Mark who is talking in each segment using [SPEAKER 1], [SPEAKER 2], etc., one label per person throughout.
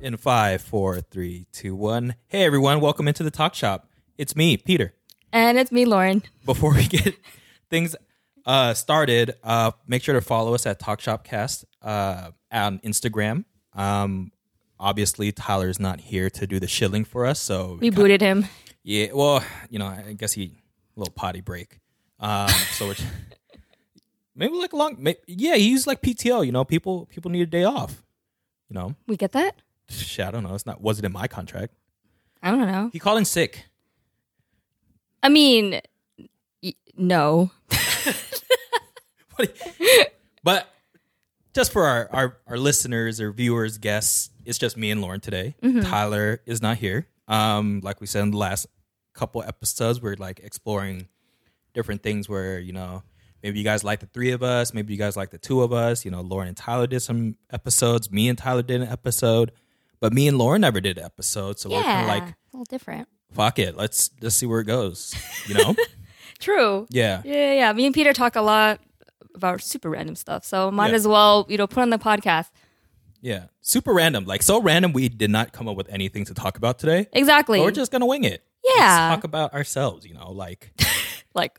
[SPEAKER 1] In five, four, three, two, one. Hey, everyone. Welcome into the talk shop. It's me, Peter.
[SPEAKER 2] And it's me, Lauren.
[SPEAKER 1] Before we get things uh, started, uh, make sure to follow us at Talk Shop Cast uh, on Instagram. Um, obviously, Tyler's not here to do the shilling for us. So,
[SPEAKER 2] We booted him.
[SPEAKER 1] yeah, well, you know, I guess he a little potty break. Um, so, we're maybe like long, may yeah, he's like PTO, you know, people people need a day off, you know.
[SPEAKER 2] We get that?
[SPEAKER 1] Shit, I don't know. It's not wasn't in my contract.
[SPEAKER 2] I don't know.
[SPEAKER 1] He called in sick.
[SPEAKER 2] I mean, y- no.
[SPEAKER 1] What- but just for our, our our listeners or viewers, guests, it's just me and Lauren today. Tyler is not here. Um, like we said in the last couple episodes, we're like exploring different things where you know maybe you guys like the three of us, maybe you guys like the two of us. You know, Lauren and Tyler did some episodes. Me and Tyler did an episode, but me and Lauren never did an episode. So we're kind of like,
[SPEAKER 2] a little different.
[SPEAKER 1] fuck it, let's just see where it goes. You know?
[SPEAKER 2] True.
[SPEAKER 1] yeah.
[SPEAKER 2] Yeah, yeah, yeah. Me and Peter talk a lot about super random stuff. So might
[SPEAKER 1] Yeah.
[SPEAKER 2] as well, you know, put on the podcast.
[SPEAKER 1] Yeah. Super random. Like so random we did not come up with anything to talk about today.
[SPEAKER 2] Exactly.
[SPEAKER 1] But we're just gonna wing it. Let's
[SPEAKER 2] Yeah.
[SPEAKER 1] talk about ourselves, you know, like
[SPEAKER 2] like,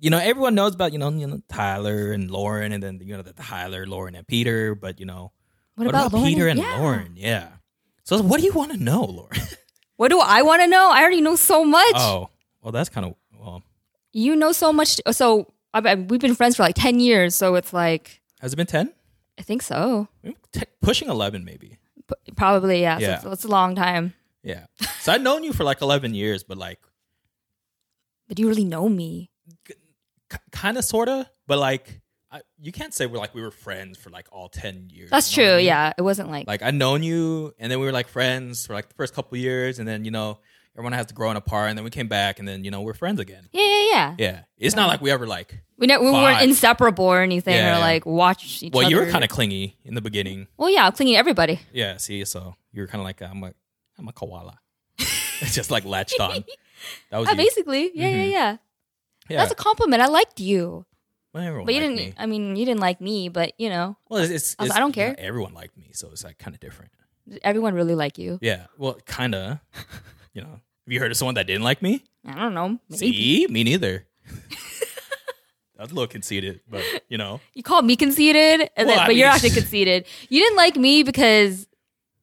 [SPEAKER 1] you know, everyone knows about, you know, you know, Tyler and Lauren and then you know the Tyler, Lauren and Peter, but you know
[SPEAKER 2] what, about, Lauren
[SPEAKER 1] Peter and
[SPEAKER 2] yeah.
[SPEAKER 1] Lauren? Yeah. So what do you want to know, Lauren?
[SPEAKER 2] What do I want to know? I already know so much.
[SPEAKER 1] oh. Well that's kinda well
[SPEAKER 2] You know so much. So I, I, we've been friends for like 10 years. So it's like,
[SPEAKER 1] has it been ten?
[SPEAKER 2] I think so.
[SPEAKER 1] pushing eleven maybe.
[SPEAKER 2] P- probably, yeah. So
[SPEAKER 1] Yeah.
[SPEAKER 2] it's- it's a long time.
[SPEAKER 1] Yeah. So I've known you for like eleven years, but like
[SPEAKER 2] But you really know me.
[SPEAKER 1] kind of sorta but like I, you can't say we're like we were friends for like all 10 years
[SPEAKER 2] That's
[SPEAKER 1] you know what
[SPEAKER 2] true.
[SPEAKER 1] I mean?
[SPEAKER 2] Yeah. It wasn't like,
[SPEAKER 1] like i known you and then we were like friends for like the first couple years and then you know everyone has to grow apart and then we came back and then you know we're friends again
[SPEAKER 2] yeah, yeah, yeah.
[SPEAKER 1] yeah it's not like we ever like
[SPEAKER 2] We, ne- we
[SPEAKER 1] Five.
[SPEAKER 2] weren't inseparable or anything
[SPEAKER 1] Yeah,
[SPEAKER 2] or
[SPEAKER 1] yeah.
[SPEAKER 2] like watch each
[SPEAKER 1] well
[SPEAKER 2] other.
[SPEAKER 1] you were kind of clingy in the beginning
[SPEAKER 2] Well, yeah, clinging to everybody.
[SPEAKER 1] yeah see so you were kind of like i'm a i'm a koala just like latched on that was
[SPEAKER 2] Yeah,
[SPEAKER 1] you.
[SPEAKER 2] basically. Yeah, yeah, yeah.
[SPEAKER 1] Mm-hmm. yeah
[SPEAKER 2] That's a compliment. I liked you.
[SPEAKER 1] well, everyone
[SPEAKER 2] But you
[SPEAKER 1] liked
[SPEAKER 2] didn't,
[SPEAKER 1] me.
[SPEAKER 2] I mean, you didn't like me, but you know,
[SPEAKER 1] well it's, it's,
[SPEAKER 2] I
[SPEAKER 1] it's-
[SPEAKER 2] was like, I don't
[SPEAKER 1] you know,
[SPEAKER 2] care.
[SPEAKER 1] everyone liked me so it's like kind of different
[SPEAKER 2] everyone really liked you.
[SPEAKER 1] Yeah. Well, kind of. you know, have you heard of someone that didn't like me?
[SPEAKER 2] I don't know. Maybe.
[SPEAKER 1] See, me neither. I was a little conceited, but you know,
[SPEAKER 2] You called me conceited,
[SPEAKER 1] Well,
[SPEAKER 2] and then,
[SPEAKER 1] I
[SPEAKER 2] but you're
[SPEAKER 1] mean-
[SPEAKER 2] actually conceited. You didn't like me because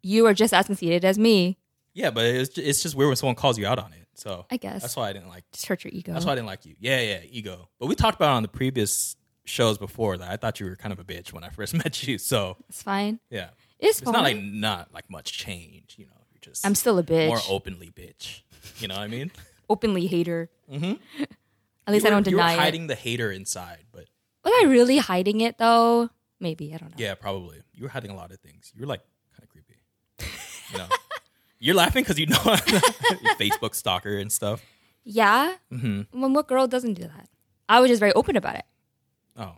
[SPEAKER 2] you were just as conceited as me,
[SPEAKER 1] yeah. But it's just, it's just weird when someone calls you out on it. So
[SPEAKER 2] I guess. Oh.
[SPEAKER 1] that's why I didn't like.
[SPEAKER 2] just hurt your ego.
[SPEAKER 1] That's why I didn't like you. Yeah, yeah, ego. But we talked about it on the previous shows before that I thought you were kind of a bitch when I first met you. So
[SPEAKER 2] it's fine.
[SPEAKER 1] yeah, it's
[SPEAKER 2] It's, fine.
[SPEAKER 1] not like not like much change. You know, you're just
[SPEAKER 2] I'm still a bitch.
[SPEAKER 1] more openly bitch. You know what I mean?
[SPEAKER 2] Openly hater.
[SPEAKER 1] Mhm.
[SPEAKER 2] At least
[SPEAKER 1] You
[SPEAKER 2] I
[SPEAKER 1] were-
[SPEAKER 2] don't
[SPEAKER 1] you were
[SPEAKER 2] deny it.
[SPEAKER 1] hiding the hater inside, but
[SPEAKER 2] Was I really hiding it though? Maybe I don't know.
[SPEAKER 1] Yeah, probably. You were hiding a lot of things. You were like kind of creepy. You know, you're laughing because you know I'm a Facebook stalker and stuff.
[SPEAKER 2] Yeah.
[SPEAKER 1] hmm
[SPEAKER 2] Well, what girl doesn't do that? I was just very open about it.
[SPEAKER 1] Oh,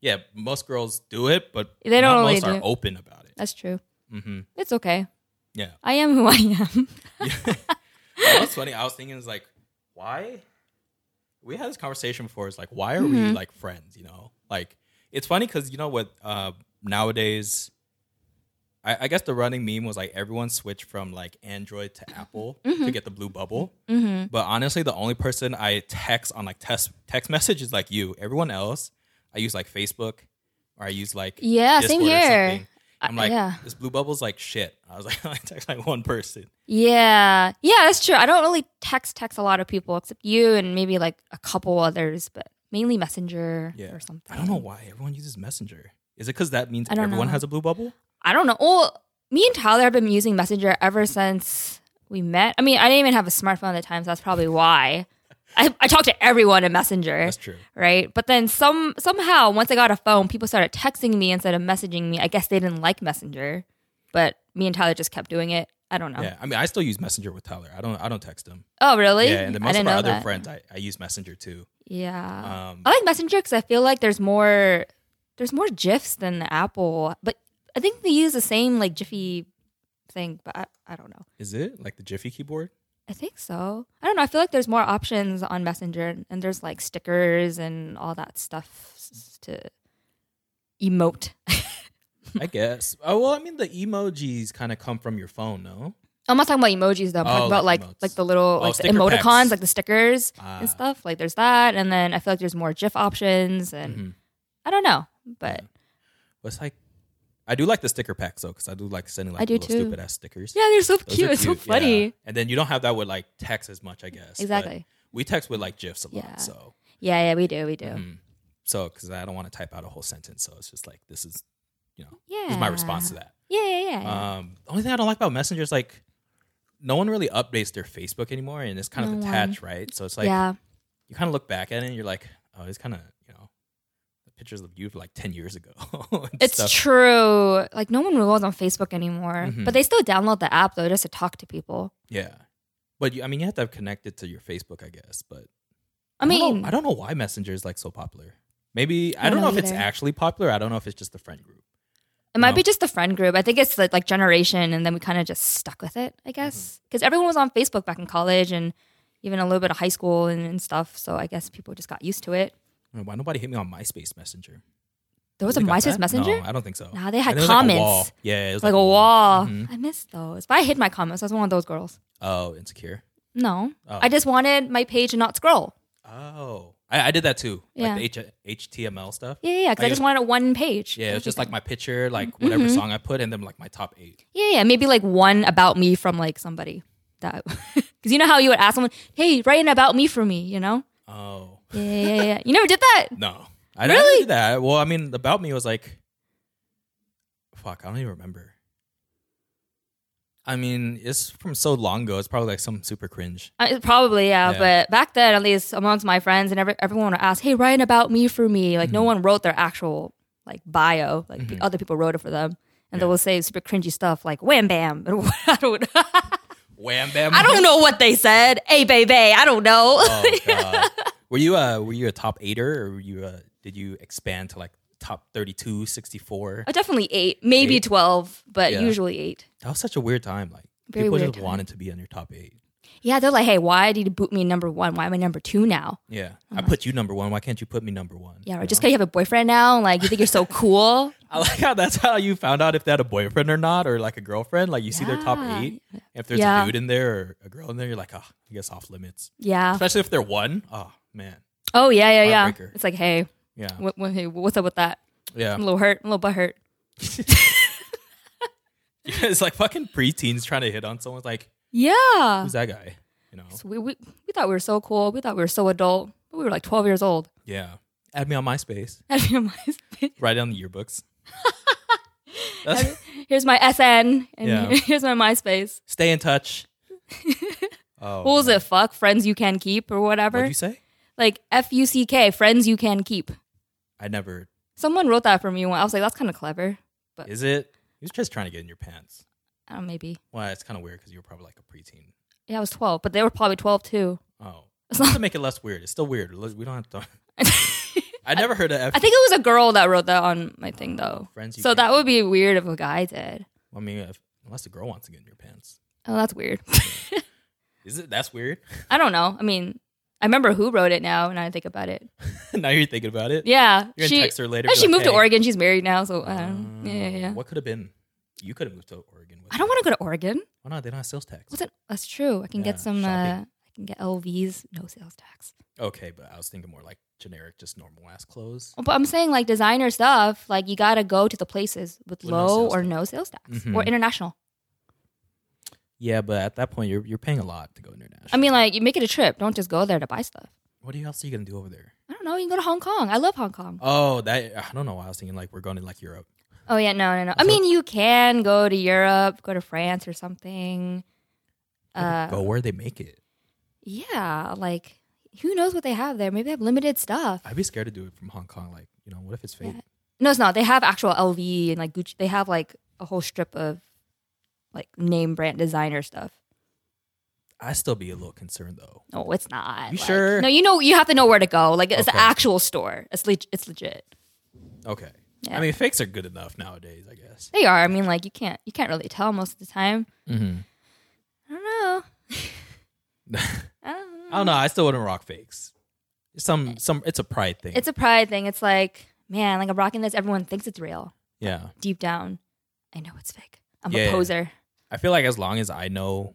[SPEAKER 1] yeah. Most girls do it, but
[SPEAKER 2] They
[SPEAKER 1] not
[SPEAKER 2] don't really
[SPEAKER 1] most are
[SPEAKER 2] do.
[SPEAKER 1] open about it.
[SPEAKER 2] That's true.
[SPEAKER 1] hmm
[SPEAKER 2] It's okay.
[SPEAKER 1] Yeah.
[SPEAKER 2] I am who I am.
[SPEAKER 1] What's funny? I was thinking is like, why? We had this conversation before. It's like, why are
[SPEAKER 2] Mm-hmm.
[SPEAKER 1] we like friends? You know, like it's funny because you know what? Uh, nowadays, I, I guess the running meme was like everyone switched from like Android to Apple to get the blue bubble.
[SPEAKER 2] mm-hmm.
[SPEAKER 1] But honestly, the only person I text on like text text message is like you. Everyone else, I use like Facebook or I use like
[SPEAKER 2] Yeah, same
[SPEAKER 1] Discord or
[SPEAKER 2] here.
[SPEAKER 1] something.
[SPEAKER 2] I-
[SPEAKER 1] I'm like
[SPEAKER 2] yeah.
[SPEAKER 1] this blue bubble's like shit. I was like I text like one person.
[SPEAKER 2] Yeah. Yeah, that's true. I don't really text text a lot of people except you and maybe like a couple others, but mainly Messenger
[SPEAKER 1] Yeah,
[SPEAKER 2] or something.
[SPEAKER 1] I don't know why everyone uses Messenger. Is it because that means
[SPEAKER 2] I don't
[SPEAKER 1] everyone
[SPEAKER 2] know.
[SPEAKER 1] has a blue bubble?
[SPEAKER 2] I don't know. Well, me and Tyler have been using Messenger ever since we met. I mean, I didn't even have a smartphone at the time, so that's probably why. I, I talked to everyone in Messenger.
[SPEAKER 1] That's true.
[SPEAKER 2] right? But then some somehow once I got a phone, people started texting me instead of messaging me. I guess they didn't like Messenger, but me and Tyler just kept doing it. I don't know.
[SPEAKER 1] Yeah, I mean, I still use Messenger with Tyler. I don't. I don't text him.
[SPEAKER 2] Oh, really?
[SPEAKER 1] Yeah, and then
[SPEAKER 2] I
[SPEAKER 1] most
[SPEAKER 2] didn't
[SPEAKER 1] of our
[SPEAKER 2] know
[SPEAKER 1] other
[SPEAKER 2] that.
[SPEAKER 1] friends, I, I use Messenger too.
[SPEAKER 2] Yeah,
[SPEAKER 1] Um,
[SPEAKER 2] I like Messenger because I feel like there's more there's more gifs than the Apple, but I think they use the same like Jiffy thing. But I, I don't know.
[SPEAKER 1] is it like the Jiffy keyboard?
[SPEAKER 2] I think so. I don't know. I feel like there's more options on Messenger, and there's like stickers and all that stuff s- to emote.
[SPEAKER 1] I guess. Oh well, I mean the emojis kind of come from your phone, no?
[SPEAKER 2] I'm not talking about emojis though. I'm talking
[SPEAKER 1] Oh,
[SPEAKER 2] about
[SPEAKER 1] like
[SPEAKER 2] like
[SPEAKER 1] emotes. Oh,
[SPEAKER 2] like the little like the
[SPEAKER 1] sticker
[SPEAKER 2] emoticons,
[SPEAKER 1] packs.
[SPEAKER 2] like the stickers
[SPEAKER 1] Ah.
[SPEAKER 2] and stuff. Like there's that, and then I feel like there's more GIF options, and
[SPEAKER 1] Mhm.
[SPEAKER 2] I don't know, but
[SPEAKER 1] But it's like I do like the sticker packs though, because I do like sending like
[SPEAKER 2] I do
[SPEAKER 1] little
[SPEAKER 2] too.
[SPEAKER 1] stupid ass stickers.
[SPEAKER 2] yeah, they're so
[SPEAKER 1] Those
[SPEAKER 2] cute.
[SPEAKER 1] are
[SPEAKER 2] It's so
[SPEAKER 1] cute, yeah.
[SPEAKER 2] funny.
[SPEAKER 1] And then you don't have that with like text as much, I guess. but
[SPEAKER 2] Exactly.
[SPEAKER 1] We text with like GIFs a lot,
[SPEAKER 2] Yeah.
[SPEAKER 1] so
[SPEAKER 2] Yeah, yeah, we do, we do.
[SPEAKER 1] mm. so because I don't want to type out a whole sentence, so it's just like this is, you know,
[SPEAKER 2] Yeah,
[SPEAKER 1] this is my response to that.
[SPEAKER 2] Yeah, yeah, yeah. yeah.
[SPEAKER 1] Um, the only thing I don't like about Messenger is like no one really updates their Facebook anymore, and it's kind of
[SPEAKER 2] No one.
[SPEAKER 1] attached, right? So it's like
[SPEAKER 2] yeah,
[SPEAKER 1] you kind of look back at it, and you're like, oh, it's kind of you know, the pictures of you from like ten years ago. and
[SPEAKER 2] it's
[SPEAKER 1] stuff.
[SPEAKER 2] true. Like no one goes on Facebook anymore,
[SPEAKER 1] Mhm.
[SPEAKER 2] but they still download the app though just to talk to people.
[SPEAKER 1] yeah. But you, I mean, you have to have connected to your Facebook, I guess. But
[SPEAKER 2] I
[SPEAKER 1] don't know-
[SPEAKER 2] mean,
[SPEAKER 1] I don't know why Messenger is like so popular. Maybe I
[SPEAKER 2] I
[SPEAKER 1] don't,
[SPEAKER 2] don't
[SPEAKER 1] know,
[SPEAKER 2] know
[SPEAKER 1] if it's
[SPEAKER 2] either.
[SPEAKER 1] actually popular. I don't know if it's just the friend group.
[SPEAKER 2] It might
[SPEAKER 1] No.
[SPEAKER 2] be just the friend group. I think it's like, like generation, and then we kind of just stuck with it, I guess.
[SPEAKER 1] Mm-hmm.
[SPEAKER 2] Because everyone was on Facebook back in college and even a little bit of high school and, and stuff. So I guess people just got used to it.
[SPEAKER 1] I don't know, Why nobody hit me on MySpace Messenger?
[SPEAKER 2] There was a
[SPEAKER 1] They got
[SPEAKER 2] MySpace
[SPEAKER 1] that?
[SPEAKER 2] Messenger?
[SPEAKER 1] No, I don't think so.
[SPEAKER 2] Nah, they had
[SPEAKER 1] I think it was like a
[SPEAKER 2] comments.
[SPEAKER 1] wall. yeah, it was
[SPEAKER 2] like, a wall.
[SPEAKER 1] Mhm.
[SPEAKER 2] I missed those. But I hid my comments. I was one of those girls.
[SPEAKER 1] Oh, insecure.
[SPEAKER 2] No.
[SPEAKER 1] Oh.
[SPEAKER 2] I just wanted my page to not scroll.
[SPEAKER 1] Oh, I, I did that too.
[SPEAKER 2] Yeah.
[SPEAKER 1] Like the H- HTML stuff.
[SPEAKER 2] Yeah, yeah, Because
[SPEAKER 1] Like
[SPEAKER 2] I just
[SPEAKER 1] it-
[SPEAKER 2] wanted one page.
[SPEAKER 1] Oh, Yeah, it's just like my picture, like
[SPEAKER 2] Mm-hmm.
[SPEAKER 1] whatever song I put, and then like my top eight.
[SPEAKER 2] Yeah, yeah. Maybe like one about me from like somebody that. Because you know how you would ask someone, hey, write an about me for me, you know?
[SPEAKER 1] Oh
[SPEAKER 2] Yeah, yeah, yeah, yeah. you never did that?
[SPEAKER 1] no, I didn't
[SPEAKER 2] Really?
[SPEAKER 1] do that. Well, I mean, about me was like, fuck, I don't even remember. I mean, it's from so long ago. It's probably like some super cringe.
[SPEAKER 2] Uh, it- probably, yeah,
[SPEAKER 1] Yeah.
[SPEAKER 2] But back then, at least amongst my friends and every, everyone would ask, "Hey, write about me for me." Like
[SPEAKER 1] Mm-hmm.
[SPEAKER 2] no one wrote their actual like bio. Like pe- other people wrote it for them, and they will say super cringy stuff like "wham bam." and what- I don't,
[SPEAKER 1] Wham bam.
[SPEAKER 2] I don't know what they said. Hey, baby, I don't know.
[SPEAKER 1] Oh, God. were you a were you a top eighter or were you a, did you expand to like top 32, 64?
[SPEAKER 2] I definitely eight, maybe
[SPEAKER 1] Eight?
[SPEAKER 2] twelve, but
[SPEAKER 1] Yeah.
[SPEAKER 2] usually eight.
[SPEAKER 1] That was such a weird time. Like
[SPEAKER 2] Very
[SPEAKER 1] people
[SPEAKER 2] weird
[SPEAKER 1] just
[SPEAKER 2] time.
[SPEAKER 1] wanted to be on your top eight.
[SPEAKER 2] Yeah, they're like, "Hey, why did you boot me number one? Why am I number two now?"
[SPEAKER 1] Yeah, I put you number one. Why can't you put me number one?
[SPEAKER 2] Oh Yeah,
[SPEAKER 1] You
[SPEAKER 2] right. Just
[SPEAKER 1] know?
[SPEAKER 2] because you have a boyfriend now, like you think you're so cool.
[SPEAKER 1] I like how that's how you found out if they had a boyfriend or not, or like a girlfriend. Like you see their top
[SPEAKER 2] Yeah.
[SPEAKER 1] eight. If there's
[SPEAKER 2] Yeah.
[SPEAKER 1] a dude in there or a girl in there, you're like, oh, I guess off limits.
[SPEAKER 2] Yeah.
[SPEAKER 1] Especially if they're one. Oh man,
[SPEAKER 2] Oh yeah, yeah, yeah.
[SPEAKER 1] Heartbreaker.
[SPEAKER 2] It's like, hey,
[SPEAKER 1] yeah,
[SPEAKER 2] what, what, hey, what's up with that?
[SPEAKER 1] yeah.
[SPEAKER 2] I'm a little hurt. I'm a little butt hurt.
[SPEAKER 1] it's like fucking preteens trying to hit on someone. It's Like
[SPEAKER 2] Yeah.
[SPEAKER 1] who's that guy? You know?
[SPEAKER 2] So we, we, we thought we were so cool. We thought we were so adult. But we were like 12 years old.
[SPEAKER 1] Yeah. Add me on MySpace.
[SPEAKER 2] That'd be on my-
[SPEAKER 1] Write down the yearbooks. That's-
[SPEAKER 2] here's my SN and
[SPEAKER 1] Yeah.
[SPEAKER 2] here's my MySpace.
[SPEAKER 1] stay in touch. Oh,
[SPEAKER 2] What was
[SPEAKER 1] man.
[SPEAKER 2] it? Fuck friends you can keep or whatever.
[SPEAKER 1] What'd you say?
[SPEAKER 2] like F U C K friends you can keep.
[SPEAKER 1] I never.
[SPEAKER 2] Someone wrote that for me. Once. I was like, that's kind of clever.
[SPEAKER 1] Is it? He was just trying to get in your pants.
[SPEAKER 2] I don't know, maybe.
[SPEAKER 1] Well, it's kind of weird because you were probably like a preteen.
[SPEAKER 2] Yeah, I was 12, but they were probably 12 too.
[SPEAKER 1] Oh,
[SPEAKER 2] It's
[SPEAKER 1] not
[SPEAKER 2] not-
[SPEAKER 1] to make it less weird. It's still weird. Let's- We don't have to. I never heard of F.
[SPEAKER 2] I think it was a girl that wrote that on my thing though.
[SPEAKER 1] friends. You
[SPEAKER 2] So
[SPEAKER 1] can-
[SPEAKER 2] that would be weird if a guy did.
[SPEAKER 1] I mean, if, unless the girl wants to get in your pants,
[SPEAKER 2] Oh, that's weird.
[SPEAKER 1] is it? That's weird.
[SPEAKER 2] I don't know. I mean, I remember who wrote it now, and I think about it.
[SPEAKER 1] now you're thinking about it.
[SPEAKER 2] Yeah,
[SPEAKER 1] You're
[SPEAKER 2] she.
[SPEAKER 1] gonna text her later.
[SPEAKER 2] and
[SPEAKER 1] be
[SPEAKER 2] she
[SPEAKER 1] like,
[SPEAKER 2] moved to
[SPEAKER 1] "Hey,
[SPEAKER 2] Oregon. She's married now, so I
[SPEAKER 1] uh,
[SPEAKER 2] don't. Yeah, yeah, yeah.
[SPEAKER 1] What could have been? You could have moved to Oregon. With
[SPEAKER 2] I don't want to go to Oregon.
[SPEAKER 1] Why not? They don't have sales tax.
[SPEAKER 2] What's it? That's true. I can
[SPEAKER 1] Yeah,
[SPEAKER 2] get some. Uh,
[SPEAKER 1] shopping.
[SPEAKER 2] I can get LVs, no sales tax.
[SPEAKER 1] Okay, but I was thinking more like generic, just normal ass clothes.
[SPEAKER 2] But I'm saying like designer stuff. Like you gotta go to the places with
[SPEAKER 1] With no
[SPEAKER 2] low
[SPEAKER 1] sales
[SPEAKER 2] or
[SPEAKER 1] tax.
[SPEAKER 2] no sales tax or
[SPEAKER 1] Mhm.
[SPEAKER 2] international.
[SPEAKER 1] Yeah, but at that point, you're you're paying a lot to go international.
[SPEAKER 2] I mean, like you make it a trip. Don't just go there to buy stuff.
[SPEAKER 1] what else are you gonna do over there?
[SPEAKER 2] I don't know. You can go to Hong Kong. I love Hong Kong.
[SPEAKER 1] Oh, that I don't know. why I was thinking like we're going to like Europe.
[SPEAKER 2] Oh yeah, no, no, no. I mean, you can go to Europe, go to France or something. Uh,
[SPEAKER 1] go where they make it.
[SPEAKER 2] Yeah, like who knows what they have there? Maybe they have limited stuff.
[SPEAKER 1] I'd be scared to do it from Hong Kong. Like, you know, what if it's fake?
[SPEAKER 2] No, it's not. They have actual LV and like Gucci. They have like a whole strip of like name brand designer stuff.
[SPEAKER 1] I'd still be a little concerned though.
[SPEAKER 2] No, it's not.
[SPEAKER 1] You
[SPEAKER 2] Like,
[SPEAKER 1] sure?
[SPEAKER 2] No, you know you have to know where to go. Like it's
[SPEAKER 1] Okay.
[SPEAKER 2] the actual store. It's le- it's legit.
[SPEAKER 1] Okay.
[SPEAKER 2] Yeah.
[SPEAKER 1] I mean, fakes are good enough nowadays, I guess.
[SPEAKER 2] They are. I mean, like you can't you can't really tell most of the time.
[SPEAKER 1] Mm-hmm.
[SPEAKER 2] I don't know. I don't know.
[SPEAKER 1] I don't know. I still wouldn't rock fakes. Some, some. It's a pride thing.
[SPEAKER 2] It's a pride thing. It's like man, like I'm rocking this. Everyone thinks it's real.
[SPEAKER 1] Yeah.
[SPEAKER 2] deep down, I know it's fake. I'm
[SPEAKER 1] Yeah.
[SPEAKER 2] a poser.
[SPEAKER 1] I feel like as long as I know,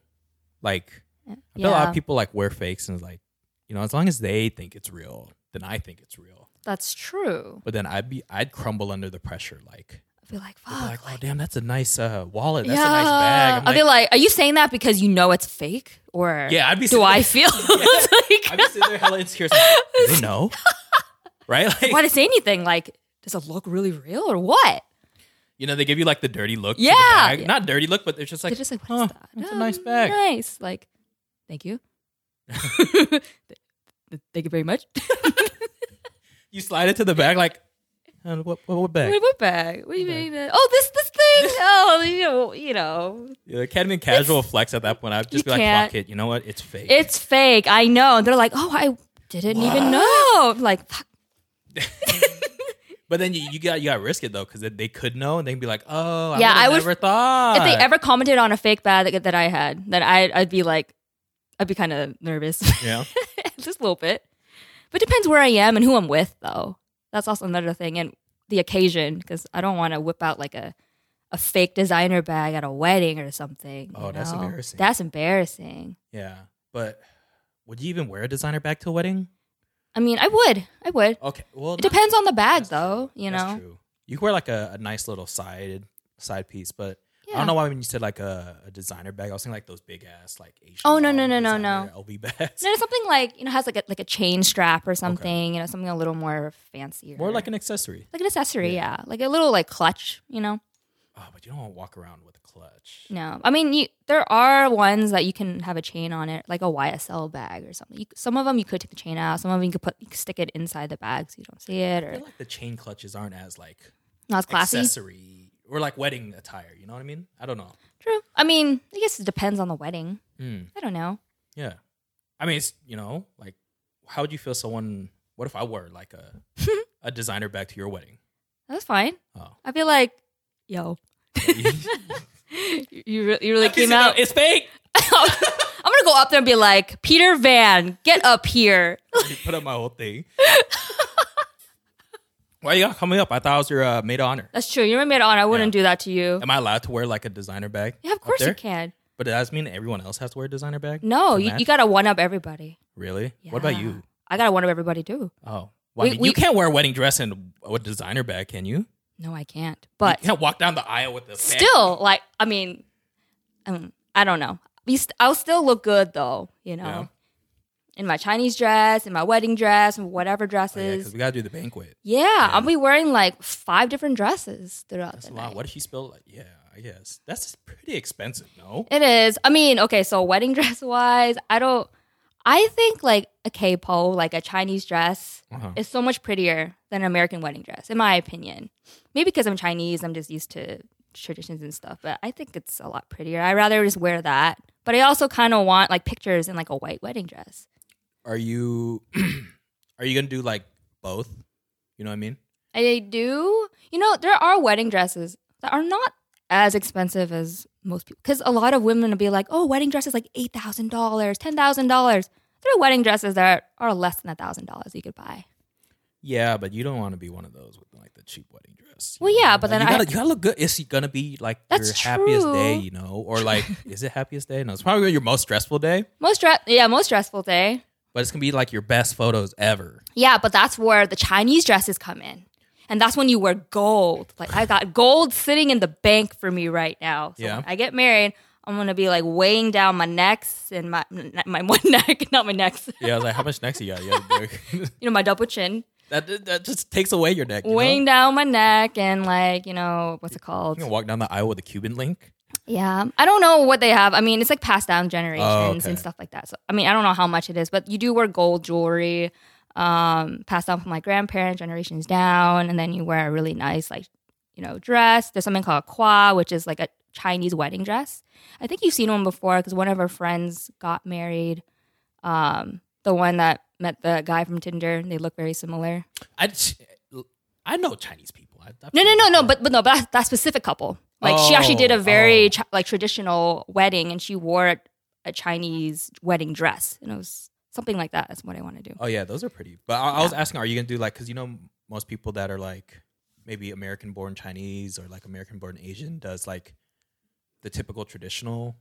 [SPEAKER 1] like, I feel a lot
[SPEAKER 2] Yeah,
[SPEAKER 1] of people like wear fakes and it's like, you know, as long as they think it's real, then I think it's real.
[SPEAKER 2] that's true.
[SPEAKER 1] But then I'd be, I'd crumble under the pressure. Like,
[SPEAKER 2] I feel like,
[SPEAKER 1] I'd be
[SPEAKER 2] fuck.
[SPEAKER 1] like, oh
[SPEAKER 2] like-
[SPEAKER 1] damn, that's a nice uh, wallet. That's a nice bag. I'm
[SPEAKER 2] I'll be
[SPEAKER 1] like,
[SPEAKER 2] like, are you saying that because you know it's fake? Or
[SPEAKER 1] yeah, I'd be.
[SPEAKER 2] do
[SPEAKER 1] sitting
[SPEAKER 2] I
[SPEAKER 1] there-
[SPEAKER 2] feel It's
[SPEAKER 1] I'd
[SPEAKER 2] like,
[SPEAKER 1] be sitting there hella insecure. Like, Do they know, right? Like,
[SPEAKER 2] why to say anything? Like, does it look really real or what?
[SPEAKER 1] you know, they give you like the dirty look. to the
[SPEAKER 2] Yeah.
[SPEAKER 1] bag.
[SPEAKER 2] Yeah.
[SPEAKER 1] not dirty look, but they're just like,
[SPEAKER 2] They're just like, what is
[SPEAKER 1] huh,
[SPEAKER 2] that?
[SPEAKER 1] that's a
[SPEAKER 2] Um,
[SPEAKER 1] nice bag.
[SPEAKER 2] Nice. Like, thank you. Th- thank you very much.
[SPEAKER 1] You slide it to the bag, like, uh, what, what, what bag?
[SPEAKER 2] Wait, what bag? What do you
[SPEAKER 1] Okay.
[SPEAKER 2] mean? uh, Oh, this this thing. Oh, you know, you know,
[SPEAKER 1] Yeah, it can be casual flex at that point. I'd just be
[SPEAKER 2] You
[SPEAKER 1] like,
[SPEAKER 2] can't.
[SPEAKER 1] fuck it. You know what? It's fake.
[SPEAKER 2] it's fake. I know. And they're like, oh, I didn't even know. I'm like, fuck.
[SPEAKER 1] but then you, you got you got to risk it though, because they could know and they can be like, oh, I
[SPEAKER 2] Yeah,
[SPEAKER 1] would've
[SPEAKER 2] I would-
[SPEAKER 1] never thought.
[SPEAKER 2] if they ever commented on a fake bag that, that I had, then I I'd be like, I'd be kind of nervous,
[SPEAKER 1] yeah,
[SPEAKER 2] just a little bit. But it depends where I am and who I'm with, though. That's also another thing, and the occasion, because I don't want to whip out like a a fake designer bag at a wedding or something.
[SPEAKER 1] Oh,
[SPEAKER 2] you
[SPEAKER 1] that's
[SPEAKER 2] know?
[SPEAKER 1] embarrassing.
[SPEAKER 2] That's embarrassing.
[SPEAKER 1] yeah. But would you even wear a designer bag to a wedding?
[SPEAKER 2] I mean, I would, I would.
[SPEAKER 1] Okay, well,
[SPEAKER 2] It
[SPEAKER 1] not-
[SPEAKER 2] depends on the bag,
[SPEAKER 1] That's
[SPEAKER 2] though. You know.
[SPEAKER 1] That's true. You can wear like a, a nice little side side piece, but I
[SPEAKER 2] Yeah.
[SPEAKER 1] don't know why when you said like a, a designer bag, I was thinking like those big ass like Asian.
[SPEAKER 2] Oh, no, no,
[SPEAKER 1] doll
[SPEAKER 2] no, no,
[SPEAKER 1] designer LV bags.
[SPEAKER 2] No, it's something like you know has like a, like a chain strap or something. You know, something a little more fancy.
[SPEAKER 1] More like an accessory.
[SPEAKER 2] like an accessory, yeah. Like a little like clutch. You know,
[SPEAKER 1] Oh, but you don't want to walk around with a clutch.
[SPEAKER 2] no. I mean, you, there are ones that you can have a chain on it, like a YSL bag or something. You, some of them you could take the chain out. Some of them you could put you could stick it inside the bag so you don't see it
[SPEAKER 1] I
[SPEAKER 2] or
[SPEAKER 1] feel like the chain clutches aren't as like
[SPEAKER 2] not as classy.
[SPEAKER 1] accessory or like wedding attire. You know what I mean? I don't know.
[SPEAKER 2] True. I mean, I guess it depends on the wedding.
[SPEAKER 1] Hmm.
[SPEAKER 2] I don't know.
[SPEAKER 1] Yeah. I mean, it's, you know, like, how would you feel someone, what if I wore like a, a designer bag to your wedding?
[SPEAKER 2] That's fine.
[SPEAKER 1] Oh.
[SPEAKER 2] I feel like, yo, you you re- you really
[SPEAKER 1] It's-
[SPEAKER 2] came out.
[SPEAKER 1] It's fake.
[SPEAKER 2] I'm gonna go up there and be like, Peter Van, get up here.
[SPEAKER 1] You put up my whole thing. Why are you coming up? I thought I was your uh, maid of honor.
[SPEAKER 2] That's true. You're my maid of honor. I wouldn't do that to you.
[SPEAKER 1] Am I allowed to wear like a designer bag?
[SPEAKER 2] Yeah, of
[SPEAKER 1] up
[SPEAKER 2] course you
[SPEAKER 1] there?
[SPEAKER 2] can.
[SPEAKER 1] But does that mean everyone else has to wear a designer bag?
[SPEAKER 2] No,
[SPEAKER 1] To
[SPEAKER 2] you,
[SPEAKER 1] match?
[SPEAKER 2] you gotta one up everybody.
[SPEAKER 1] Really? What about
[SPEAKER 2] Yeah.
[SPEAKER 1] you?
[SPEAKER 2] I gotta one up everybody too.
[SPEAKER 1] Oh. Well, I
[SPEAKER 2] We-
[SPEAKER 1] mean,
[SPEAKER 2] we-
[SPEAKER 1] you can't wear a wedding dress and a designer bag, can you?
[SPEAKER 2] No, I can't. But
[SPEAKER 1] You can't walk down the aisle with this. bag.
[SPEAKER 2] still, like, I mean, um, I don't know. You st- I'll still look good though, you know,
[SPEAKER 1] Yeah.
[SPEAKER 2] in my Chinese dress, in my wedding dress, and whatever
[SPEAKER 1] Oh, yeah, because
[SPEAKER 2] dresses.
[SPEAKER 1] we gotta do the banquet.
[SPEAKER 2] yeah, I'll be wearing like five different dresses throughout
[SPEAKER 1] That's
[SPEAKER 2] the
[SPEAKER 1] a
[SPEAKER 2] night.
[SPEAKER 1] lot. What if you spill? Like, yeah, I guess that's pretty expensive. No,
[SPEAKER 2] It is. I mean, okay, so wedding dress wise, I don't. I think like a capo, like a Chinese dress,
[SPEAKER 1] Uh-huh.
[SPEAKER 2] is so much prettier than an American wedding dress, in my opinion. Maybe because I'm Chinese, I'm just used to traditions and stuff. But I think it's a lot prettier. I rather just wear that. But I also kind of want like pictures in like a white wedding dress.
[SPEAKER 1] are you are you gonna do like both? You know what I mean?
[SPEAKER 2] I do. You know, there are wedding dresses that are not as expensive as most people. Because a lot of women will be like, oh, wedding dress is like $8,000, $10,000. There are wedding dresses that are less than $1,000 you could buy.
[SPEAKER 1] Yeah, but you don't want to be one of those with like the cheap wedding dress. you
[SPEAKER 2] Well,
[SPEAKER 1] know?
[SPEAKER 2] yeah, but
[SPEAKER 1] Like,
[SPEAKER 2] then
[SPEAKER 1] you
[SPEAKER 2] I-
[SPEAKER 1] gotta, you gotta look good. Is it gonna be like
[SPEAKER 2] That's
[SPEAKER 1] your happiest day?
[SPEAKER 2] true.
[SPEAKER 1] You know, or like is it happiest day? No, it's probably your most stressful day,
[SPEAKER 2] Most dress, yeah, most stressful day.
[SPEAKER 1] but it's gonna be like your best photos ever.
[SPEAKER 2] Yeah, but that's where the Chinese dresses come in. And that's when you wear gold. Like I got gold sitting in the bank for me right now. So
[SPEAKER 1] Yeah.
[SPEAKER 2] when I get married, I'm gonna be like weighing down my necks and my my one neck, not my necks.
[SPEAKER 1] Yeah, I was like, how much necks you got? Yeah, big.
[SPEAKER 2] You know, my double chin.
[SPEAKER 1] that that just takes away your neck. You know?
[SPEAKER 2] weighing down my neck and like you know what's it
[SPEAKER 1] You
[SPEAKER 2] called
[SPEAKER 1] gonna walk down the aisle with a Cuban link.
[SPEAKER 2] yeah i don't know what they have i mean it's like passed down generations
[SPEAKER 1] Oh, okay.
[SPEAKER 2] and stuff like that so i mean i don't know how much it is but you do wear gold jewelry um passed down from like grandparents generations down and then you wear a really nice like you know dress there's something called a kwa which is like a chinese wedding dress i think you've seen one before because one of our friends got married um the one that met the guy from tinder and they look very similar
[SPEAKER 1] I I know Chinese people. I, I
[SPEAKER 2] No, no, no, no. But but no, but that, that specific couple, like she actually did
[SPEAKER 1] Oh,
[SPEAKER 2] a very
[SPEAKER 1] oh.
[SPEAKER 2] chi- like traditional wedding, and she wore a, a Chinese wedding dress, and it was something like that. That's what I want to do.
[SPEAKER 1] Oh yeah, those are pretty. But I, I was asking, are you gonna do like? Because you know, most people that are like maybe American born Chinese or like American born Asian does like the typical traditional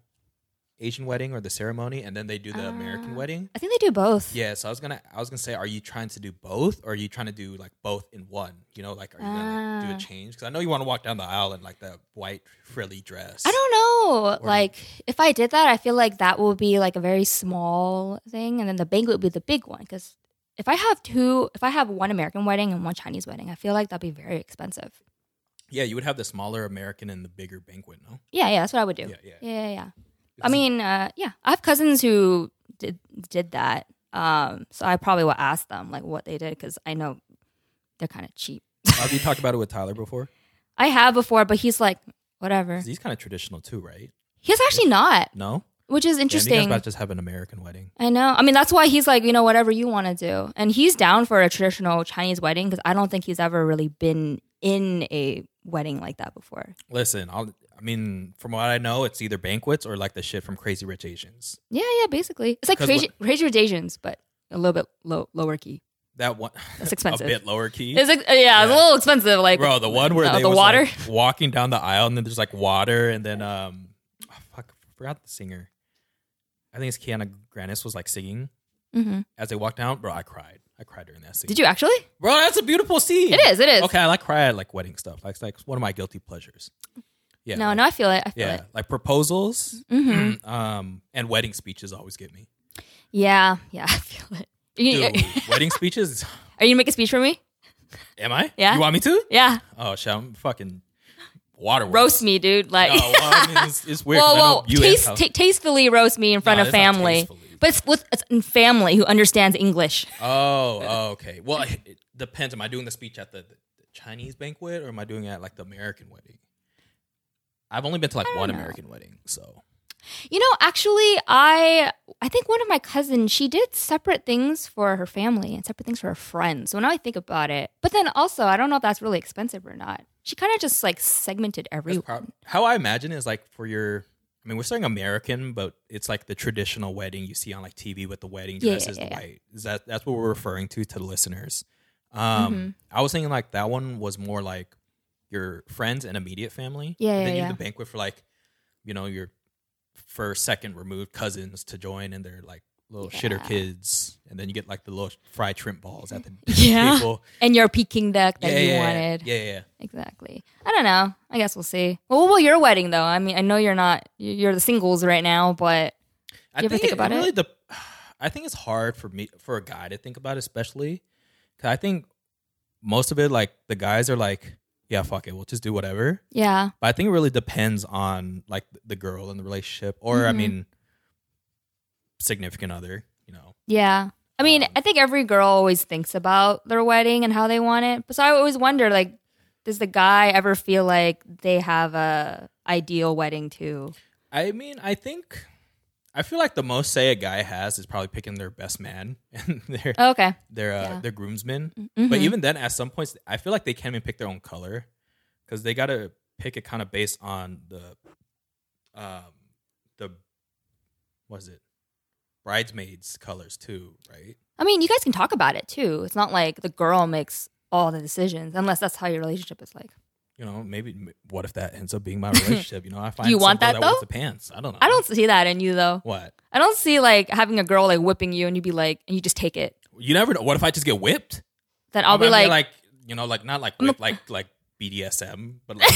[SPEAKER 1] Asian wedding or the ceremony, and then they do the American
[SPEAKER 2] Ah.
[SPEAKER 1] wedding.
[SPEAKER 2] I think they do both.
[SPEAKER 1] Yeah, so I was gonna I was gonna say, are you trying to do both, or are you trying to do like both in one? You know, like are you gonna like, do
[SPEAKER 2] Ah.
[SPEAKER 1] a change? Because I know you want to walk down the aisle in like the white frilly dress.
[SPEAKER 2] I don't know.
[SPEAKER 1] Or-
[SPEAKER 2] like, if I did that, I feel like that will be like a very small thing, and then the banquet would be the big one. Because if I have two, if I have one American wedding and one Chinese wedding, I feel like that'd be very expensive.
[SPEAKER 1] Yeah, you would have the smaller American and the bigger banquet. No.
[SPEAKER 2] Yeah, yeah, that's what I would do.
[SPEAKER 1] Yeah, yeah.
[SPEAKER 2] yeah, yeah. yeah. I
[SPEAKER 1] Because-
[SPEAKER 2] mean, uh, yeah, I have cousins who did did that. Um, so I probably will ask them like what they did because I know they're kind of cheap.
[SPEAKER 1] have you talked about it with Tyler before?
[SPEAKER 2] I have before, but he's like, whatever.
[SPEAKER 1] 'Cause he's kind of traditional too, right?
[SPEAKER 2] He's actually not,
[SPEAKER 1] No.
[SPEAKER 2] which is
[SPEAKER 1] Yeah, and
[SPEAKER 2] interesting.
[SPEAKER 1] you guys about to just have an American wedding.
[SPEAKER 2] I know. I mean, that's why he's like, you know, whatever you want to do, and he's down for a traditional Chinese wedding because I don't think he's ever really been in a wedding like that before.
[SPEAKER 1] Listen, I'll, I mean, from what I know, it's either banquets or like the shit from Crazy Rich Asians.
[SPEAKER 2] Yeah, yeah, basically, it's like
[SPEAKER 1] 'Cause
[SPEAKER 2] crazy, crazy Asians, but a little bit low, lower key.
[SPEAKER 1] That one,
[SPEAKER 2] That's expensive.
[SPEAKER 1] a bit lower key.
[SPEAKER 2] It's like, uh, yeah, it's a
[SPEAKER 1] Yeah.
[SPEAKER 2] little expensive. Like,
[SPEAKER 1] Bro, the one where
[SPEAKER 2] uh,
[SPEAKER 1] they
[SPEAKER 2] the
[SPEAKER 1] was,
[SPEAKER 2] water.
[SPEAKER 1] like, walking down the aisle and then there's like water and then um, oh, fuck, I forgot the singer. I think it's Kiana Grannis was like singing
[SPEAKER 2] hmm
[SPEAKER 1] as they walked down. Bro, I cried. I cried during that scene.
[SPEAKER 2] Did you actually?
[SPEAKER 1] Bro, that's a beautiful scene.
[SPEAKER 2] It is. It is.
[SPEAKER 1] Okay, I like cry at like wedding stuff. Like it's like one of my guilty pleasures. Yeah.
[SPEAKER 2] no,
[SPEAKER 1] like,
[SPEAKER 2] no, I feel it. I feel
[SPEAKER 1] Yeah,
[SPEAKER 2] it.
[SPEAKER 1] like proposals,
[SPEAKER 2] hmm
[SPEAKER 1] um, and wedding speeches always get me.
[SPEAKER 2] Yeah, yeah, I feel it. You-
[SPEAKER 1] Dude, wedding speeches?
[SPEAKER 2] are you gonna make a speech for me?
[SPEAKER 1] Am I?
[SPEAKER 2] Yeah.
[SPEAKER 1] You want me to?
[SPEAKER 2] Yeah,
[SPEAKER 1] Oh shit, I'm fucking water.
[SPEAKER 2] roast me, dude. Like,
[SPEAKER 1] No, well, I mean, it's, it's weird. 'cause I know
[SPEAKER 2] well, well,
[SPEAKER 1] you and
[SPEAKER 2] taste,
[SPEAKER 1] Tyler-
[SPEAKER 2] ta- tastefully roast me in front
[SPEAKER 1] No,
[SPEAKER 2] of
[SPEAKER 1] that's not
[SPEAKER 2] family,
[SPEAKER 1] tastefully.
[SPEAKER 2] but it's with it's in family who understands English.
[SPEAKER 1] Oh, oh, okay. Well, it it depends. Am I doing the speech at the, the Chinese banquet or am I doing it at like the American wedding? I've only been to like one
[SPEAKER 2] know.
[SPEAKER 1] American wedding, so
[SPEAKER 2] You know, actually, I I think one of my cousins she did separate things for her family and separate things for her friends. So now I think about it, but then also I don't know if that's really expensive or not. She kind of just like segmented
[SPEAKER 1] That's
[SPEAKER 2] every.
[SPEAKER 1] prob- how I imagine is like for your. I mean, we're saying American, but it's like the traditional wedding you see on like TV with the wedding
[SPEAKER 2] Yeah, yeah,
[SPEAKER 1] dresses,
[SPEAKER 2] yeah,
[SPEAKER 1] the
[SPEAKER 2] yeah.
[SPEAKER 1] white. Is that that's what we're referring to to the listeners? Um,
[SPEAKER 2] Mm-hmm.
[SPEAKER 1] I was thinking like that one was more like your friends and immediate family.
[SPEAKER 2] Yeah,
[SPEAKER 1] and
[SPEAKER 2] yeah,
[SPEAKER 1] Then you
[SPEAKER 2] yeah.
[SPEAKER 1] have the banquet for like, you know, your first, second removed cousins to join, and they're like little shitter
[SPEAKER 2] Yeah.
[SPEAKER 1] kids, and then you get like the little fried shrimp balls at the
[SPEAKER 2] Yeah.
[SPEAKER 1] table.
[SPEAKER 2] and your Peking duck that
[SPEAKER 1] yeah,
[SPEAKER 2] you
[SPEAKER 1] yeah, yeah.
[SPEAKER 2] wanted.
[SPEAKER 1] Yeah, yeah, yeah.
[SPEAKER 2] Exactly. I don't know. I guess we'll see. Well, what about your wedding though? I mean, I know you're not you- you're the singles right now, but
[SPEAKER 1] I
[SPEAKER 2] Do you ever think about it?
[SPEAKER 1] really dep- I think it's hard for me for a guy to think about, especially because I think most of it, like the guys are like, yeah, fuck it, we'll just do whatever.
[SPEAKER 2] yeah,
[SPEAKER 1] But I think it really depends on like the girl and the relationship, or I
[SPEAKER 2] Mhm.
[SPEAKER 1] mean, significant other. You know,
[SPEAKER 2] yeah. I mean,
[SPEAKER 1] Um,
[SPEAKER 2] I think every girl always thinks about their wedding and how they want it. But so I always wonder, like, does the guy ever feel like they have a ideal wedding too?
[SPEAKER 1] I mean, I think. I feel like the most say a guy has is probably picking their best man and their
[SPEAKER 2] Oh, Okay.
[SPEAKER 1] their uh,
[SPEAKER 2] Yeah.
[SPEAKER 1] their groomsmen.
[SPEAKER 2] Mhm.
[SPEAKER 1] But even then, at some points, I feel like they can't even pick their own color because they got to pick it kind of based on the, um, the, was it, bridesmaids' colors too, right?
[SPEAKER 2] I mean, you guys can talk about it too. It's not like the girl makes all the decisions, unless that's how your relationship is like.
[SPEAKER 1] You know, maybe m- what if that ends up being my relationship? You know, I find
[SPEAKER 2] you want
[SPEAKER 1] some girl
[SPEAKER 2] that,
[SPEAKER 1] wears
[SPEAKER 2] though?
[SPEAKER 1] the pants. I don't know.
[SPEAKER 2] I don't see that in you though.
[SPEAKER 1] What
[SPEAKER 2] I don't see like having a girl like whipping you and you be like, and you just take it.
[SPEAKER 1] you never know. What if I just get whipped?
[SPEAKER 2] Then I'll
[SPEAKER 1] I
[SPEAKER 2] be
[SPEAKER 1] mean,
[SPEAKER 2] like,
[SPEAKER 1] like you know, like not like whip, like like BDSM, but like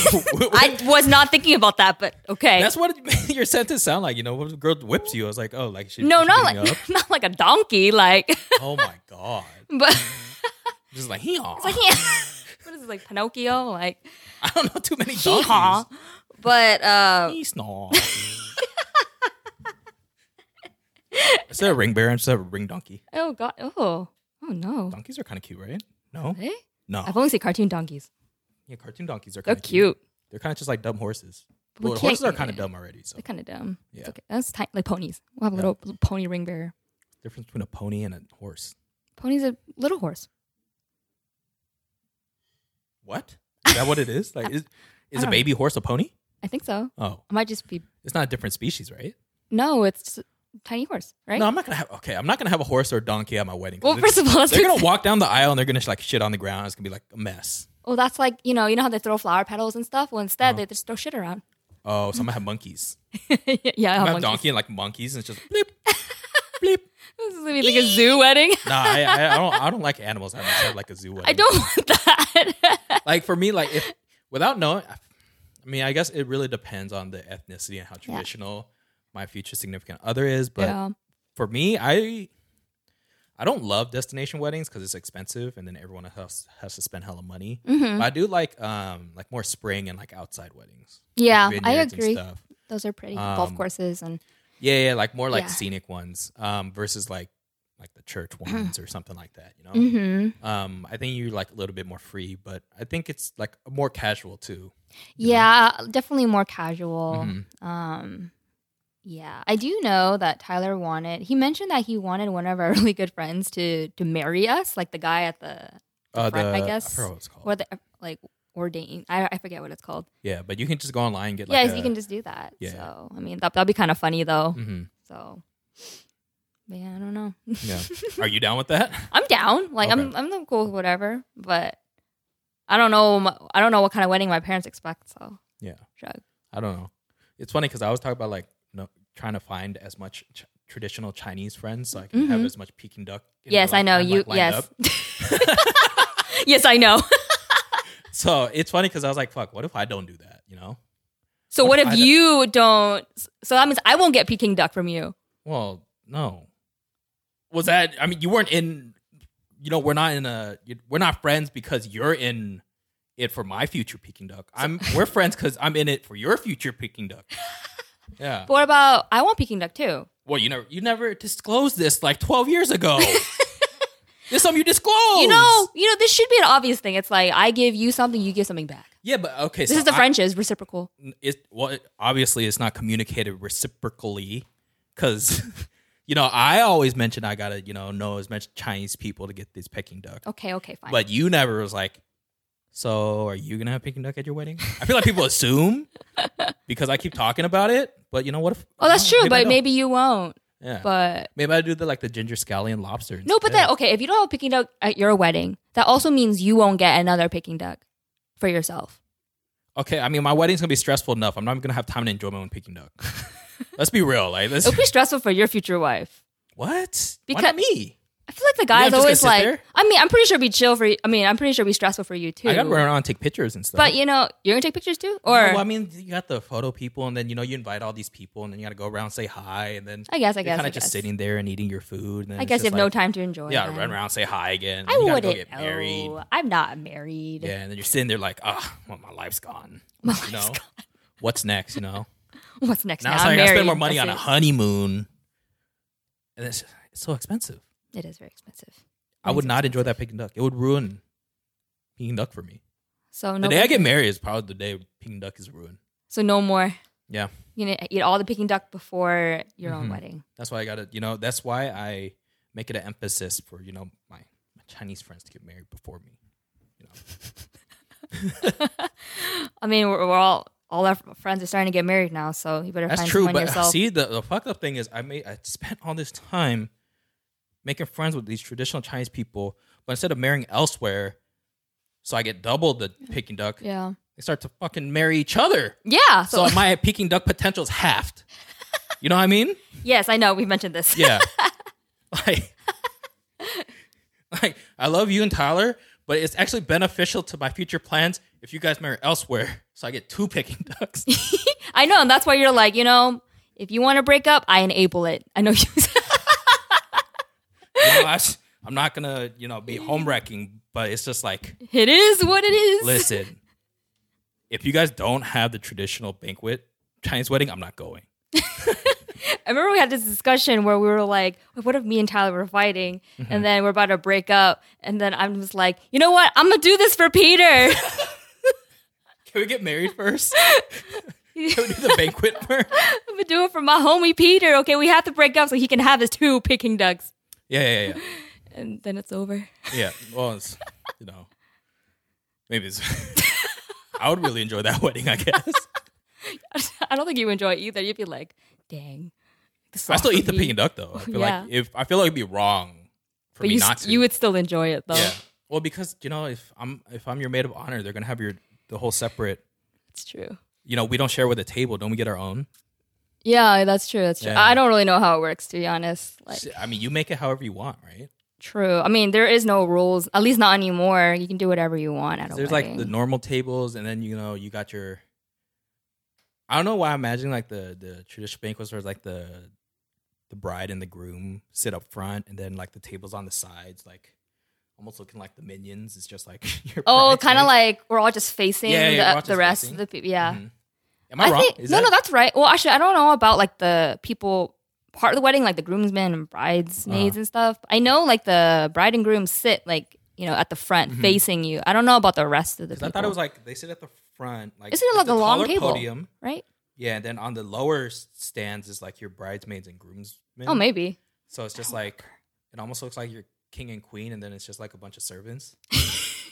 [SPEAKER 2] I was not thinking about that, but okay.
[SPEAKER 1] that's what it- your sentence sound like. You know, when a girl whips you, I was like, oh, like she
[SPEAKER 2] no,
[SPEAKER 1] she
[SPEAKER 2] not
[SPEAKER 1] beating you up?
[SPEAKER 2] like not like a donkey, like
[SPEAKER 1] oh my god
[SPEAKER 2] but
[SPEAKER 1] just like hee
[SPEAKER 2] it's like yeah. what is it like Pinocchio, like
[SPEAKER 1] i don't know too many
[SPEAKER 2] hee-haw.
[SPEAKER 1] donkeys
[SPEAKER 2] But uh,
[SPEAKER 1] Hee snaw. instead of ring bearer instead of ring donkey
[SPEAKER 2] oh god, oh oh no,
[SPEAKER 1] donkeys are kind of cute right no
[SPEAKER 2] Eh?
[SPEAKER 1] no
[SPEAKER 2] I've only seen cartoon donkeys.
[SPEAKER 1] yeah cartoon donkeys are
[SPEAKER 2] They're
[SPEAKER 1] kind of
[SPEAKER 2] cute.
[SPEAKER 1] they're kind of just like dumb horses
[SPEAKER 2] But we
[SPEAKER 1] well,
[SPEAKER 2] can't-
[SPEAKER 1] horses are kind of
[SPEAKER 2] yeah.
[SPEAKER 1] dumb already so
[SPEAKER 2] They're kind of dumb. It's
[SPEAKER 1] Yeah.
[SPEAKER 2] okay. That's tiny, like ponies. We'll have a little, little pony ring bearer.
[SPEAKER 1] difference between a pony and a horse
[SPEAKER 2] Pony's a little horse.
[SPEAKER 1] what is that what it is like is, is a
[SPEAKER 2] don't-
[SPEAKER 1] baby horse a pony
[SPEAKER 2] I think so.
[SPEAKER 1] oh
[SPEAKER 2] I might just be
[SPEAKER 1] it's not a different species right
[SPEAKER 2] no. It's just a tiny horse, right?
[SPEAKER 1] no i'm not gonna have okay i'm not gonna have a horse or a donkey at my wedding 'cause
[SPEAKER 2] well,
[SPEAKER 1] it's-
[SPEAKER 2] first of all, it's
[SPEAKER 1] They're gonna walk down the aisle and they're gonna sh- like shit on the ground. It's gonna be like a mess.
[SPEAKER 2] Well, that's like you know, you know how they throw flower petals and stuff. Well, instead
[SPEAKER 1] Uh-huh.
[SPEAKER 2] they just throw shit around.
[SPEAKER 1] Oh, some have monkeys.
[SPEAKER 2] yeah,
[SPEAKER 1] Some
[SPEAKER 2] how
[SPEAKER 1] have
[SPEAKER 2] Oh, monkeys.
[SPEAKER 1] donkey and like monkeys, and it's just bleep, bleep.
[SPEAKER 2] This is gonna be like a zoo wedding.
[SPEAKER 1] Nah, I, I, I don't. I don't like animals. I have like a zoo.
[SPEAKER 2] I
[SPEAKER 1] wedding.
[SPEAKER 2] don't want that.
[SPEAKER 1] like for me. Like if without knowing, I mean, I guess it really depends on the ethnicity and how traditional my future significant other is. But
[SPEAKER 2] yeah.
[SPEAKER 1] for me, I I don't love destination weddings because it's expensive, and then everyone has has to spend hella money.
[SPEAKER 2] Mm-hmm.
[SPEAKER 1] But I do like um like more spring and like outside weddings.
[SPEAKER 2] Yeah, I
[SPEAKER 1] vineyards and
[SPEAKER 2] agree.
[SPEAKER 1] stuff.
[SPEAKER 2] Those are pretty golf
[SPEAKER 1] Um,
[SPEAKER 2] courses and
[SPEAKER 1] Yeah, yeah, like more like
[SPEAKER 2] Yeah.
[SPEAKER 1] scenic ones um versus like like the church ones or something like that. You know,
[SPEAKER 2] hmm
[SPEAKER 1] um I think you're like a little bit more free, but I think it's like more casual too.
[SPEAKER 2] yeah, definitely more casual.
[SPEAKER 1] Mhm.
[SPEAKER 2] Um, yeah, I do know that Tyler wanted. He mentioned that he wanted one of our really good friends to to marry us, like the guy at the
[SPEAKER 1] Uh,
[SPEAKER 2] front,
[SPEAKER 1] the,
[SPEAKER 2] I guess.
[SPEAKER 1] forgot what it's called.
[SPEAKER 2] or the like ordain. I I forget what it's called.
[SPEAKER 1] yeah, but you can just go online and get
[SPEAKER 2] yeah,
[SPEAKER 1] like
[SPEAKER 2] you can just do that.
[SPEAKER 1] yeah.
[SPEAKER 2] So I mean, that that'd be kind of funny though.
[SPEAKER 1] hmm
[SPEAKER 2] So. But yeah, I don't know.
[SPEAKER 1] Yeah, are you down with that?
[SPEAKER 2] I'm down. Like I'm I'm cool with whatever, but I don't know my- I don't know what kind of wedding my parents expect, so
[SPEAKER 1] Yeah.
[SPEAKER 2] shrug.
[SPEAKER 1] I don't know. It's funny because I was talking about like you know, trying to find as much ch- traditional Chinese friends so I can have
[SPEAKER 2] Mhm.
[SPEAKER 1] as much Peking duck. in my
[SPEAKER 2] yes, I know
[SPEAKER 1] lifetime,
[SPEAKER 2] you
[SPEAKER 1] like, lined
[SPEAKER 2] yes.
[SPEAKER 1] up.
[SPEAKER 2] yes, I know.
[SPEAKER 1] So it's funny because I was like, "Fuck, what if I don't do that?" You know?
[SPEAKER 2] So what
[SPEAKER 1] I
[SPEAKER 2] if
[SPEAKER 1] don't-
[SPEAKER 2] you don't so that means I won't get Peking duck from you.
[SPEAKER 1] Well, no. Was that? I mean, you weren't in. You know, we're not in a. you- We're not friends because you're in it for my future Peking duck. I'm. We're friends because I'm in it for your future Peking duck. Yeah.
[SPEAKER 2] But what about I want Peking duck too?
[SPEAKER 1] Well, you never. You never disclosed this like 12 years ago. There's something you disclosed.
[SPEAKER 2] You know, you know, this should be an obvious thing. It's like I give you something, you give something back.
[SPEAKER 1] Yeah, but okay.
[SPEAKER 2] This is the French's reciprocal.
[SPEAKER 1] It well, it- obviously, it's not communicated reciprocally because you know I always mention I gotta you know know as much Chinese people to get this Peking duck,
[SPEAKER 2] Okay, okay, fine.
[SPEAKER 1] but you never was like. So, are you gonna have Peking duck at your wedding? I feel like people assume because I keep talking about it, but you know what? If,
[SPEAKER 2] oh, that's
[SPEAKER 1] no,
[SPEAKER 2] true,
[SPEAKER 1] I
[SPEAKER 2] but
[SPEAKER 1] don't.
[SPEAKER 2] maybe you won't.
[SPEAKER 1] yeah.
[SPEAKER 2] But
[SPEAKER 1] maybe I do the like the ginger scallion lobster.
[SPEAKER 2] No, but
[SPEAKER 1] instead.
[SPEAKER 2] that okay. If you don't have picking duck at your wedding, that also means you won't get another picking duck for yourself.
[SPEAKER 1] okay. I mean, my wedding's gonna be stressful enough. I'm not gonna have time to enjoy my own Peking duck. let's be real, like let's
[SPEAKER 2] It'll be stressful for your future wife.
[SPEAKER 1] what? Why
[SPEAKER 2] Because-
[SPEAKER 1] not me?
[SPEAKER 2] I feel like the
[SPEAKER 1] I'm
[SPEAKER 2] guy's
[SPEAKER 1] just gonna
[SPEAKER 2] always
[SPEAKER 1] sit
[SPEAKER 2] like.
[SPEAKER 1] there?
[SPEAKER 2] I mean, I'm pretty sure it'd be chill for. you. I mean, I'm pretty sure it'd be stressful for you too.
[SPEAKER 1] I gotta run around and take pictures and stuff.
[SPEAKER 2] but you know, you're gonna take pictures too,
[SPEAKER 1] No,
[SPEAKER 2] or
[SPEAKER 1] well, I mean, you got the photo people, and then you know you invite all these people, and then you gotta go around and say hi, and then
[SPEAKER 2] I guess, I guess,
[SPEAKER 1] kind
[SPEAKER 2] I
[SPEAKER 1] of just
[SPEAKER 2] guess.
[SPEAKER 1] sitting there and eating your food. And then
[SPEAKER 2] I
[SPEAKER 1] it's
[SPEAKER 2] guess you have
[SPEAKER 1] just
[SPEAKER 2] no
[SPEAKER 1] like,
[SPEAKER 2] time to enjoy.
[SPEAKER 1] Yeah,
[SPEAKER 2] them.
[SPEAKER 1] run around, say hi again. and
[SPEAKER 2] I
[SPEAKER 1] you gotta go
[SPEAKER 2] wouldn't. Oh,
[SPEAKER 1] get married.
[SPEAKER 2] know. I'm not married.
[SPEAKER 1] Yeah, and then you're sitting there like, ah, well, my life's gone.
[SPEAKER 2] My
[SPEAKER 1] you
[SPEAKER 2] life's
[SPEAKER 1] know, what's next? You know,
[SPEAKER 2] What's next?
[SPEAKER 1] now
[SPEAKER 2] Now,
[SPEAKER 1] it's
[SPEAKER 2] I'm
[SPEAKER 1] like I
[SPEAKER 2] married.
[SPEAKER 1] spend more money
[SPEAKER 2] That's
[SPEAKER 1] on a honeymoon, and it's, it's so expensive.
[SPEAKER 2] it. It is very expensive.
[SPEAKER 1] I would not enjoy that Peking duck. It would ruin Peking duck for me.
[SPEAKER 2] So
[SPEAKER 1] The
[SPEAKER 2] no.
[SPEAKER 1] day I get married is probably the day Peking duck is ruined.
[SPEAKER 2] so no more.
[SPEAKER 1] Yeah.
[SPEAKER 2] You know, eat all the picking duck before your own
[SPEAKER 1] Mhm.
[SPEAKER 2] wedding.
[SPEAKER 1] That's why I gotta, you know, that's why I make it an emphasis for, you know, my, my Chinese friends to get married before me. You know.
[SPEAKER 2] I mean, we're, we're all all our friends are starting to get married now, so you better
[SPEAKER 1] That's
[SPEAKER 2] find
[SPEAKER 1] true,
[SPEAKER 2] someone
[SPEAKER 1] but uh,
[SPEAKER 2] yourself.
[SPEAKER 1] see the, the fucked up thing is I made I spent all this time making friends with these traditional Chinese people, but instead of marrying elsewhere, so I get double the Peking duck,
[SPEAKER 2] yeah,
[SPEAKER 1] they start to fucking marry each other.
[SPEAKER 2] yeah. So,
[SPEAKER 1] So my Peking duck potential is halved. You know what I mean?
[SPEAKER 2] yes, I know we mentioned this.
[SPEAKER 1] Yeah. like, like, I love you and Tyler, but it's actually beneficial to my future plans if you guys marry elsewhere. So I get two picking ducks.
[SPEAKER 2] I know, and that's why you're like, you know, if you want to break up, I enable it. I know you.
[SPEAKER 1] You know, I, am not gonna, you know, be home wrecking, but it's just like,
[SPEAKER 2] it is what it is.
[SPEAKER 1] listen, if you guys don't have the traditional banquet Chinese wedding, I'm not going.
[SPEAKER 2] I remember we had this discussion where we were like, what if me and Tyler were fighting,
[SPEAKER 1] Mm-hmm.
[SPEAKER 2] and then we're about to break up, and then I'm just like, you know what? I'm gonna do this for Peter.
[SPEAKER 1] Can we get married first? Can we do the banquet first?
[SPEAKER 2] I'm gonna do it for my homie Peter. Okay, we have to break up so he can have his two picking ducks,
[SPEAKER 1] Yeah, yeah, yeah.
[SPEAKER 2] and then it's over.
[SPEAKER 1] Yeah. Well, it's, you know, maybe it's. I would really enjoy that wedding, I guess.
[SPEAKER 2] I don't think you enjoy it either. You'd be like, dang.
[SPEAKER 1] I still eat the Peking duck though. I feel
[SPEAKER 2] Yeah.
[SPEAKER 1] like if I feel like it'd be wrong for
[SPEAKER 2] But
[SPEAKER 1] me
[SPEAKER 2] you,
[SPEAKER 1] not
[SPEAKER 2] s
[SPEAKER 1] to.
[SPEAKER 2] you would still enjoy it though.
[SPEAKER 1] yeah. Well, because you know, if I'm if I'm your maid of honor, they're gonna have your the whole separate.
[SPEAKER 2] It's true.
[SPEAKER 1] You know, we don't share with a table. Don't we get our own?
[SPEAKER 2] Yeah, that's true. That's true.
[SPEAKER 1] Yeah.
[SPEAKER 2] I don't really know how it works to be honest. Like
[SPEAKER 1] I mean, you make it however you want, right?
[SPEAKER 2] true. I mean, there is no rules. At least not anymore. You can do whatever you want at a
[SPEAKER 1] There's like
[SPEAKER 2] wedding.
[SPEAKER 1] the normal tables, and then you know you got your. I don't know why I imagine like the the traditional banquets where it's like the the bride and the groom sit up front, and then like the tables on the sides, like almost looking like the minions. It's just like your
[SPEAKER 2] oh,
[SPEAKER 1] bride's
[SPEAKER 2] kind of
[SPEAKER 1] face.
[SPEAKER 2] like we're all just facing
[SPEAKER 1] Yeah, yeah,
[SPEAKER 2] the,
[SPEAKER 1] we're all
[SPEAKER 2] the
[SPEAKER 1] just
[SPEAKER 2] rest
[SPEAKER 1] facing.
[SPEAKER 2] of the people. Yeah.
[SPEAKER 1] Mhm. Am I, wrong?
[SPEAKER 2] think
[SPEAKER 1] Is
[SPEAKER 2] no,
[SPEAKER 1] that-
[SPEAKER 2] no, that's right. Well, actually, I don't know about like the people part of the wedding, like the groomsmen and bridesmaids
[SPEAKER 1] Uh-huh.
[SPEAKER 2] and stuff. I know like the bride and groom sit like you know at the front facing you. I don't know about the rest of the
[SPEAKER 1] Mm-hmm. 'Cause
[SPEAKER 2] people.
[SPEAKER 1] I thought it was like they sit at the front, like
[SPEAKER 2] Isn't it
[SPEAKER 1] it's
[SPEAKER 2] like
[SPEAKER 1] the
[SPEAKER 2] a long
[SPEAKER 1] taller
[SPEAKER 2] table?
[SPEAKER 1] Podium.
[SPEAKER 2] right?
[SPEAKER 1] Yeah, and then on the lower s- stands is like your bridesmaids and groomsmen.
[SPEAKER 2] Oh, maybe.
[SPEAKER 1] So it's just like it almost looks like you're king and queen, and then it's just like a bunch of servants.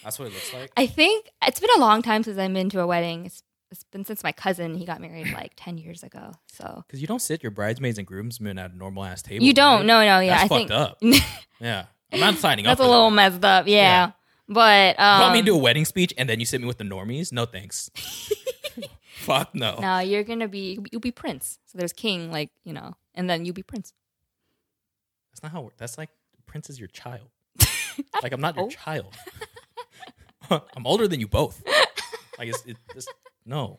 [SPEAKER 1] That's what it looks like.
[SPEAKER 2] I think it's been a long time since I've been to a wedding. It's it's been since my cousin he got married like ten years ago. So
[SPEAKER 1] Because you don't sit your bridesmaids and groomsmen at a normal ass table.
[SPEAKER 2] you don't?
[SPEAKER 1] right?
[SPEAKER 2] No, no, yeah.
[SPEAKER 1] That's
[SPEAKER 2] I
[SPEAKER 1] fucked
[SPEAKER 2] think
[SPEAKER 1] up. Yeah, I'm not signing
[SPEAKER 2] that's
[SPEAKER 1] up.
[SPEAKER 2] a
[SPEAKER 1] for
[SPEAKER 2] little
[SPEAKER 1] That.
[SPEAKER 2] messed up. Yeah.
[SPEAKER 1] Yeah.
[SPEAKER 2] But
[SPEAKER 1] You
[SPEAKER 2] um,
[SPEAKER 1] want me to do a wedding speech and then you sit me with the normies? No thanks. Fuck no.
[SPEAKER 2] No, you're gonna be you'll be prince. So there's king, like you know, and then you'll be prince.
[SPEAKER 1] That's not how. it works. That's like Prince is your child. like I'm not your
[SPEAKER 2] Oh.
[SPEAKER 1] child. I'm older than you both. Like it's, it's just, no,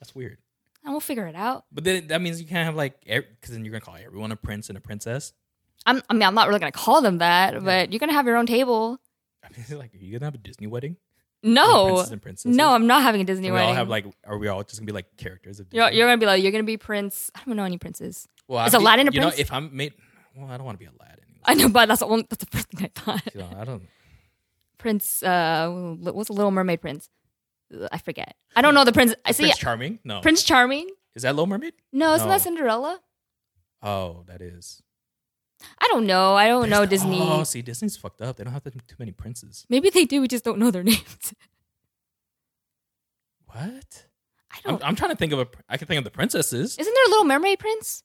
[SPEAKER 1] that's weird.
[SPEAKER 2] And we'll figure it out.
[SPEAKER 1] But then that means you can't have like because then you're gonna call everyone a prince and a princess.
[SPEAKER 2] I'm, I mean, I'm not really gonna call them that, but you're gonna have your own table.
[SPEAKER 1] I mean, like, are you gonna have a Disney wedding? Like,
[SPEAKER 2] No,
[SPEAKER 1] princes and princesses?
[SPEAKER 2] Oh, no, I'm not having a Disney
[SPEAKER 1] Can we
[SPEAKER 2] wedding.
[SPEAKER 1] all have like, are we all just gonna be like characters of Disney?
[SPEAKER 2] you're, you're gonna be like, you're gonna be prince. I don't know any princes.
[SPEAKER 1] well, I'd
[SPEAKER 2] is Aladdin a
[SPEAKER 1] you
[SPEAKER 2] prince?
[SPEAKER 1] Know, if I'm made, well, I don't want to be Aladdin.
[SPEAKER 2] I know, but that's the only, that's the first thing I thought.
[SPEAKER 1] You know, I don't.
[SPEAKER 2] Prince, uh, what's the Little Mermaid prince? Ugh, I forget. I don't know the prince. I see uh,
[SPEAKER 1] Prince
[SPEAKER 2] Prince,
[SPEAKER 1] Charming? No.
[SPEAKER 2] Charming.
[SPEAKER 1] is that Little Mermaid?
[SPEAKER 2] No, isn't
[SPEAKER 1] No.
[SPEAKER 2] that Cinderella?
[SPEAKER 1] Oh, that is.
[SPEAKER 2] I don't know. I don't
[SPEAKER 1] There's
[SPEAKER 2] know
[SPEAKER 1] the-
[SPEAKER 2] Disney.
[SPEAKER 1] Oh, see, Disney's fucked up. They don't have that- too many princes.
[SPEAKER 2] Maybe they do. We just don't know their names.
[SPEAKER 1] What?
[SPEAKER 2] I don't.
[SPEAKER 1] I'm, I'm trying to think of a. pr- I can think of the princesses.
[SPEAKER 2] Isn't there a Little Mermaid Prince?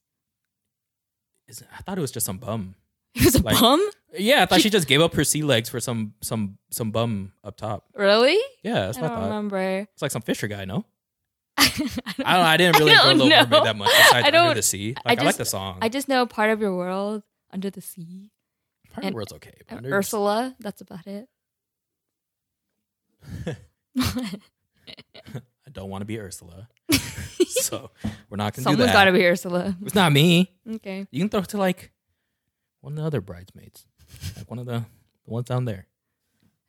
[SPEAKER 1] Is- I thought it was just some bum.
[SPEAKER 2] He was a
[SPEAKER 1] Like-
[SPEAKER 2] bum?
[SPEAKER 1] Yeah, I thought she just gave up her sea legs for some some some bum up top.
[SPEAKER 2] Really?
[SPEAKER 1] Yeah, that's
[SPEAKER 2] I
[SPEAKER 1] what I
[SPEAKER 2] don't
[SPEAKER 1] thought.
[SPEAKER 2] remember.
[SPEAKER 1] It's like some fisher guy, no?
[SPEAKER 2] I don't-
[SPEAKER 1] I don't. I didn't
[SPEAKER 2] I
[SPEAKER 1] really
[SPEAKER 2] don't
[SPEAKER 1] enjoy Little
[SPEAKER 2] know.
[SPEAKER 1] Mermaid that much. Besides
[SPEAKER 2] I
[SPEAKER 1] Under
[SPEAKER 2] don't-
[SPEAKER 1] the Sea,
[SPEAKER 2] I
[SPEAKER 1] like I, like
[SPEAKER 2] just-
[SPEAKER 1] the song.
[SPEAKER 2] I just know part of your world under the sea.
[SPEAKER 1] Part of
[SPEAKER 2] and-
[SPEAKER 1] the world's okay. but
[SPEAKER 2] and
[SPEAKER 1] Under the Sea-
[SPEAKER 2] Ursula, that's about it.
[SPEAKER 1] I don't want to be Ursula, so we're not gonna
[SPEAKER 2] Someone's
[SPEAKER 1] do
[SPEAKER 2] got to
[SPEAKER 1] that.
[SPEAKER 2] be Ursula.
[SPEAKER 1] it's not me.
[SPEAKER 2] Okay.
[SPEAKER 1] You can throw it to like one of the other bridesmaids, like one of the the ones down there.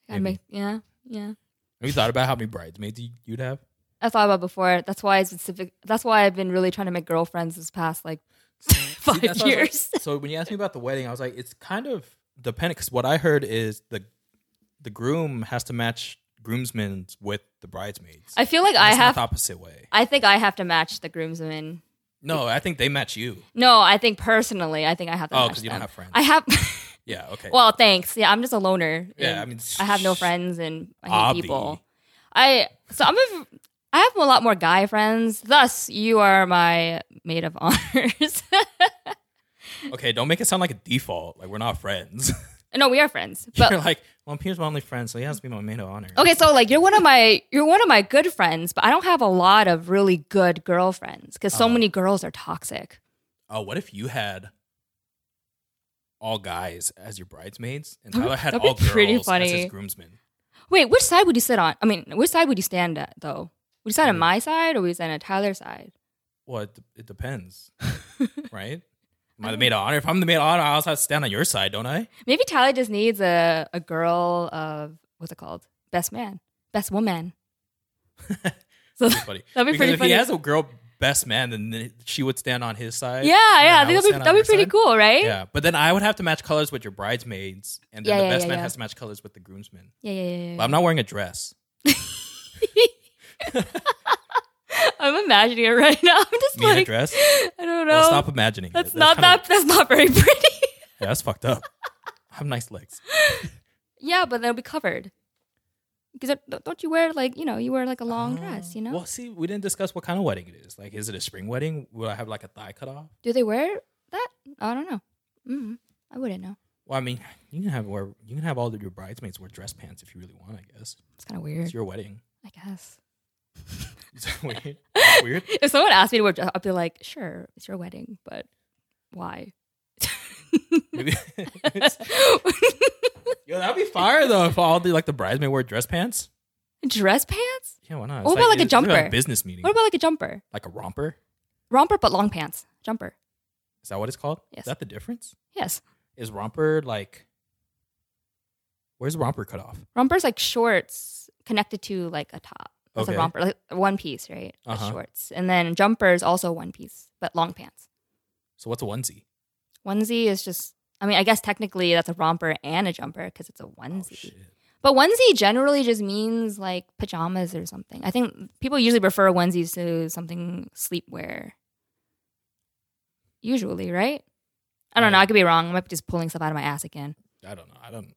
[SPEAKER 2] I
[SPEAKER 1] Maybe.
[SPEAKER 2] make, yeah, yeah.
[SPEAKER 1] Have you thought about how many bridesmaids you- you'd have?
[SPEAKER 2] I thought about it before. That's why I specific. That's why I've been really trying to make girlfriends this past like five
[SPEAKER 1] that's what I was
[SPEAKER 2] years.
[SPEAKER 1] like- so when you asked me about the wedding, I was like, it's kind of dependent because what I heard is the the groom has to match groomsmen with the bridesmaids.
[SPEAKER 2] I feel like
[SPEAKER 1] And
[SPEAKER 2] I
[SPEAKER 1] it's not
[SPEAKER 2] have.
[SPEAKER 1] the opposite way.
[SPEAKER 2] I think I have to match the groomsmen.
[SPEAKER 1] No, I think they match you.
[SPEAKER 2] No, I think personally, I think I have to.
[SPEAKER 1] Oh,
[SPEAKER 2] match
[SPEAKER 1] because you don't
[SPEAKER 2] them.
[SPEAKER 1] have friends.
[SPEAKER 2] I have.
[SPEAKER 1] yeah, okay.
[SPEAKER 2] well, thanks. Yeah, I'm just a loner.
[SPEAKER 1] yeah,
[SPEAKER 2] and-
[SPEAKER 1] I mean,
[SPEAKER 2] I have no friends and I hate
[SPEAKER 1] Obvi.
[SPEAKER 2] people. I so I'm a, I have a lot more guy friends. Thus, you are my maid of honors.
[SPEAKER 1] Okay, don't make it sound like a default. Like we're not friends.
[SPEAKER 2] no, we are friends.
[SPEAKER 1] you're
[SPEAKER 2] But
[SPEAKER 1] like, well, Peter's my only friend, so he has to be my maid of honor.
[SPEAKER 2] okay, so like you're one of my you're one of my good friends, but I don't have a lot of really good girlfriends because so many girls are toxic.
[SPEAKER 1] Oh, what if you had all guys as your bridesmaids, and Tyler had
[SPEAKER 2] that'd be
[SPEAKER 1] all
[SPEAKER 2] pretty
[SPEAKER 1] girls as
[SPEAKER 2] funny.
[SPEAKER 1] his groomsmen?
[SPEAKER 2] Wait, which side would you sit on? I mean, which side would you stand at though? Would you stand
[SPEAKER 1] Hmm.
[SPEAKER 2] on my side or would you stand on Tyler's side?
[SPEAKER 1] Well, it, it depends, right? Am I the maid of honor? If I'm the maid of honor, I also have to stand on your side, don't I?
[SPEAKER 2] Maybe Tyler just needs a a girl of what's it called? Best man, best woman. so
[SPEAKER 1] It's funny.
[SPEAKER 2] That'd be
[SPEAKER 1] because
[SPEAKER 2] pretty
[SPEAKER 1] if
[SPEAKER 2] funny.
[SPEAKER 1] he has a girl best man, then th- she would stand on his side.
[SPEAKER 2] Yeah,
[SPEAKER 1] and
[SPEAKER 2] yeah,
[SPEAKER 1] I
[SPEAKER 2] I
[SPEAKER 1] would
[SPEAKER 2] think that'd be
[SPEAKER 1] stand on
[SPEAKER 2] that'd
[SPEAKER 1] your
[SPEAKER 2] be pretty
[SPEAKER 1] side.
[SPEAKER 2] cool, right?
[SPEAKER 1] Yeah, but then I would have to match colors with your bridesmaids, and then
[SPEAKER 2] Yeah,
[SPEAKER 1] the
[SPEAKER 2] yeah,
[SPEAKER 1] best
[SPEAKER 2] yeah,
[SPEAKER 1] man
[SPEAKER 2] yeah.
[SPEAKER 1] has to match colors with the groomsmen.
[SPEAKER 2] yeah, yeah, yeah. yeah.
[SPEAKER 1] But I'm not wearing a dress.
[SPEAKER 2] I'm imagining it right now. I'm just
[SPEAKER 1] Me in a
[SPEAKER 2] like,
[SPEAKER 1] dress.
[SPEAKER 2] I don't know.
[SPEAKER 1] Well, stop imagining. it.
[SPEAKER 2] that's, not
[SPEAKER 1] kinda-
[SPEAKER 2] that. That's not very pretty.
[SPEAKER 1] Yeah, that's fucked up. I have nice legs.
[SPEAKER 2] yeah, but they'll be covered. Because don't you wear like you know you wear like a long
[SPEAKER 1] Oh,
[SPEAKER 2] dress? You know,
[SPEAKER 1] Well, see, we didn't discuss what kind of wedding it is. Like, is it a spring wedding? Will I have like a thigh cut off?
[SPEAKER 2] do they wear that? Mm-hmm. I don't know. Mm, I wouldn't know.
[SPEAKER 1] Well, I mean, you can have wear you can have all of your bridesmaids wear dress pants if you really want. I guess
[SPEAKER 2] It's kind of weird,
[SPEAKER 1] it's your wedding.
[SPEAKER 2] I guess.
[SPEAKER 1] Is that weird? That's weird.
[SPEAKER 2] If someone asked me to wear dress, I'd be like, sure, it's your wedding, but why?
[SPEAKER 1] Maybe. Yo, that'd be fire though if all the like the bridesmaid wore dress pants.
[SPEAKER 2] dress pants?
[SPEAKER 1] Yeah, why not?
[SPEAKER 2] What
[SPEAKER 1] It's
[SPEAKER 2] about, like, a
[SPEAKER 1] it's like
[SPEAKER 2] jumper?
[SPEAKER 1] a business meeting,
[SPEAKER 2] What about like a jumper?
[SPEAKER 1] like a romper.
[SPEAKER 2] Romper, but long pants. Jumper.
[SPEAKER 1] Is that what it's called?
[SPEAKER 2] Yes.
[SPEAKER 1] Is that the difference?
[SPEAKER 2] Yes.
[SPEAKER 1] Is romper like? Where's romper cut off?
[SPEAKER 2] Romper's like shorts connected to like a top. That's
[SPEAKER 1] Okay.
[SPEAKER 2] a romper, like one piece, right? But
[SPEAKER 1] Uh-huh.
[SPEAKER 2] Shorts. And then jumper is also one piece, but long pants.
[SPEAKER 1] So what's a onesie?
[SPEAKER 2] Onesie is just, I mean, I guess technically that's a romper and a jumper because it's a
[SPEAKER 1] Oh
[SPEAKER 2] onesie.
[SPEAKER 1] shit!
[SPEAKER 2] But onesie generally just means like pajamas or something. I think people usually prefer onesies to something sleepwear. Usually, right? I don't know. I could be wrong. I might be just pulling stuff out of my ass again.
[SPEAKER 1] I don't know. I don't.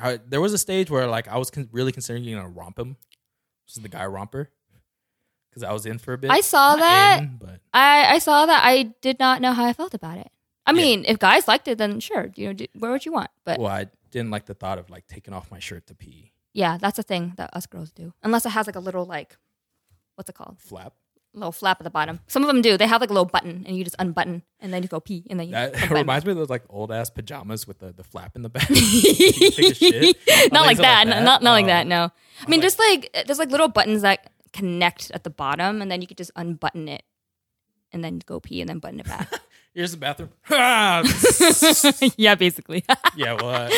[SPEAKER 1] I, there was a stage where like I was con- really considering getting a rompum, which is the guy romper, because I was in for a bit.
[SPEAKER 2] I saw
[SPEAKER 1] Not
[SPEAKER 2] that.
[SPEAKER 1] in, but
[SPEAKER 2] I, I saw that. I did not know how I felt about it. I
[SPEAKER 1] Yeah.
[SPEAKER 2] mean, if guys liked it, then sure. You know, do, wear what you want. But
[SPEAKER 1] well, I didn't like the thought of like taking off my shirt to pee
[SPEAKER 2] yeah, that's a thing that us girls do. Unless it has like a little like, what's it called?
[SPEAKER 1] flap.
[SPEAKER 2] little flap at the bottom. Some of them do. They have like a little button, and you just unbutton, and then you go pee, and then you.
[SPEAKER 1] That
[SPEAKER 2] unbutton.
[SPEAKER 1] reminds me of those like old ass pajamas with the, the flap in the back. You take a shit.
[SPEAKER 2] not like
[SPEAKER 1] Things
[SPEAKER 2] that. n- Not not like
[SPEAKER 1] Um,
[SPEAKER 2] that. No, I mean
[SPEAKER 1] like-
[SPEAKER 2] just like uh, there's like little buttons that connect at the bottom, and then you could just unbutton it, and then go pee, and then button it back.
[SPEAKER 1] Here's the bathroom. Ah, yeah,
[SPEAKER 2] yeah, basically.
[SPEAKER 1] well, uh,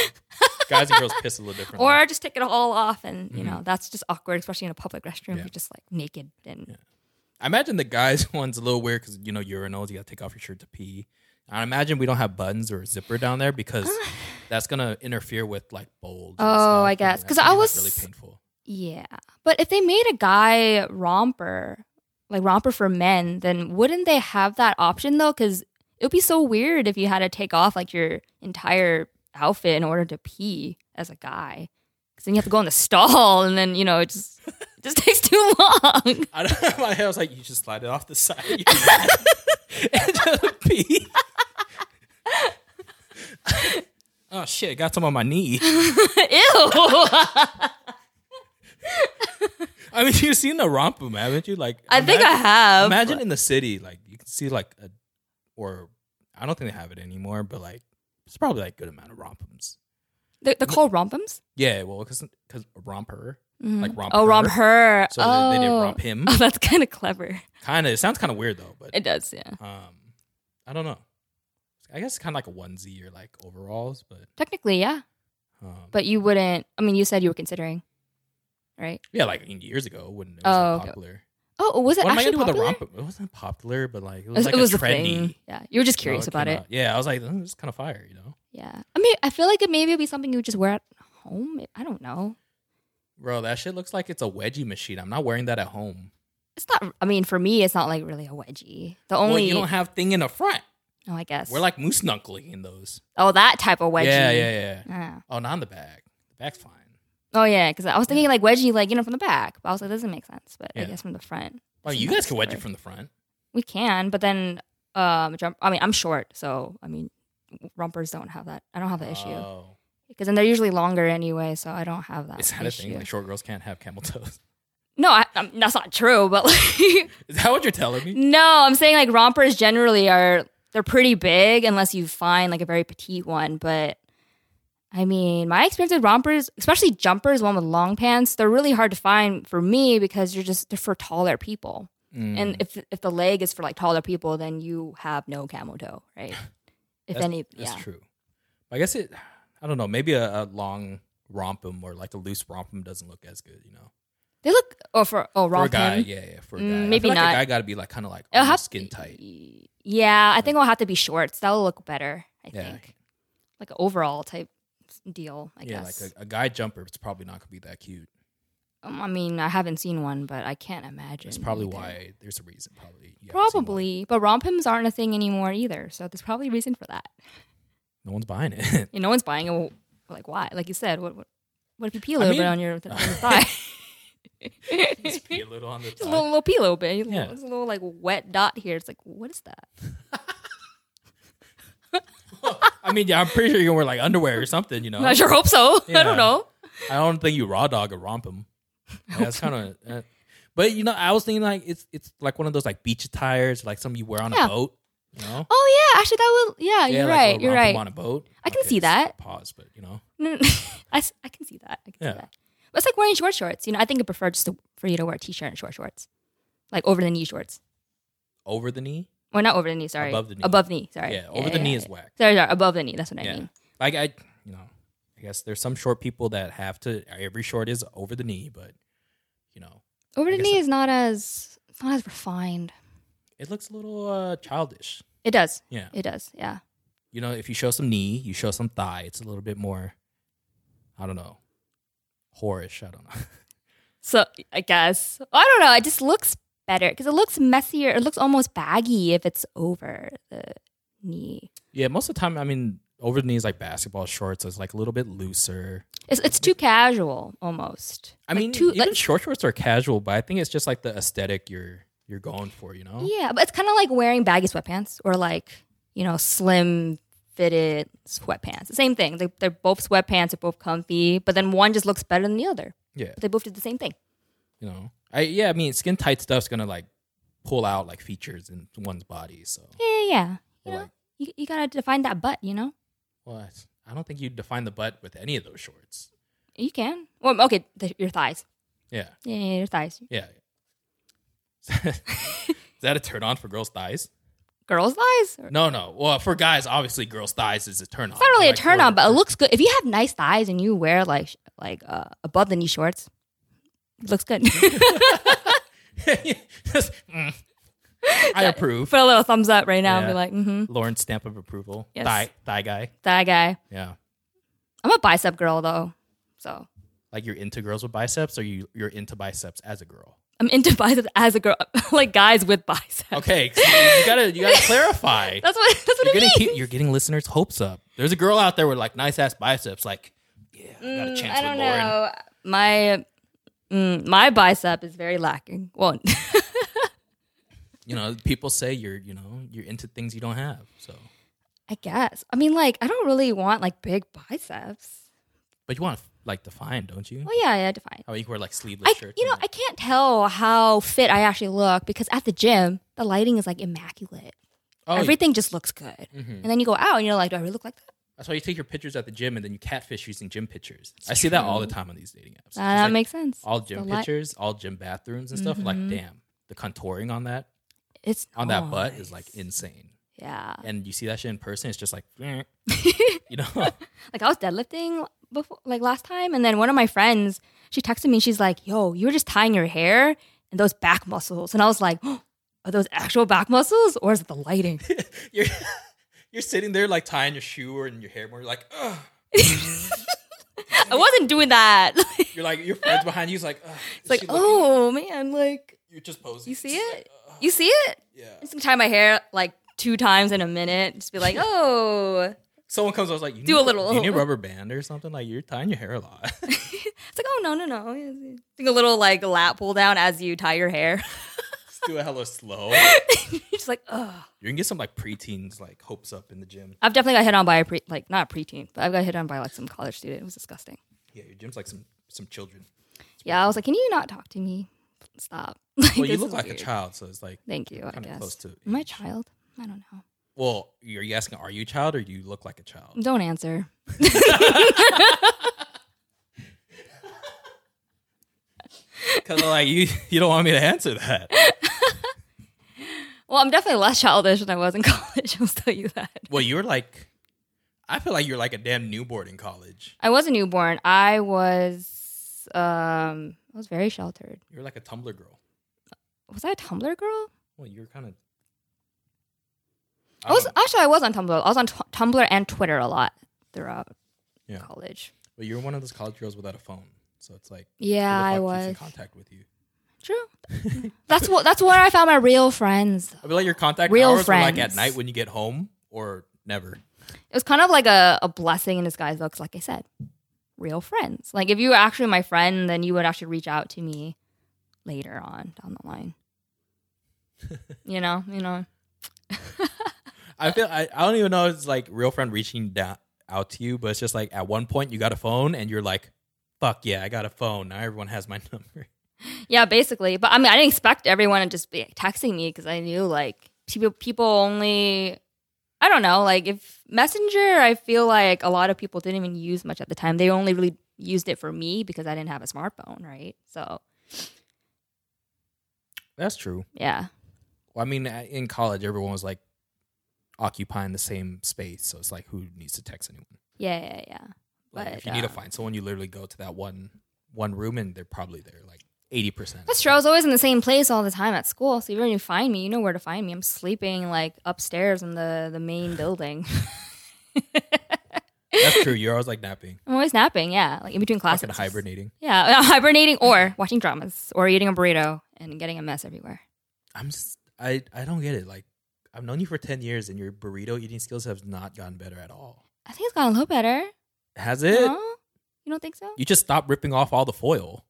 [SPEAKER 1] guys and girls piss a little different.
[SPEAKER 2] or just take it all off, and you know that's just awkward, especially in a public restroom.
[SPEAKER 1] Yeah.
[SPEAKER 2] You're just like naked, and
[SPEAKER 1] I imagine the guys one's a little weird because you know urinals, you gotta take off your shirt to pee. I imagine we don't have buttons or a zipper down there because that's gonna interfere with like bold.
[SPEAKER 2] Oh, I guess. 'Cause I was-
[SPEAKER 1] really painful.
[SPEAKER 2] yeah. But if they made a guy romper, like romper for men, then wouldn't they have that option though? Because it would be so weird if you had to take off like your entire outfit in order to pee as a guy. Because then you have to go in the stall, and then you know it just it just takes too long.
[SPEAKER 1] I don't know. My hair was like, you just slide it off the side. of your and just pee. oh shit! Got some on my knee.
[SPEAKER 2] Ew.
[SPEAKER 1] I mean, you've seen the romp room, haven't you? Like,
[SPEAKER 2] I think I
[SPEAKER 1] imagine-
[SPEAKER 2] have.
[SPEAKER 1] Imagine in the city, like you can see like a, or I don't think they have it anymore, but like it's probably like a good amount of rompums.
[SPEAKER 2] they're, they're called rompums.
[SPEAKER 1] Yeah, well, because because romper, like romper.
[SPEAKER 2] Oh, romp her.
[SPEAKER 1] So
[SPEAKER 2] oh.
[SPEAKER 1] they, they did romp him.
[SPEAKER 2] Oh, that's kind of clever.
[SPEAKER 1] kind of. It sounds kind of weird though, but
[SPEAKER 2] It does, yeah.
[SPEAKER 1] um, I don't know. I guess it's kind of like a onesie or like overalls, but
[SPEAKER 2] Technically, yeah.
[SPEAKER 1] um,
[SPEAKER 2] But you wouldn't. I mean, you said you were considering, right?
[SPEAKER 1] yeah, like in years ago, it wouldn't it
[SPEAKER 2] Oh,
[SPEAKER 1] was
[SPEAKER 2] okay.
[SPEAKER 1] not popular.
[SPEAKER 2] Oh, was it
[SPEAKER 1] what am I
[SPEAKER 2] actually
[SPEAKER 1] gonna do
[SPEAKER 2] popular?
[SPEAKER 1] with a romp? It wasn't popular, but like it
[SPEAKER 2] It
[SPEAKER 1] was
[SPEAKER 2] was,
[SPEAKER 1] like
[SPEAKER 2] it was
[SPEAKER 1] a
[SPEAKER 2] a
[SPEAKER 1] trendy.
[SPEAKER 2] thing. Yeah, you were just
[SPEAKER 1] you know,
[SPEAKER 2] curious about
[SPEAKER 1] came
[SPEAKER 2] it.
[SPEAKER 1] out. Yeah, I was like, "Mm, this is kind of fire, you know,
[SPEAKER 2] Yeah, I mean, I feel like it maybe would be something you would just wear at home. I don't know.
[SPEAKER 1] bro. That shit looks like it's a wedgie machine. I'm not wearing that at home.
[SPEAKER 2] It's not. I mean, for me, it's not like really a wedgie. The
[SPEAKER 1] Well,
[SPEAKER 2] only.
[SPEAKER 1] you don't have thing in the front.
[SPEAKER 2] oh, I guess.
[SPEAKER 1] We're like moose knuckling in those.
[SPEAKER 2] oh, that type of wedgie.
[SPEAKER 1] Yeah, yeah, yeah.
[SPEAKER 2] Ah.
[SPEAKER 1] Oh, not in the back. The back's fine.
[SPEAKER 2] Oh yeah, because I was thinking like wedgie, like you know, from the back. But I was like, that doesn't make sense. But I
[SPEAKER 1] Yeah.
[SPEAKER 2] guess from the front,
[SPEAKER 1] Well,
[SPEAKER 2] It's
[SPEAKER 1] Oh, you
[SPEAKER 2] not
[SPEAKER 1] guys can wedge it
[SPEAKER 2] covered.
[SPEAKER 1] from the front.
[SPEAKER 2] we can. But then, um, jump. I mean, I'm short, so I mean, rompers don't have that. I don't have that issue.
[SPEAKER 1] Oh,
[SPEAKER 2] because then they're usually longer anyway, so I don't have that.
[SPEAKER 1] is that a
[SPEAKER 2] Uh, issue.
[SPEAKER 1] thing? Like short girls can't have camel toes.
[SPEAKER 2] no, I, i that's not true. But like,
[SPEAKER 1] Is that what you're telling me?
[SPEAKER 2] no, I'm saying like rompers generally are they're pretty big unless you find like a very petite one. But I mean, my experience with rompers, especially jumpers, one with long pants, they're really hard to find for me because you're just they're for taller people.
[SPEAKER 1] Mm.
[SPEAKER 2] And if if the leg is for like taller people, then you have no camel toe, right? If any,
[SPEAKER 1] That's
[SPEAKER 2] yeah.
[SPEAKER 1] true. I guess it. I don't know. Maybe a, a long rompum or like a loose rompum doesn't look as good. You know,
[SPEAKER 2] They look oh for oh
[SPEAKER 1] for a
[SPEAKER 2] romp
[SPEAKER 1] guy,
[SPEAKER 2] him.
[SPEAKER 1] yeah, yeah, for a guy.
[SPEAKER 2] Mm,
[SPEAKER 1] I feel
[SPEAKER 2] maybe
[SPEAKER 1] like
[SPEAKER 2] not.
[SPEAKER 1] A guy got to be like kind of like
[SPEAKER 2] It'll
[SPEAKER 1] almost
[SPEAKER 2] have-
[SPEAKER 1] skin tight.
[SPEAKER 2] Yeah, I think it'll have to be shorts. That'll look better, I
[SPEAKER 1] Yeah.
[SPEAKER 2] think. Like an overall type deal, I
[SPEAKER 1] yeah,
[SPEAKER 2] guess.
[SPEAKER 1] like a, a guy jumper. It's probably not gonna be that cute.
[SPEAKER 2] Um, I mean, I haven't seen one, but I can't imagine.
[SPEAKER 1] That's probably
[SPEAKER 2] either.
[SPEAKER 1] why there's a reason. Probably. you haven't seen one.
[SPEAKER 2] Probably, but rompims aren't a thing anymore either. So there's probably a reason for that.
[SPEAKER 1] no one's buying it.
[SPEAKER 2] You know, no one's buying it. Well, Like why? Like you said, what what, what if you pee a
[SPEAKER 1] I
[SPEAKER 2] little
[SPEAKER 1] mean-
[SPEAKER 2] bit on your, on your thigh?
[SPEAKER 1] Just pee a little on the
[SPEAKER 2] Just a
[SPEAKER 1] thigh.
[SPEAKER 2] little, little pee a little bit. It's a
[SPEAKER 1] Yeah.
[SPEAKER 2] little- it's a little like wet dot here. It's like, what is that?
[SPEAKER 1] I mean, yeah, I'm pretty sure you're gonna wear like underwear or something. You know,
[SPEAKER 2] I sure hope so. I
[SPEAKER 1] Oh. Yeah.
[SPEAKER 2] don't know.
[SPEAKER 1] I don't think you raw dog or romp him. That's kind of. Uh, but you know, I was thinking like it's it's like one of those like beach attires, like something you wear on
[SPEAKER 2] Yeah.
[SPEAKER 1] a boat. You know,
[SPEAKER 2] Oh yeah, actually that will. Yeah, you're
[SPEAKER 1] like,
[SPEAKER 2] right.
[SPEAKER 1] or
[SPEAKER 2] You're
[SPEAKER 1] romp 'em
[SPEAKER 2] right.
[SPEAKER 1] On a boat,
[SPEAKER 2] I can
[SPEAKER 1] Okay,
[SPEAKER 2] see that.
[SPEAKER 1] Pause, but you know,
[SPEAKER 2] No, no, I, s- I can see that. I can
[SPEAKER 1] Yeah.
[SPEAKER 2] see that. But it's like wearing short shorts. You know, I think I prefer just to, for you to wear a t-shirt and short shorts, like over the knee shorts.
[SPEAKER 1] over the knee.
[SPEAKER 2] Well, not over the knee. Sorry,
[SPEAKER 1] Above the knee.
[SPEAKER 2] Above knee. Sorry.
[SPEAKER 1] Yeah, over the knee
[SPEAKER 2] yeah,
[SPEAKER 1] is
[SPEAKER 2] yeah.
[SPEAKER 1] whack.
[SPEAKER 2] Sorry, sorry. Above the knee. That's what I
[SPEAKER 1] Yeah.
[SPEAKER 2] mean.
[SPEAKER 1] Like I, you know, I guess there's some short people that have to. Every short is over the knee, but you know,
[SPEAKER 2] Over
[SPEAKER 1] I
[SPEAKER 2] the
[SPEAKER 1] guess
[SPEAKER 2] knee is not as it's not as refined.
[SPEAKER 1] it looks a little uh, childish.
[SPEAKER 2] It does.
[SPEAKER 1] Yeah,
[SPEAKER 2] It does. Yeah.
[SPEAKER 1] you know, if you show some knee, you show some thigh. It's a little bit more. I don't know, whorish. I don't know.
[SPEAKER 2] So I guess I don't know. It just looks better because it looks messier. It looks almost baggy if it's over the knee.
[SPEAKER 1] Yeah, most of the time, I mean, over the knees like basketball shorts is like a little bit looser.
[SPEAKER 2] It's it's too casual almost.
[SPEAKER 1] I
[SPEAKER 2] Like
[SPEAKER 1] mean,
[SPEAKER 2] too,
[SPEAKER 1] even
[SPEAKER 2] like,
[SPEAKER 1] short shorts are casual, but I think it's just like the aesthetic you're you're going for, you know?
[SPEAKER 2] yeah, but it's kind of like wearing baggy sweatpants or like you know slim fitted sweatpants. The same thing. They, they're both sweatpants. They're both comfy, but then one just looks better than the other.
[SPEAKER 1] Yeah,
[SPEAKER 2] But they both did the same thing.
[SPEAKER 1] you know. I yeah, I mean, skin tight stuff's gonna like pull out like features in one's body. So
[SPEAKER 2] Yeah, yeah, yeah. You know,
[SPEAKER 1] like,
[SPEAKER 2] you, you gotta define that butt. You know,
[SPEAKER 1] what? I don't think you define the butt with any of those shorts.
[SPEAKER 2] you can. Well, okay, the, your thighs.
[SPEAKER 1] Yeah,
[SPEAKER 2] Yeah, yeah, your thighs.
[SPEAKER 1] yeah. Is that a turn on for girls' thighs?
[SPEAKER 2] Girls' thighs. Or,
[SPEAKER 1] No, no. Well, for guys, obviously, girls' thighs is a turn on.
[SPEAKER 2] It's not really a turn on, but it looks good. If you have nice thighs and you wear like sh- like uh, above the knee shorts, it looks good.
[SPEAKER 1] Just, mm. I approve.
[SPEAKER 2] Put a little thumbs up right now and
[SPEAKER 1] Yeah.
[SPEAKER 2] be like, mm-hmm,
[SPEAKER 1] Lauren's stamp of approval.
[SPEAKER 2] Yes.
[SPEAKER 1] Thigh, thigh guy.
[SPEAKER 2] that guy.
[SPEAKER 1] Yeah.
[SPEAKER 2] I'm a bicep girl though, so
[SPEAKER 1] Like you're into girls with biceps, or you you're into biceps as a girl.
[SPEAKER 2] I'm into biceps as a girl, like guys with biceps.
[SPEAKER 1] Okay, so you gotta you gotta clarify.
[SPEAKER 2] That's what that's
[SPEAKER 1] You're
[SPEAKER 2] what it
[SPEAKER 1] getting
[SPEAKER 2] means.
[SPEAKER 1] keep- you're getting listeners' hopes up. There's a girl out there with like nice ass biceps. Like, yeah, I got a chance
[SPEAKER 2] Mm, I don't
[SPEAKER 1] with Lauren.
[SPEAKER 2] know. My mm, my bicep is very lacking. Well,
[SPEAKER 1] You know, people say you're you know you're into things you don't have. So,
[SPEAKER 2] I guess. I mean, like, I don't really want like big biceps.
[SPEAKER 1] but you want to like define, don't you?
[SPEAKER 2] Well, yeah, yeah, define.
[SPEAKER 1] Oh, you can wear like sleeveless
[SPEAKER 2] I,
[SPEAKER 1] shirts.
[SPEAKER 2] you know,
[SPEAKER 1] and,
[SPEAKER 2] I can't tell how fit I actually look because at the gym, the lighting is like immaculate.
[SPEAKER 1] oh, Mm-hmm. you-
[SPEAKER 2] Everything just looks good. And then you go out and you're like, do I really look like that?
[SPEAKER 1] That's why you take your pictures at the gym and then you catfish using gym pictures. I see that all the time on these dating apps.
[SPEAKER 2] That,
[SPEAKER 1] Just
[SPEAKER 2] that
[SPEAKER 1] like
[SPEAKER 2] makes sense.
[SPEAKER 1] all gym
[SPEAKER 2] the Mm-hmm. light-
[SPEAKER 1] pictures, all gym bathrooms and stuff. Like, damn, the contouring on that
[SPEAKER 2] It's
[SPEAKER 1] on that
[SPEAKER 2] nice.
[SPEAKER 1] butt is like insane.
[SPEAKER 2] Yeah.
[SPEAKER 1] And you see that shit in person, it's just like, you know,
[SPEAKER 2] Like I was deadlifting before, like last time. And then one of my friends, she texted me and she's like, yo, you were just tying your hair and those back muscles. And I was like, "Oh, are those actual back muscles or is it the lighting?
[SPEAKER 1] you're you're sitting there like tying your shoe or in your hair more. You're like, ugh.
[SPEAKER 2] I wasn't doing that. it's
[SPEAKER 1] You're like your friends behind you's like, ugh. It's
[SPEAKER 2] like, oh man, like,
[SPEAKER 1] you're just posing.
[SPEAKER 2] you see
[SPEAKER 1] It's
[SPEAKER 2] it? You see it?
[SPEAKER 1] like, yeah.
[SPEAKER 2] I'm just gonna tie my hair like two times in a minute. Just be like, oh,
[SPEAKER 1] Someone comes, I was like, you
[SPEAKER 2] Do
[SPEAKER 1] need,
[SPEAKER 2] a little-
[SPEAKER 1] You need a rubber band or something. Like you're tying your hair a lot.
[SPEAKER 2] it's like, oh no, no, no. Think a little like lap pull down as you tie your hair.
[SPEAKER 1] Just do it hella slow.
[SPEAKER 2] You're just like, oh,
[SPEAKER 1] You can get some like preteens like hopes up in the gym.
[SPEAKER 2] I've definitely got hit on by a pre, like not a preteen, but I've got hit on by like some college student. It was disgusting.
[SPEAKER 1] Yeah, your gym's like some some children.
[SPEAKER 2] Yeah, I was like, can you not talk to me? Stop. Like,
[SPEAKER 1] Well, you
[SPEAKER 2] this
[SPEAKER 1] look
[SPEAKER 2] is
[SPEAKER 1] like
[SPEAKER 2] weird.
[SPEAKER 1] a child, so it's like,
[SPEAKER 2] Thank you. I
[SPEAKER 1] Kinda
[SPEAKER 2] guess.
[SPEAKER 1] close to
[SPEAKER 2] Am I a
[SPEAKER 1] age.
[SPEAKER 2] child? I don't know.
[SPEAKER 1] well, are you asking, are you a child or do you look like a child?
[SPEAKER 2] Don't answer.
[SPEAKER 1] Because like you, you don't want me to answer that.
[SPEAKER 2] Well, I'm definitely less childish than I was in college. I'll tell you that.
[SPEAKER 1] Well, you're like, I feel like you're like a damn newborn in college.
[SPEAKER 2] I was a newborn. I was um I was very sheltered.
[SPEAKER 1] You're like a Tumblr girl.
[SPEAKER 2] Was I a Tumblr girl?
[SPEAKER 1] Well, you're kind of.
[SPEAKER 2] I was
[SPEAKER 1] Uh-huh.
[SPEAKER 2] actually I was on Tumblr. I was on t- Tumblr and Twitter a lot throughout
[SPEAKER 1] Yeah.
[SPEAKER 2] college.
[SPEAKER 1] But you're one of those college girls without a phone, so it's like who
[SPEAKER 2] Yeah,
[SPEAKER 1] the
[SPEAKER 2] I
[SPEAKER 1] fuck keeps in
[SPEAKER 2] was.
[SPEAKER 1] contact with you.
[SPEAKER 2] True. that's what that's where I found my real friends.
[SPEAKER 1] I feel like your contact
[SPEAKER 2] Real
[SPEAKER 1] hours were like at
[SPEAKER 2] friends.
[SPEAKER 1] night when you get home or never.
[SPEAKER 2] It was kind of like a, a blessing in disguise though, 'cause like I said, real friends. Like if you were actually my friend, then you would actually reach out to me later on down the line. you know, you know.
[SPEAKER 1] I feel I, I don't even know if it's like real friend reaching down, out to you, but it's just like at one point you got a phone and you're like, fuck yeah, I got a phone. Now everyone has my number.
[SPEAKER 2] Yeah, basically. But I mean, I didn't expect everyone to just be texting me because I knew like people people only. I don't know. Like if Messenger, I feel like a lot of people didn't even use much at the time. They only really used it for me because I didn't have a smartphone, right? So
[SPEAKER 1] That's true.
[SPEAKER 2] yeah,
[SPEAKER 1] Well, I mean, a- in college, everyone was like occupying the same space, so it's like who needs to text anyone?
[SPEAKER 2] yeah, yeah, yeah.
[SPEAKER 1] Like, if
[SPEAKER 2] But,
[SPEAKER 1] you need to
[SPEAKER 2] uh,
[SPEAKER 1] find someone, you literally go to that one one room, and they're probably there like eighty percent.
[SPEAKER 2] That's true. I was always in the same place all the time at school. So even if you find me, you know where to find me. I'm sleeping like upstairs in the the main building.
[SPEAKER 1] That's true. You're always like napping,
[SPEAKER 2] I'm always napping. Yeah, like in between classes.
[SPEAKER 1] fucking hibernating.
[SPEAKER 2] Yeah, hibernating or watching dramas or eating a burrito and getting a mess everywhere.
[SPEAKER 1] I'm just I I don't get it. Like I've known you for ten years, and your burrito eating skills have not gotten better at all.
[SPEAKER 2] I think it's gotten a little better.
[SPEAKER 1] Has it?
[SPEAKER 2] No? You don't think so?
[SPEAKER 1] You just stopped ripping off all the foil.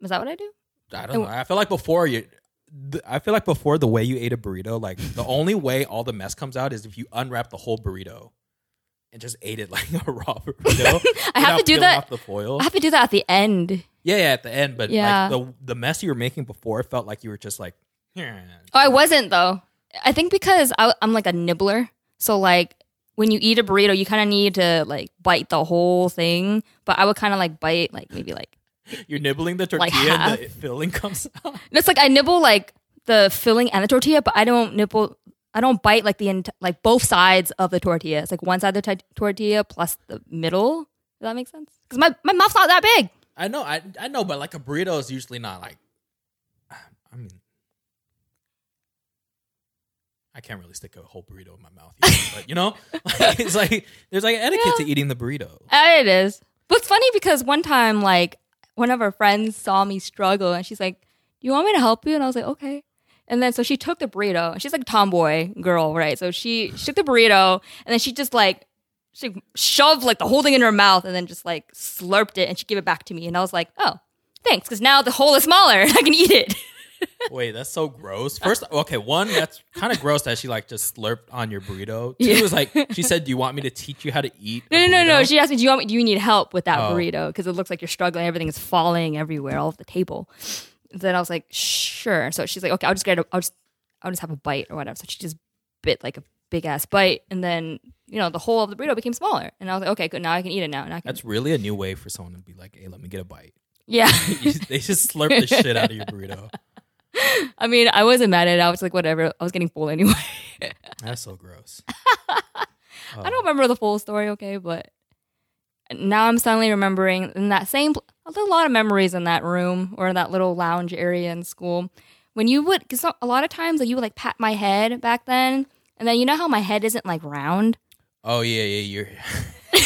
[SPEAKER 2] Is that what I do?
[SPEAKER 1] I
[SPEAKER 2] Oh.
[SPEAKER 1] don't know. I feel like before you, th- I feel like before the way you ate a burrito, like the only way all the mess comes out is if you unwrap the whole burrito and just ate it like a raw burrito.
[SPEAKER 2] I
[SPEAKER 1] without
[SPEAKER 2] have to do
[SPEAKER 1] peeling
[SPEAKER 2] that.
[SPEAKER 1] Off the foil.
[SPEAKER 2] I have to do that at the end.
[SPEAKER 1] yeah, yeah, at the end, but
[SPEAKER 2] Yeah.
[SPEAKER 1] like the the mess you were making before felt like you were just like. "Yeah."
[SPEAKER 2] Oh, I wasn't though. I think because I, I'm like a nibbler, so like when you eat a burrito, you kind of need to like bite the whole thing. But I would kind of like bite like maybe like
[SPEAKER 1] You're nibbling the tortilla
[SPEAKER 2] Like
[SPEAKER 1] and the filling comes out.
[SPEAKER 2] it's like I nibble like the filling and the tortilla, but I don't nibble. I don't bite like the ent- like both sides of the tortilla. It's like one side of the t- tortilla plus the middle. Does that make sense? Because my, my mouth's not that big.
[SPEAKER 1] I know, I I know, but like a burrito is usually not like. I mean, I can't really stick a whole burrito in my mouth, either, but you know, it's like there's like etiquette to eating the burrito.
[SPEAKER 2] Uh, It is. But it's funny because one time, like, one of our friends saw me struggle and she's like, You want me to help you? And I was like, Okay. And then so she took the burrito. She's like a tomboy girl, right? So she, she took the burrito and then she just like, she shoved like the whole thing in her mouth and then just like slurped it and she gave it back to me. And I was like, Oh, thanks. Cause now the hole is smaller and I can eat it.
[SPEAKER 1] Wait, that's so gross. First, okay, one that's kind of gross that she like just slurped on your burrito. Two
[SPEAKER 2] Yeah.
[SPEAKER 1] was like she said, "Do you want me to teach you how to eat?" a
[SPEAKER 2] No, no, no, no.
[SPEAKER 1] burrito?"
[SPEAKER 2] She asked me, "Do you want? Do you need help with that
[SPEAKER 1] Oh.
[SPEAKER 2] burrito? Because it looks like you're struggling. Everything is falling everywhere, all off the table." Then I was like, "Sure." So she's like, "Okay, I'll just get. A, I'll just. I'll just have a bite or whatever." So she just bit like a big ass bite, and then you know the whole of the burrito became smaller. And I was like, "Okay, good. Now I can eat it now." And I can.
[SPEAKER 1] that's really a new way for someone to be like, "Hey, let me get a bite."
[SPEAKER 2] yeah.
[SPEAKER 1] they just slurp the shit out of your burrito.
[SPEAKER 2] I mean, I wasn't mad at it. I was like, whatever. I was getting full anyway.
[SPEAKER 1] That's so gross.
[SPEAKER 2] I don't remember the full story, okay, but now I'm suddenly remembering in that same. pl- There's a lot of memories in that room or in that little lounge area in school. When you would, because a lot of times like you would like pat my head back then, and then you know how my head isn't like round.
[SPEAKER 1] Oh yeah, yeah, you're.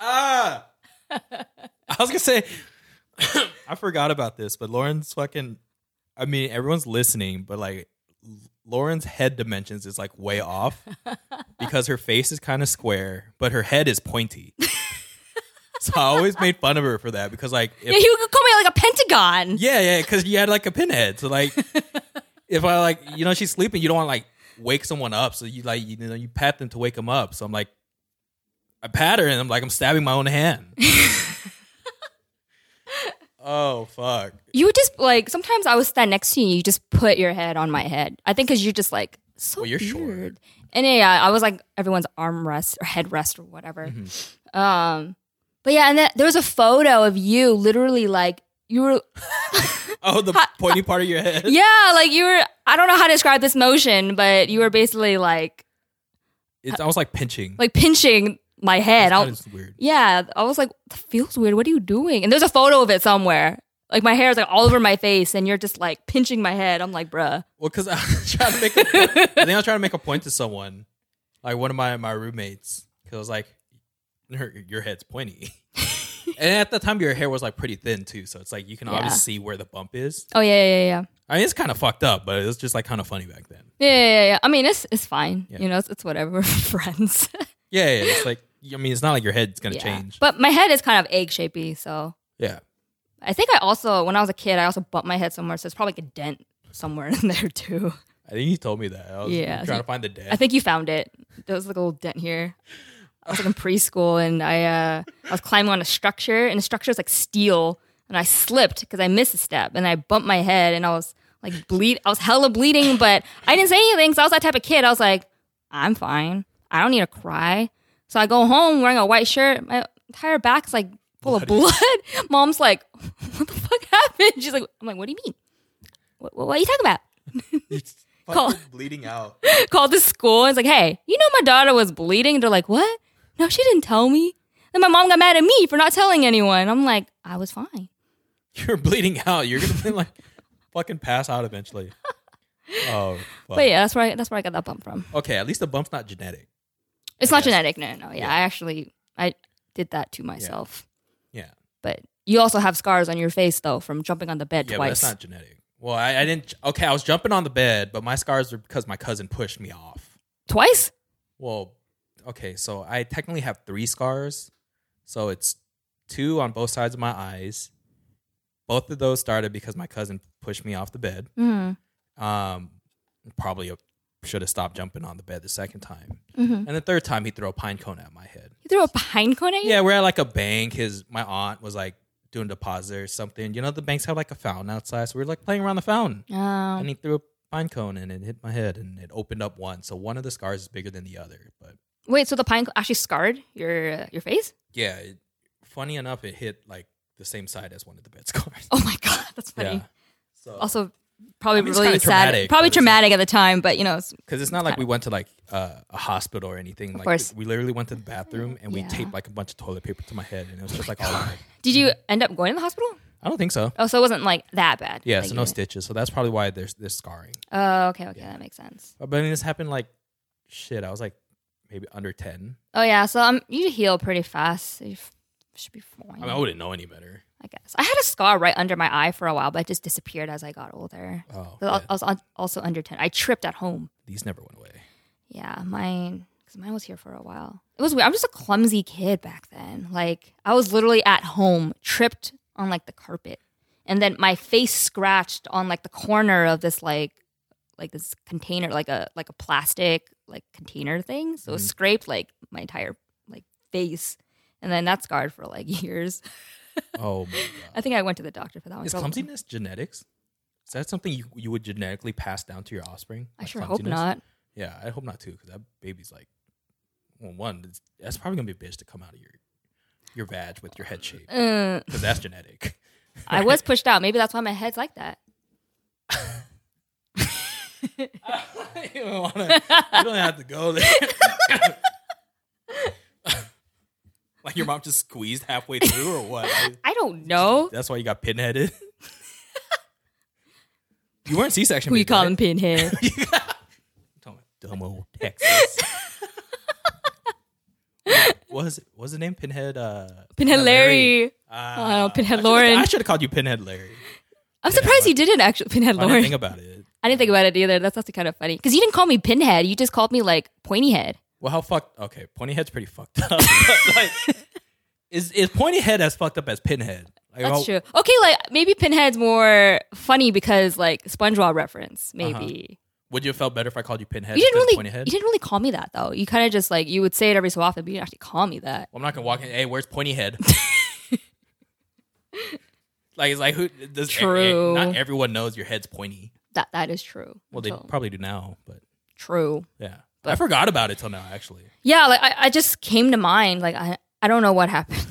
[SPEAKER 1] ah, I was gonna say, I forgot about this, but Lauren's fucking. I mean, everyone's listening, but like Lauren's head dimensions is like way off because her face is kind of square, but her head is pointy. so I always made fun of her for that because like if
[SPEAKER 2] Yeah, you could call me like a pentagon.
[SPEAKER 1] yeah, yeah, because you had like a pinhead. So like, if I like, you know, she's sleeping, you don't want to like wake someone up. So you like, you know, you pat them to wake them up. So I'm like, I pat her and I'm like, I'm stabbing my own hand. oh fuck!
[SPEAKER 2] You would just like sometimes I would stand next to you. You just put your head on my head. I think because you're just like so
[SPEAKER 1] Well, you're short.
[SPEAKER 2] weird. And yeah, I was like everyone's arm rest or head rest or whatever.
[SPEAKER 1] Mm-hmm.
[SPEAKER 2] Um, but yeah, and that, there was a photo of you literally like you were
[SPEAKER 1] Oh, the pointy part of your head.
[SPEAKER 2] yeah like you were I don't know how to describe this motion, but you were basically like
[SPEAKER 1] It's I was like pinching.
[SPEAKER 2] like pinching my head. I was,
[SPEAKER 1] It's weird.
[SPEAKER 2] yeah, I was like that feels weird. What are you doing? And there's a photo of it somewhere. Like my hair is like all over my face, and you're just like pinching my head. I'm like, bruh.
[SPEAKER 1] Well, because I was trying to make. A point. I think I was trying to make a point to someone, like one of my my roommates, because I was like, your, your head's pointy, and at the time your hair was like pretty thin too, so it's like you can
[SPEAKER 2] Yeah.
[SPEAKER 1] obviously see where the bump is.
[SPEAKER 2] Oh yeah, yeah, yeah, yeah.
[SPEAKER 1] I mean, it's kind of fucked up, but it was just like kind of funny back then.
[SPEAKER 2] Yeah, yeah, yeah. I mean, it's it's fine.
[SPEAKER 1] Yeah.
[SPEAKER 2] You know, it's, it's whatever. We're friends.
[SPEAKER 1] Yeah, yeah, it's like I mean, it's not like your head's gonna
[SPEAKER 2] yeah.
[SPEAKER 1] change.
[SPEAKER 2] But my head is kind of egg shapy, so
[SPEAKER 1] yeah,
[SPEAKER 2] I think I also when I was a kid, I also bumped my head somewhere, so it's probably like a dent somewhere in there too.
[SPEAKER 1] I think he told me that. I was
[SPEAKER 2] Yeah, I
[SPEAKER 1] trying to
[SPEAKER 2] think-
[SPEAKER 1] find the dad.
[SPEAKER 2] I think you found it. There was like a little dent here. I was like in preschool and I uh, I was climbing on a structure and the structure was like steel and I slipped because I missed a step and I bumped my head and I was like bleed. I was hella bleeding, but I didn't say anything because I was that type of kid. I was like, I'm fine. I don't need to cry. So I go home wearing a white shirt. My entire back's like full of blood. Mom's like, what the fuck happened? She's like, I'm like, what do you mean? What, what are you talking about?
[SPEAKER 1] it's
[SPEAKER 2] Call-
[SPEAKER 1] fucking bleeding out.
[SPEAKER 2] called the school and was like, hey, you know my daughter was bleeding. They're like, what? No, she didn't tell me. Then my mom got mad at me for not telling anyone. I'm like, I was fine.
[SPEAKER 1] You're bleeding out. You're gonna be like fucking pass out eventually. Oh, fuck.
[SPEAKER 2] But yeah, that's where I, that's where I got that bump from.
[SPEAKER 1] Okay, at least the bump's not genetic.
[SPEAKER 2] It's not
[SPEAKER 1] Yes.
[SPEAKER 2] genetic. No, no, no. Yeah,
[SPEAKER 1] Yeah.
[SPEAKER 2] I actually I did that to myself.
[SPEAKER 1] Yeah,
[SPEAKER 2] But you also have scars on your face though from jumping on the bed
[SPEAKER 1] yeah, but
[SPEAKER 2] twice.
[SPEAKER 1] that's not genetic. Well, I, I didn't. Okay, I was jumping on the bed, but my scars are because my cousin pushed me off.
[SPEAKER 2] twice?
[SPEAKER 1] Well, okay, so I technically have three scars. So it's two on both sides of my eyes. Both of those started because my cousin pushed me off the bed.
[SPEAKER 2] Mm.
[SPEAKER 1] Um, probably should have stopped jumping on the bed the second time.
[SPEAKER 2] Mhm.
[SPEAKER 1] And the third time, he threw a pine cone at my head.
[SPEAKER 2] You threw a pine cone at you?
[SPEAKER 1] Yeah, we're at like a bank. His my aunt was like doing deposit or something. You know, the banks have like a fountain outside, so we were like playing around the fountain.
[SPEAKER 2] Um,
[SPEAKER 1] And he threw a pine cone and it hit my head, and it opened up one. So one of the scars is bigger than the other, but
[SPEAKER 2] wait, so the pine cone actually scarred your uh, your face?
[SPEAKER 1] yeah, it, funny enough, it hit like the same side as one of the bed scars.
[SPEAKER 2] Oh my god, that's funny.
[SPEAKER 1] yeah. So,
[SPEAKER 2] Also probably
[SPEAKER 1] I mean, it's
[SPEAKER 2] really
[SPEAKER 1] kinda
[SPEAKER 2] sad.
[SPEAKER 1] traumatic,
[SPEAKER 2] Probably
[SPEAKER 1] but it's like-
[SPEAKER 2] traumatic at the time, but you know, it's
[SPEAKER 1] because it's not like we went to like uh, a hospital or anything. Like
[SPEAKER 2] course.
[SPEAKER 1] we literally went to the bathroom and we
[SPEAKER 2] Yeah. Oh
[SPEAKER 1] taped like a bunch of toilet paper to my head, and it was just like all. over.
[SPEAKER 2] Did you end up going to the hospital?
[SPEAKER 1] I don't think so.
[SPEAKER 2] Oh, so it wasn't like that bad.
[SPEAKER 1] Yeah,
[SPEAKER 2] Like,
[SPEAKER 1] so
[SPEAKER 2] you
[SPEAKER 1] no
[SPEAKER 2] went-
[SPEAKER 1] stitches. So that's probably why there's this scarring.
[SPEAKER 2] Oh, okay, okay, that makes sense.
[SPEAKER 1] But I mean, this happened like shit. I was like maybe under ten.
[SPEAKER 2] Oh yeah, so um, you heal pretty fast. So you f- should be fine.
[SPEAKER 1] I mean, I wouldn't know any better.
[SPEAKER 2] I guess I had a scar right under my eye for a while, but it just disappeared as I got older.
[SPEAKER 1] Oh,
[SPEAKER 2] So I-
[SPEAKER 1] yeah.
[SPEAKER 2] I was al- also under ten. I tripped at home.
[SPEAKER 1] these never went away.
[SPEAKER 2] Yeah, mine because mine was here for a while. It was weird. I'm just a clumsy kid back then. Like I was literally at home, tripped on like the carpet, and then my face scratched on like the corner of this like like this container, like a like a plastic like container thing. So it
[SPEAKER 1] Mhm.
[SPEAKER 2] scraped like my entire like face, and then that scarred for like years.
[SPEAKER 1] Oh my
[SPEAKER 2] I
[SPEAKER 1] god!
[SPEAKER 2] think I went to the doctor for that one.
[SPEAKER 1] Is
[SPEAKER 2] So-
[SPEAKER 1] clumsiness genetics? Is that something you, you would genetically pass down to your offspring?
[SPEAKER 2] I
[SPEAKER 1] Like
[SPEAKER 2] sure hope
[SPEAKER 1] clumsiness?
[SPEAKER 2] not.
[SPEAKER 1] Yeah, I hope not too, because that baby's like, well, one, it's- that's probably gonna be a bitch to come out of your your vag with your head shape,
[SPEAKER 2] Uh,
[SPEAKER 1] because that's genetic.
[SPEAKER 2] I was pushed out. Maybe that's why my head's like that.
[SPEAKER 1] you don't wanna, you don't have to go there. like your mom just squeezed halfway through, or what?
[SPEAKER 2] I don't know.
[SPEAKER 1] That's why you got pinheaded. you weren't C-section.
[SPEAKER 2] Who you
[SPEAKER 1] baby, right?
[SPEAKER 2] calling pinhead?
[SPEAKER 1] Talking about dumb old Texas. was was the name Pinhead? Uh,
[SPEAKER 2] Pinhead Larry.
[SPEAKER 1] Ah,
[SPEAKER 2] Oh,
[SPEAKER 1] I
[SPEAKER 2] Pinhead
[SPEAKER 1] should've-
[SPEAKER 2] Lauren.
[SPEAKER 1] I should have called you Pinhead Larry.
[SPEAKER 2] I'm surprised you didn't actually pinhead
[SPEAKER 1] I didn't
[SPEAKER 2] Lauren.
[SPEAKER 1] think about it.
[SPEAKER 2] I didn't think about it either. That's actually kind of funny because you didn't call me pinhead. You just called me like pointy head.
[SPEAKER 1] Well, how fucked? Okay, Pointy Head's pretty fucked up. like, is is Pointy Head as fucked up as Pinhead? Like,
[SPEAKER 2] That's
[SPEAKER 1] well,
[SPEAKER 2] true. Okay, like maybe pinhead's more funny because like SpongeBob reference. Maybe
[SPEAKER 1] Would you have felt better if I called you Pinhead?
[SPEAKER 2] you didn't
[SPEAKER 1] instead of
[SPEAKER 2] really
[SPEAKER 1] Uh-huh. Pointy Head?
[SPEAKER 2] you didn't really call me that though. You kind of just like you would say it every so often, but you didn't actually call me that.
[SPEAKER 1] Well, I'm not gonna walk in. Hey, where's Pointy Head? like, it's like who? Does, eh,
[SPEAKER 2] True.
[SPEAKER 1] not everyone knows your head's pointy.
[SPEAKER 2] That that is true.
[SPEAKER 1] Well, they
[SPEAKER 2] So,
[SPEAKER 1] probably do now, but
[SPEAKER 2] true.
[SPEAKER 1] yeah, I
[SPEAKER 2] But-
[SPEAKER 1] forgot about it till now. Actually,
[SPEAKER 2] Yeah, like I, I just came to mind. Like I I don't know what happened.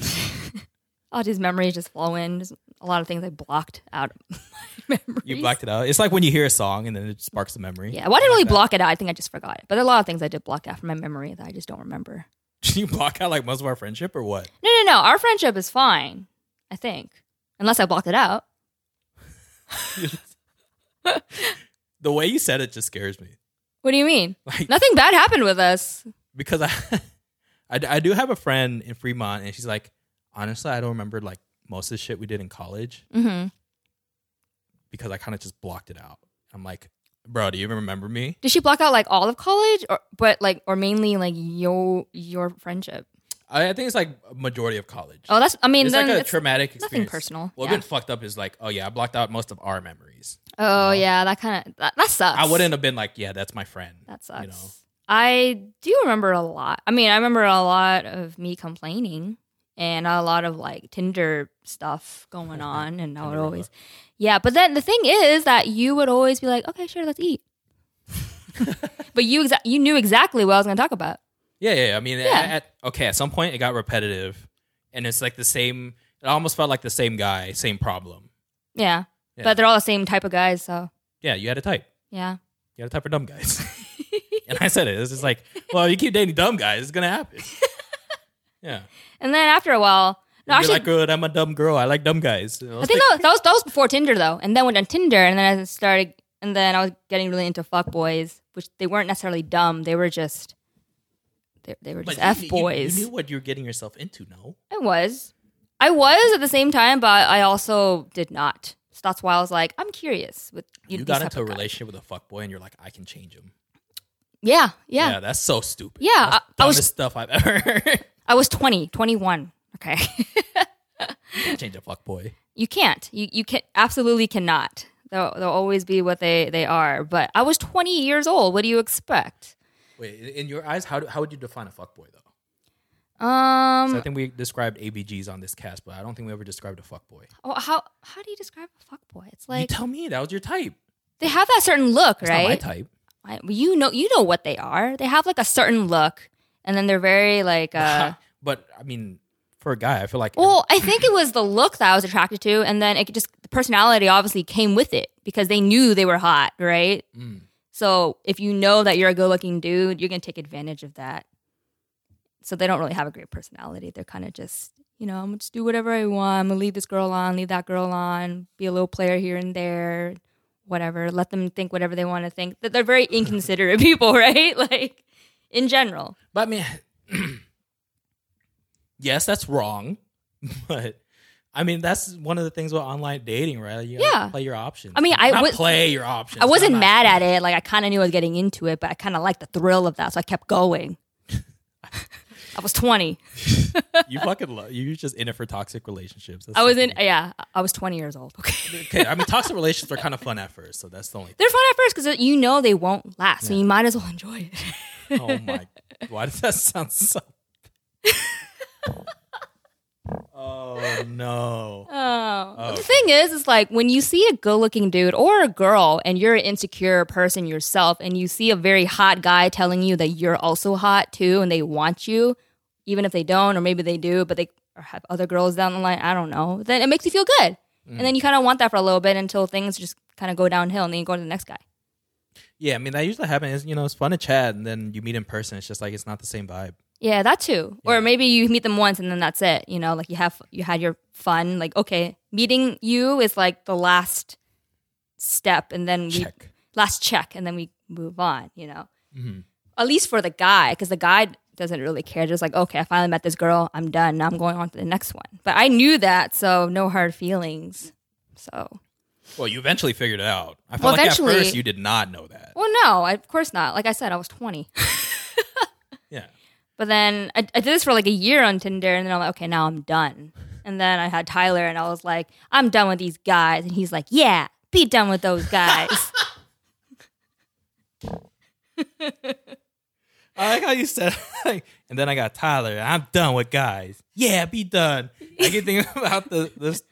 [SPEAKER 2] All these memories just flow in. Just a lot of things I blocked out of my memories.
[SPEAKER 1] you blacked it out. It's like when you hear a song and then it sparks a memory.
[SPEAKER 2] Yeah, well, I didn't really block it out. I think I just forgot it. But there are a lot of things I did block out from my memory that I just don't remember.
[SPEAKER 1] Did you block out like most of our friendship or what?
[SPEAKER 2] No, no, no. Our friendship is fine, I think. Unless I blocked it out.
[SPEAKER 1] the way you said it just scares me.
[SPEAKER 2] What do you mean?
[SPEAKER 1] Like
[SPEAKER 2] Nothing bad happened with us.
[SPEAKER 1] because I, I, I do have a friend in Fremont, and she's like, honestly, I don't remember like most of the shit we did in college
[SPEAKER 2] Mm-hmm.
[SPEAKER 1] because I kind of just blocked it out. I'm like, bro, do you even remember me?
[SPEAKER 2] Did she block out like all of college, or but like, or mainly like your your friendship?
[SPEAKER 1] I, I think it's like a majority of college.
[SPEAKER 2] Oh, that's. I mean,
[SPEAKER 1] it's
[SPEAKER 2] then
[SPEAKER 1] like a
[SPEAKER 2] it's-
[SPEAKER 1] traumatic
[SPEAKER 2] nothing
[SPEAKER 1] experience.
[SPEAKER 2] personal,
[SPEAKER 1] What
[SPEAKER 2] yeah.
[SPEAKER 1] been fucked up is like, oh yeah, I blocked out most of our memories.
[SPEAKER 2] Oh yeah, that kind of that, that sucks.
[SPEAKER 1] I wouldn't have been like, yeah, that's my friend.
[SPEAKER 2] That sucks.
[SPEAKER 1] You know,
[SPEAKER 2] I do remember a lot. I mean, I remember a lot of me complaining and a lot of like Tinder stuff going on. And I would
[SPEAKER 1] Cinderella.
[SPEAKER 2] always, yeah. But then the thing is that you would always be like, okay, sure, let's eat. but you exa- you knew exactly what I was going to talk about.
[SPEAKER 1] Yeah, yeah. yeah. I mean, at-
[SPEAKER 2] Yeah.
[SPEAKER 1] At, okay, at some point it got repetitive, and it's like the same. It almost felt like the same guy, same problem.
[SPEAKER 2] Yeah.
[SPEAKER 1] Yeah.
[SPEAKER 2] But they're all the same type of guys. So
[SPEAKER 1] Yeah, you had a type.
[SPEAKER 2] yeah.
[SPEAKER 1] You had a type for dumb guys. and I said it. It's just like, well, you keep dating dumb guys, it's gonna happen. Yeah.
[SPEAKER 2] And then after a while, no,
[SPEAKER 1] You're
[SPEAKER 2] actually,
[SPEAKER 1] like, good. I'm a dumb girl. I like dumb guys. You know,
[SPEAKER 2] I
[SPEAKER 1] let's
[SPEAKER 2] think
[SPEAKER 1] take-
[SPEAKER 2] that was, that was that was before Tinder though, and then went on Tinder, and then I started, and then I was getting really into fuck boys, which they weren't necessarily dumb; they were just they, they were just
[SPEAKER 1] But
[SPEAKER 2] f
[SPEAKER 1] you- you-
[SPEAKER 2] boys.
[SPEAKER 1] You, knew what you were getting yourself into. No.
[SPEAKER 2] I was, I was at the same time, but I also did not. So that's why I was like, I'm curious with
[SPEAKER 1] You
[SPEAKER 2] these
[SPEAKER 1] got
[SPEAKER 2] type
[SPEAKER 1] into a
[SPEAKER 2] of guys.
[SPEAKER 1] relationship with a fuck boy, and you're like, I can change him.
[SPEAKER 2] Yeah, yeah,
[SPEAKER 1] that's so stupid.
[SPEAKER 2] Yeah,
[SPEAKER 1] That's
[SPEAKER 2] I- I was-
[SPEAKER 1] dumbest stuff I've ever heard.
[SPEAKER 2] I was 20, 21. Okay,
[SPEAKER 1] change a fuck boy.
[SPEAKER 2] you can't, you you can absolutely cannot. They'll they'll always be what they they are. But I was 20 years old. What do you expect?
[SPEAKER 1] Wait, in- in your eyes, how do, how would you define a fuck boy though?
[SPEAKER 2] Um,
[SPEAKER 1] So I think we described ABGs on this cast, but I don't think we ever described a fuckboy.
[SPEAKER 2] Oh, how how do you describe a fuckboy? It's
[SPEAKER 1] you
[SPEAKER 2] like
[SPEAKER 1] tell me that was your type.
[SPEAKER 2] they have that certain look,
[SPEAKER 1] That's not my
[SPEAKER 2] right?
[SPEAKER 1] type.
[SPEAKER 2] I- well, you know, you know what they are. They have like a certain look, and then they're very like. Uh,
[SPEAKER 1] but I mean, for a guy, I feel like
[SPEAKER 2] well, I think it was the look that I was attracted to, and then it just the personality obviously came with it because they knew they were hot, right?
[SPEAKER 1] Mm.
[SPEAKER 2] So if you know that you're a good-looking dude, you're gonna take advantage of that. So they don't really have a great personality. They're kind of just, you know, I'm gonna just do whatever I want. I'm gonna leave this girl on, leave that girl on, be a little player here and there, whatever. Let them think whatever they want to think. That they're very inconsiderate people, right? Like in general.
[SPEAKER 1] but I mean, yes, that's wrong. But I mean, that's one of the things with online dating, right? You gotta
[SPEAKER 2] Yeah.
[SPEAKER 1] play your options.
[SPEAKER 2] I mean, I
[SPEAKER 1] Not
[SPEAKER 2] was-
[SPEAKER 1] play your options.
[SPEAKER 2] I wasn't
[SPEAKER 1] I'm not-
[SPEAKER 2] mad at it. Like I kind of knew I was getting into it, but I kind of liked the thrill of that, so I kept going. I was 20.
[SPEAKER 1] You fucking love. You're just in it for toxic relationships. That's
[SPEAKER 2] I was
[SPEAKER 1] so
[SPEAKER 2] in
[SPEAKER 1] funny.
[SPEAKER 2] yeah, I- I was 20 years old. Okay.
[SPEAKER 1] Okay, I mean, toxic relationships are kind of fun at first, so that's the only.
[SPEAKER 2] They're fun at first because you know they won't last, so you might as well enjoy it.
[SPEAKER 1] Oh my! Why does that sound so? oh no!
[SPEAKER 2] Oh.
[SPEAKER 1] okay.
[SPEAKER 2] The thing is, is like when you see a good-looking dude or a girl, and you're an insecure person yourself, and you see a very hot guy telling you that you're also hot too, and they want you, even if they don't, or maybe they do, but they or have other girls down the line. I don't know. Then it makes you feel good, and then you kind of want that for a little bit until things just kind of go downhill, and then you go to the next guy.
[SPEAKER 1] Yeah, I mean that usually happens. You know, it's fun to chat, and then you meet in person. It's just like it's not the same vibe.
[SPEAKER 2] Yeah, that too. Or maybe you meet them once and then that's it. You know, like you have you had your fun. Like okay, meeting you is like the last step, and then we
[SPEAKER 1] Check.
[SPEAKER 2] last check, and then we move on. You know,
[SPEAKER 1] Mhm.
[SPEAKER 2] at least for the guy, because the guy doesn't really care. Just like okay, I finally met this girl. I'm done. Now I'm going on to the next one. But I knew that, so no hard feelings. So
[SPEAKER 1] Well, you eventually figured it out. I felt
[SPEAKER 2] Well,
[SPEAKER 1] like
[SPEAKER 2] eventually-
[SPEAKER 1] at first you did not know that.
[SPEAKER 2] well, no, I, of course not. Like I said, I was 20.
[SPEAKER 1] Yeah,
[SPEAKER 2] But then I, I did this for like a year on Tinder, and then I'm like, okay, now I'm done. And then I had Tyler, and I was like, I'm done with these guys. And he's like, yeah, be done with those guys.
[SPEAKER 1] I like how you said. Like, and then I got Tyler. and I'm done with guys. Yeah, be done. I can think about the this.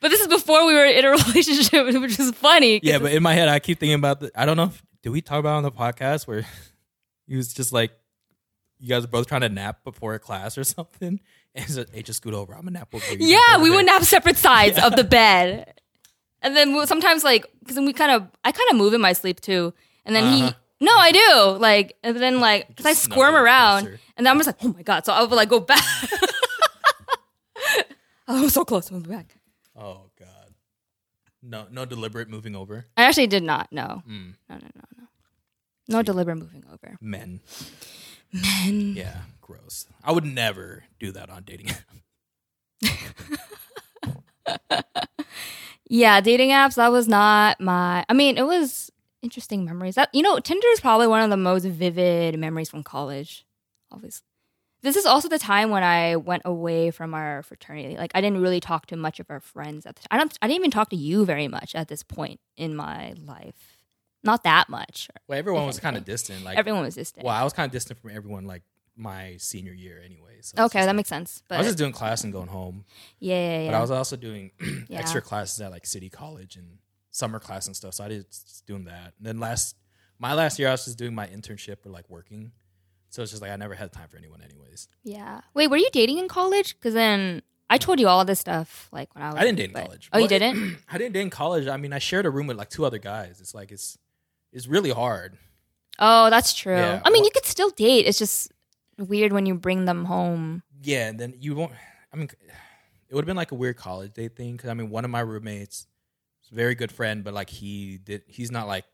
[SPEAKER 2] but this is before we were in a relationship, which is funny. 'cause
[SPEAKER 1] Yeah, but in my head, I keep thinking about the. I don't know. If, did we talk about it on the podcast where he was just like, you guys are both trying to nap before a class or something? And he's like, hey, just scoot over. I'm a nap over here. you nap
[SPEAKER 2] Yeah,
[SPEAKER 1] over
[SPEAKER 2] we
[SPEAKER 1] there."
[SPEAKER 2] wouldn't have separate sides of the bed. And then we- sometimes, like, because then we kind of, I kind of move in my sleep too. And then
[SPEAKER 1] Uh-huh.
[SPEAKER 2] he, no, I do. Like, and then, like, because I
[SPEAKER 1] just
[SPEAKER 2] squirm
[SPEAKER 1] snuggle
[SPEAKER 2] around.
[SPEAKER 1] closer.
[SPEAKER 2] And then I'm just like, oh my God. So I would, like, go back. I was so close. I was back.
[SPEAKER 1] Oh God. No, no deliberate moving over.
[SPEAKER 2] I actually did not. No.
[SPEAKER 1] Hmm.
[SPEAKER 2] No, no, no, no. No deliberate moving over.
[SPEAKER 1] Men. Men. Yeah, gross. I would never do that on dating. app.
[SPEAKER 2] Yeah, dating apps, that was not my, I mean, it was interesting memories. That, you know, Tinder is probably one of the most vivid memories from college, obviously. This is also the time when I went away from our fraternity. Like I didn't really talk to much of our friends at the time. I don't I didn't even talk to you very much at this point in my life. Not that much.
[SPEAKER 1] Well, everyone was kind of distant. Like
[SPEAKER 2] Everyone was distant.
[SPEAKER 1] Well, I was kind of distant from everyone like my senior year anyway. So it's
[SPEAKER 2] okay,
[SPEAKER 1] just
[SPEAKER 2] that
[SPEAKER 1] like-
[SPEAKER 2] makes sense.
[SPEAKER 1] I
[SPEAKER 2] But
[SPEAKER 1] was just doing class and going home,
[SPEAKER 2] yeah, yeah, yeah.
[SPEAKER 1] but I was also doing
[SPEAKER 2] Yeah.
[SPEAKER 1] extra classes at like city college and summer class and stuff. So I did s- doing that. And then last my last year, I was just doing my internship or like working. So it's just like I never had time for anyone, anyways.
[SPEAKER 2] yeah. Wait, were you dating in college? Because then I told you all this stuff like when I was.
[SPEAKER 1] I didn't date in
[SPEAKER 2] but-
[SPEAKER 1] college.
[SPEAKER 2] Oh, you
[SPEAKER 1] Well, it-
[SPEAKER 2] didn't?
[SPEAKER 1] I didn't date in college. I mean, I shared a room with like two other guys. It's like it's it's really hard.
[SPEAKER 2] Oh, that's true.
[SPEAKER 1] Yeah,
[SPEAKER 2] I mean,
[SPEAKER 1] well-
[SPEAKER 2] you could still date. It's just weird when you bring them home.
[SPEAKER 1] Yeah, and then you won't. I mean, it would have been like a weird college day thing because I mean, one of my roommates, is a very good friend, but like he did, he's not like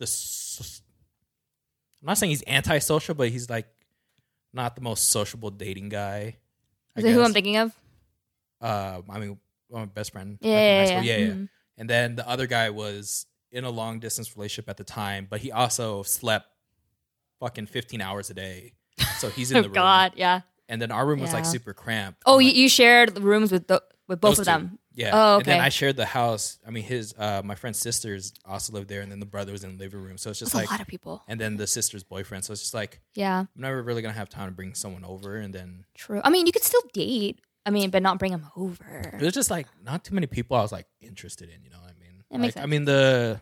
[SPEAKER 1] the. s- I'm not saying he's antisocial, but he's like not the most sociable dating guy. I
[SPEAKER 2] Is it who I'm
[SPEAKER 1] guess.
[SPEAKER 2] thinking of?
[SPEAKER 1] Uh, I mean, my best friend.
[SPEAKER 2] Yeah,
[SPEAKER 1] back in high school.
[SPEAKER 2] yeah, yeah.
[SPEAKER 1] yeah, yeah.
[SPEAKER 2] Mhm.
[SPEAKER 1] And then the other guy was in a long distance relationship at the time, but he also slept fucking 15 hours a day. So he's in
[SPEAKER 2] Oh
[SPEAKER 1] the room.
[SPEAKER 2] God, yeah.
[SPEAKER 1] And then our room was like
[SPEAKER 2] Yeah.
[SPEAKER 1] super cramped.
[SPEAKER 2] Oh,
[SPEAKER 1] And,
[SPEAKER 2] you,
[SPEAKER 1] like,
[SPEAKER 2] you shared rooms with the, with both
[SPEAKER 1] those
[SPEAKER 2] of
[SPEAKER 1] two.
[SPEAKER 2] them.
[SPEAKER 1] Yeah.
[SPEAKER 2] Oh,
[SPEAKER 1] And then
[SPEAKER 2] okay.
[SPEAKER 1] I shared the house. I mean, his uh, my friend's sisters also lived there, and then the brother was in the living room. So it's
[SPEAKER 2] That's
[SPEAKER 1] just
[SPEAKER 2] a lot
[SPEAKER 1] like,
[SPEAKER 2] of people.
[SPEAKER 1] and then the sister's boyfriend. So it's just like,
[SPEAKER 2] Yeah,
[SPEAKER 1] I'm never really gonna have time to bring someone over, and then
[SPEAKER 2] true. I mean, you could still date. I mean, but not bring them over.
[SPEAKER 1] there's just like not too many people I was like interested in. You know what I mean?
[SPEAKER 2] That makes
[SPEAKER 1] Like, I
[SPEAKER 2] sense.
[SPEAKER 1] mean the,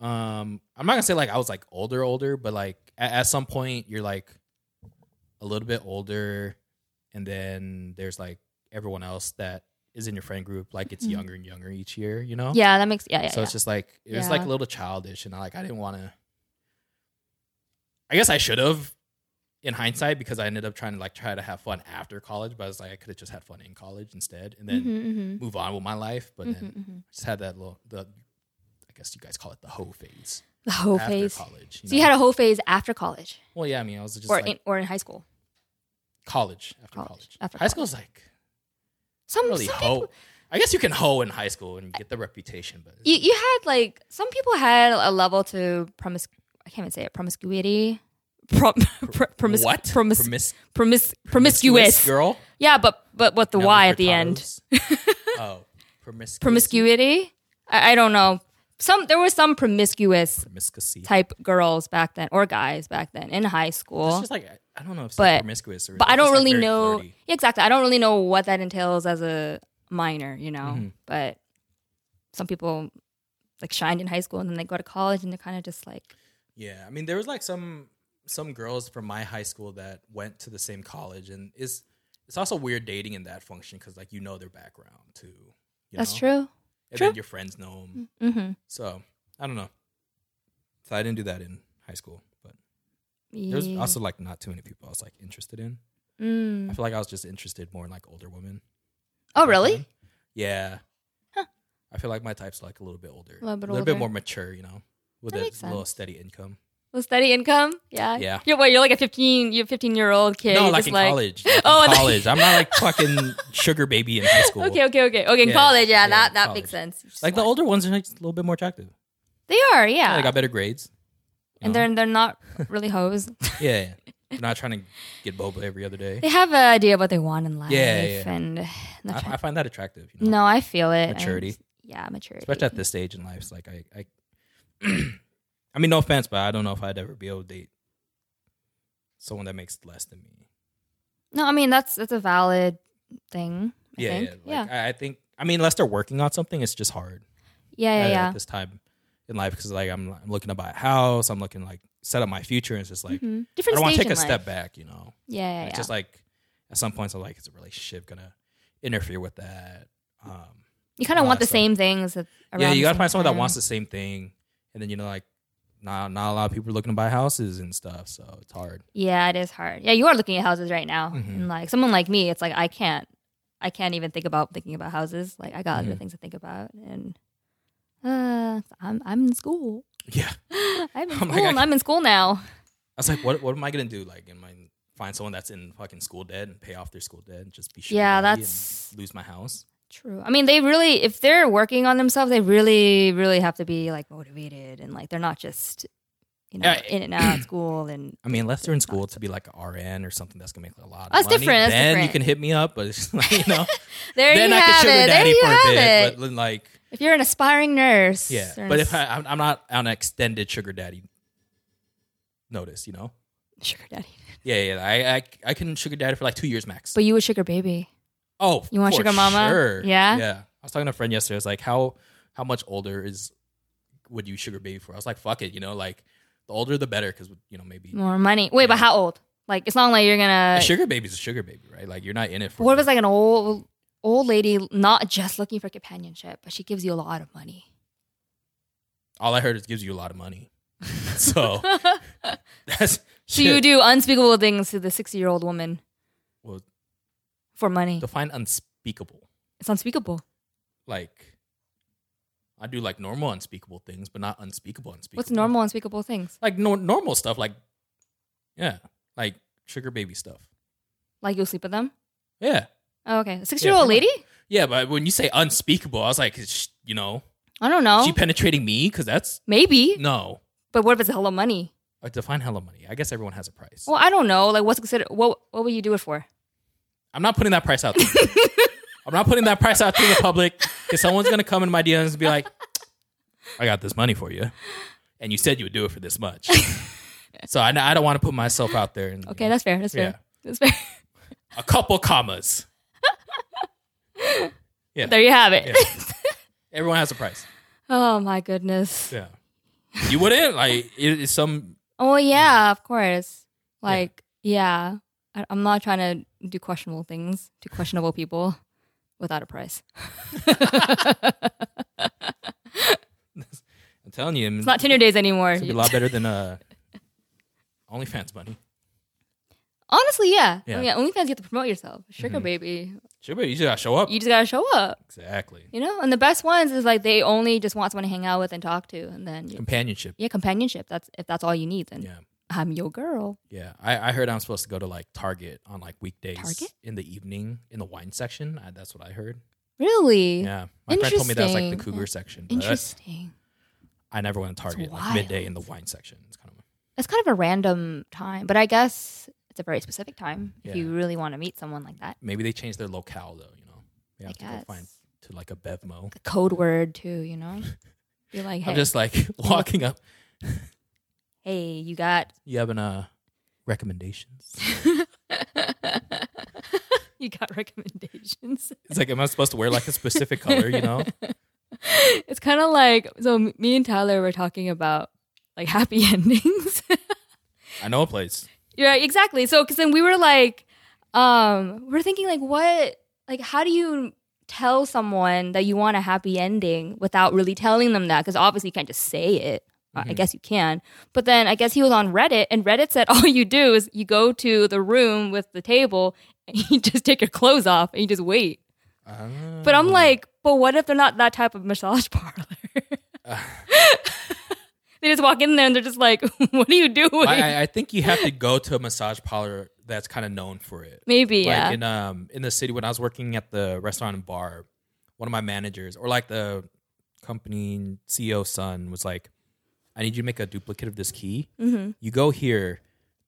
[SPEAKER 1] um, I'm not gonna say like I was like older, older, but like at, at some point you're like a little bit older, and then there's like everyone else that is in your friend group like it's
[SPEAKER 2] Mhm.
[SPEAKER 1] younger and younger each year. You know?
[SPEAKER 2] Yeah, that makes yeah yeah.
[SPEAKER 1] so
[SPEAKER 2] yeah.
[SPEAKER 1] it's just like it was like
[SPEAKER 2] Yeah.
[SPEAKER 1] a little childish, and I, like I didn't want to. I guess I should have, in hindsight, because I ended up trying to like try to have fun after college. But I was like, I could have just had fun in college instead, and then
[SPEAKER 2] Mhm,
[SPEAKER 1] move on with my life. But
[SPEAKER 2] mhm,
[SPEAKER 1] then
[SPEAKER 2] mhm, mhm.
[SPEAKER 1] I just had that little the, I guess you guys call it the hoe phase
[SPEAKER 2] the whole
[SPEAKER 1] after
[SPEAKER 2] phase.
[SPEAKER 1] college.
[SPEAKER 2] so you had a whole phase after college,
[SPEAKER 1] well, yeah. I mean, I was just
[SPEAKER 2] or
[SPEAKER 1] like
[SPEAKER 2] in or in high school.
[SPEAKER 1] college after college.
[SPEAKER 2] College, after
[SPEAKER 1] high school's like
[SPEAKER 2] Some
[SPEAKER 1] really
[SPEAKER 2] some
[SPEAKER 1] hoe.
[SPEAKER 2] people,
[SPEAKER 1] I guess you can hoe in high school and get the reputation, but
[SPEAKER 2] you, you had like some people had a level to promis I can't even say it promiscuity. Prom, pr- promis-
[SPEAKER 1] what
[SPEAKER 2] Promis-
[SPEAKER 1] Promis-
[SPEAKER 2] promis- promiscuous.
[SPEAKER 1] girl?
[SPEAKER 2] Yeah, but but what the
[SPEAKER 1] Now
[SPEAKER 2] Y
[SPEAKER 1] we're
[SPEAKER 2] at the end?
[SPEAKER 1] tacos. oh, promiscuous.
[SPEAKER 2] Promiscuity. I, I don't know. Some there was some promiscuous
[SPEAKER 1] Promiscuity.
[SPEAKER 2] type girls back then or guys back then in high
[SPEAKER 1] It's
[SPEAKER 2] school.
[SPEAKER 1] just like I- I don't know if it's
[SPEAKER 2] But-
[SPEAKER 1] like promiscuous or
[SPEAKER 2] but I
[SPEAKER 1] it's
[SPEAKER 2] don't
[SPEAKER 1] just, like,
[SPEAKER 2] really
[SPEAKER 1] very
[SPEAKER 2] know
[SPEAKER 1] flirty.
[SPEAKER 2] Yeah, exactly. I don't really know what that entails as a minor, you know.
[SPEAKER 1] Mhm.
[SPEAKER 2] But some people like shined in high school and then they go to college and they're kind of just like
[SPEAKER 1] Yeah, I mean there was like some some girls from my high school that went to the same college, and it's it's also weird dating in that function because like you know their background too. You
[SPEAKER 2] that's
[SPEAKER 1] know?
[SPEAKER 2] true.
[SPEAKER 1] And
[SPEAKER 2] true.
[SPEAKER 1] then your friends know them,
[SPEAKER 2] Mm-hmm.
[SPEAKER 1] so I don't know. So I didn't do that in high school, but there's also like not too many people I was like interested in. I feel like I was just interested more in like older women.
[SPEAKER 2] Mm. Oh, really?
[SPEAKER 1] time. Yeah. I feel like my type's like a little bit older. A
[SPEAKER 2] Little bit older.
[SPEAKER 1] bit more mature, you know, with
[SPEAKER 2] That
[SPEAKER 1] a
[SPEAKER 2] makes
[SPEAKER 1] little
[SPEAKER 2] sense.
[SPEAKER 1] steady income.
[SPEAKER 2] Well, steady income? Yeah.
[SPEAKER 1] Yeah.
[SPEAKER 2] You're, what, you're like a 15, you're a 15 year old kid.
[SPEAKER 1] no,
[SPEAKER 2] You're
[SPEAKER 1] like
[SPEAKER 2] just
[SPEAKER 1] in college.
[SPEAKER 2] Oh,
[SPEAKER 1] oh,
[SPEAKER 2] I thought-
[SPEAKER 1] college. I'm not like fucking sugar baby in high school.
[SPEAKER 2] Okay, okay, okay. Okay, in
[SPEAKER 1] Yeah,
[SPEAKER 2] college, yeah,
[SPEAKER 1] yeah,
[SPEAKER 2] that, that
[SPEAKER 1] college.
[SPEAKER 2] makes sense. Just
[SPEAKER 1] Like the um, older ones are like a little bit more attractive.
[SPEAKER 2] They are,
[SPEAKER 1] Yeah,
[SPEAKER 2] yeah.
[SPEAKER 1] they got better grades. you
[SPEAKER 2] and
[SPEAKER 1] know?
[SPEAKER 2] they're, they're not really hoes.
[SPEAKER 1] yeah, yeah. They're not trying to get boba every other day.
[SPEAKER 2] they have an idea of what they want in life.
[SPEAKER 1] Yeah, yeah, yeah.
[SPEAKER 2] And
[SPEAKER 1] I, I find that attractive. You know?
[SPEAKER 2] no, I feel it.
[SPEAKER 1] Maturity.
[SPEAKER 2] And- yeah, maturity.
[SPEAKER 1] especially at this stage in life. It's like I, I, I mean, no offense, but I don't know if I'd ever be able to date someone that makes less than me.
[SPEAKER 2] no, I mean, that's, that's a valid thing. I
[SPEAKER 1] yeah,
[SPEAKER 2] think.
[SPEAKER 1] yeah. Like, I, I think. I mean, unless they're working on something, it's just hard
[SPEAKER 2] yeah, yeah,
[SPEAKER 1] at, at
[SPEAKER 2] yeah.
[SPEAKER 1] this time in life because like I'm, I'm looking to buy a house, I'm looking like set up my future, and it's just like
[SPEAKER 2] Mhm.
[SPEAKER 1] I
[SPEAKER 2] Different
[SPEAKER 1] don't want
[SPEAKER 2] stage
[SPEAKER 1] to take
[SPEAKER 2] in
[SPEAKER 1] a step
[SPEAKER 2] life.
[SPEAKER 1] back, you know.
[SPEAKER 2] Yeah, yeah,
[SPEAKER 1] It's
[SPEAKER 2] yeah.
[SPEAKER 1] just like at some points I'm like, is a relationship gonna interfere with that? Um,
[SPEAKER 2] you kind of
[SPEAKER 1] all
[SPEAKER 2] want
[SPEAKER 1] that
[SPEAKER 2] the
[SPEAKER 1] stuff.
[SPEAKER 2] same things. At, around
[SPEAKER 1] yeah, you
[SPEAKER 2] the
[SPEAKER 1] gotta
[SPEAKER 2] same
[SPEAKER 1] find someone
[SPEAKER 2] time.
[SPEAKER 1] that wants the same thing, and then you know like. Not, not a lot of people are looking to buy houses and stuff, so it's hard.
[SPEAKER 2] Yeah, it is hard. Yeah, you are looking at houses right now,
[SPEAKER 1] Mhm.
[SPEAKER 2] and like someone like me, it's like I can't, I can't even think about thinking about houses. Like I got other
[SPEAKER 1] Mhm.
[SPEAKER 2] things to think about, and uh, I'm I'm in school.
[SPEAKER 1] Yeah,
[SPEAKER 2] I'm in
[SPEAKER 1] Oh my
[SPEAKER 2] school.
[SPEAKER 1] God.
[SPEAKER 2] and I'm in school now.
[SPEAKER 1] I was like, what, what am I gonna do? Like, am I find someone that's in fucking school debt and pay off their school debt and just be shitty
[SPEAKER 2] Yeah,
[SPEAKER 1] and
[SPEAKER 2] that's-
[SPEAKER 1] lose my house?
[SPEAKER 2] True. I mean, they really, if they're working on themselves, they really, really have to be like motivated, and like they're not just you know,
[SPEAKER 1] Yeah.
[SPEAKER 2] in and out school and
[SPEAKER 1] I mean, unless they're in school to be like an RN or something that's gonna make a lot of
[SPEAKER 2] That's
[SPEAKER 1] money,
[SPEAKER 2] different, that's
[SPEAKER 1] then
[SPEAKER 2] different.
[SPEAKER 1] you can hit me up. But it's just like, you know,
[SPEAKER 2] there
[SPEAKER 1] then
[SPEAKER 2] you
[SPEAKER 1] I can
[SPEAKER 2] have
[SPEAKER 1] sugar
[SPEAKER 2] it. There
[SPEAKER 1] daddy
[SPEAKER 2] you
[SPEAKER 1] for a bit.
[SPEAKER 2] have it.
[SPEAKER 1] But then, like,
[SPEAKER 2] if you're an aspiring nurse,
[SPEAKER 1] yeah.
[SPEAKER 2] or an
[SPEAKER 1] But if
[SPEAKER 2] as-
[SPEAKER 1] I, I'm, I'm not on extended sugar daddy notice, you know,
[SPEAKER 2] sugar daddy,
[SPEAKER 1] yeah, yeah, I, I, I can sugar daddy for like two years max.
[SPEAKER 2] but you would sugar baby.
[SPEAKER 1] Oh,
[SPEAKER 2] You want
[SPEAKER 1] for
[SPEAKER 2] sugar mama?
[SPEAKER 1] Sure.
[SPEAKER 2] Yeah?
[SPEAKER 1] yeah. I was talking to a friend yesterday. I was like, how how much older is would you sugar baby for? I was like, fuck it, you know, like the older the better, because you know maybe
[SPEAKER 2] More money. Wait, but how old? Like it's not like you're
[SPEAKER 1] a
[SPEAKER 2] gonna.
[SPEAKER 1] sugar baby's a sugar baby, right? Like you're not in it for.
[SPEAKER 2] What if it's like an old old lady not just looking for companionship, but she gives you a lot of money?
[SPEAKER 1] All I heard is it gives you a lot of money. so that's
[SPEAKER 2] So you do unspeakable things to the sixty year old woman
[SPEAKER 1] Well,
[SPEAKER 2] for money.
[SPEAKER 1] define unspeakable.
[SPEAKER 2] It's unspeakable.
[SPEAKER 1] Like I do like normal unspeakable things, but not unspeakable unspeakable.
[SPEAKER 2] What's normal unspeakable things?
[SPEAKER 1] Like nor normal stuff, like yeah, like sugar baby stuff.
[SPEAKER 2] Like you'll sleep with them?
[SPEAKER 1] Yeah.
[SPEAKER 2] Oh, okay. Sixty year old
[SPEAKER 1] pretty
[SPEAKER 2] lady?
[SPEAKER 1] Yeah, but when you say unspeakable, I was like, is she, you know,
[SPEAKER 2] I don't know.
[SPEAKER 1] is she penetrating me? Because that's
[SPEAKER 2] Maybe.
[SPEAKER 1] no.
[SPEAKER 2] But what if it's a hello money?
[SPEAKER 1] I define hella money. I guess everyone has a price.
[SPEAKER 2] Well, I don't know. Like what's considered what what would you do it for?
[SPEAKER 1] I'm not putting that price out. There. I'm not putting that price out to the public because someone's gonna come in my DMs and be like, "I got this money for you," and you said you would do it for this much. so I, I don't want to put myself out there. And, you
[SPEAKER 2] Okay,
[SPEAKER 1] know,
[SPEAKER 2] that's fair. That's fair.
[SPEAKER 1] Yeah.
[SPEAKER 2] That's fair.
[SPEAKER 1] a couple commas. Yeah.
[SPEAKER 2] there you have it.
[SPEAKER 1] Yeah. everyone has a price.
[SPEAKER 2] Oh my goodness.
[SPEAKER 1] Yeah, you wouldn't like it, it's some
[SPEAKER 2] Oh yeah, of course. Like yeah, I, I'm not trying to do questionable things to questionable people without a price.
[SPEAKER 1] I'm telling you,
[SPEAKER 2] It's not Tinder days anymore.
[SPEAKER 1] It's gonna be a lot better than uh, OnlyFans money.
[SPEAKER 2] Honestly, yeah.
[SPEAKER 1] Yeah. Mm-hmm.
[SPEAKER 2] I mean, OnlyFans, you have to promote yourself. Sugar baby,
[SPEAKER 1] Sure, but you just gotta show up.
[SPEAKER 2] you just gotta show up.
[SPEAKER 1] exactly.
[SPEAKER 2] You know, and the best ones is like they only just want someone to hang out with and talk to, and then
[SPEAKER 1] Companionship.
[SPEAKER 2] yeah, companionship. That's if that's all you need, then
[SPEAKER 1] Yeah,
[SPEAKER 2] I'm your girl.
[SPEAKER 1] yeah. I, I heard I'm supposed to go to like Target on like weekdays
[SPEAKER 2] Target?
[SPEAKER 1] in the evening in the wine section. I, that's what I heard.
[SPEAKER 2] Really
[SPEAKER 1] Yeah, my friend told me that was like the
[SPEAKER 2] Interesting.
[SPEAKER 1] cougar section. But that's-
[SPEAKER 2] interesting.
[SPEAKER 1] I never went to Target like
[SPEAKER 2] wild.
[SPEAKER 1] midday in the wine section. It's kind of
[SPEAKER 2] That's kind of a random time, but I guess it's a very specific time if
[SPEAKER 1] Yeah.
[SPEAKER 2] you really want to meet someone like that.
[SPEAKER 1] maybe they changed their locale though. You know, you
[SPEAKER 2] I
[SPEAKER 1] have to go
[SPEAKER 2] guess.
[SPEAKER 1] find to like a Bevmo.
[SPEAKER 2] A code word too, you know. Be like, hey,
[SPEAKER 1] I'm just like walking up.
[SPEAKER 2] hey, you got,
[SPEAKER 1] You have an uh, recommendations?
[SPEAKER 2] you got recommendations.
[SPEAKER 1] it's like, am I supposed to wear like a specific color? You know?
[SPEAKER 2] it's kind of like so. m- Me and Tyler were talking about like happy endings.
[SPEAKER 1] I know a place.
[SPEAKER 2] Yeah, exactly. So because then we were like, um, we're thinking like, what, like, how do you tell someone that you want a happy ending without really telling them that? Because obviously you can't just say it. Uh,
[SPEAKER 1] Mm-hmm.
[SPEAKER 2] I guess you can, but then I guess he was on Reddit, and Reddit said all you do is you go to the room with the table and you just take your clothes off and you just wait.
[SPEAKER 1] Ah.
[SPEAKER 2] But I'm like, but what if they're not that type of massage parlor? they just walk in there and they're just like, what are you doing?
[SPEAKER 1] I, I- I think you have to go to a massage parlor that's kind of known for it.
[SPEAKER 2] Maybe,
[SPEAKER 1] Like
[SPEAKER 2] yeah.
[SPEAKER 1] in um in the city when I was working at the restaurant and bar, one of my managers or like the company CEO son was like, "I need you to make a duplicate of this key.
[SPEAKER 2] Mm-hmm.
[SPEAKER 1] You go here,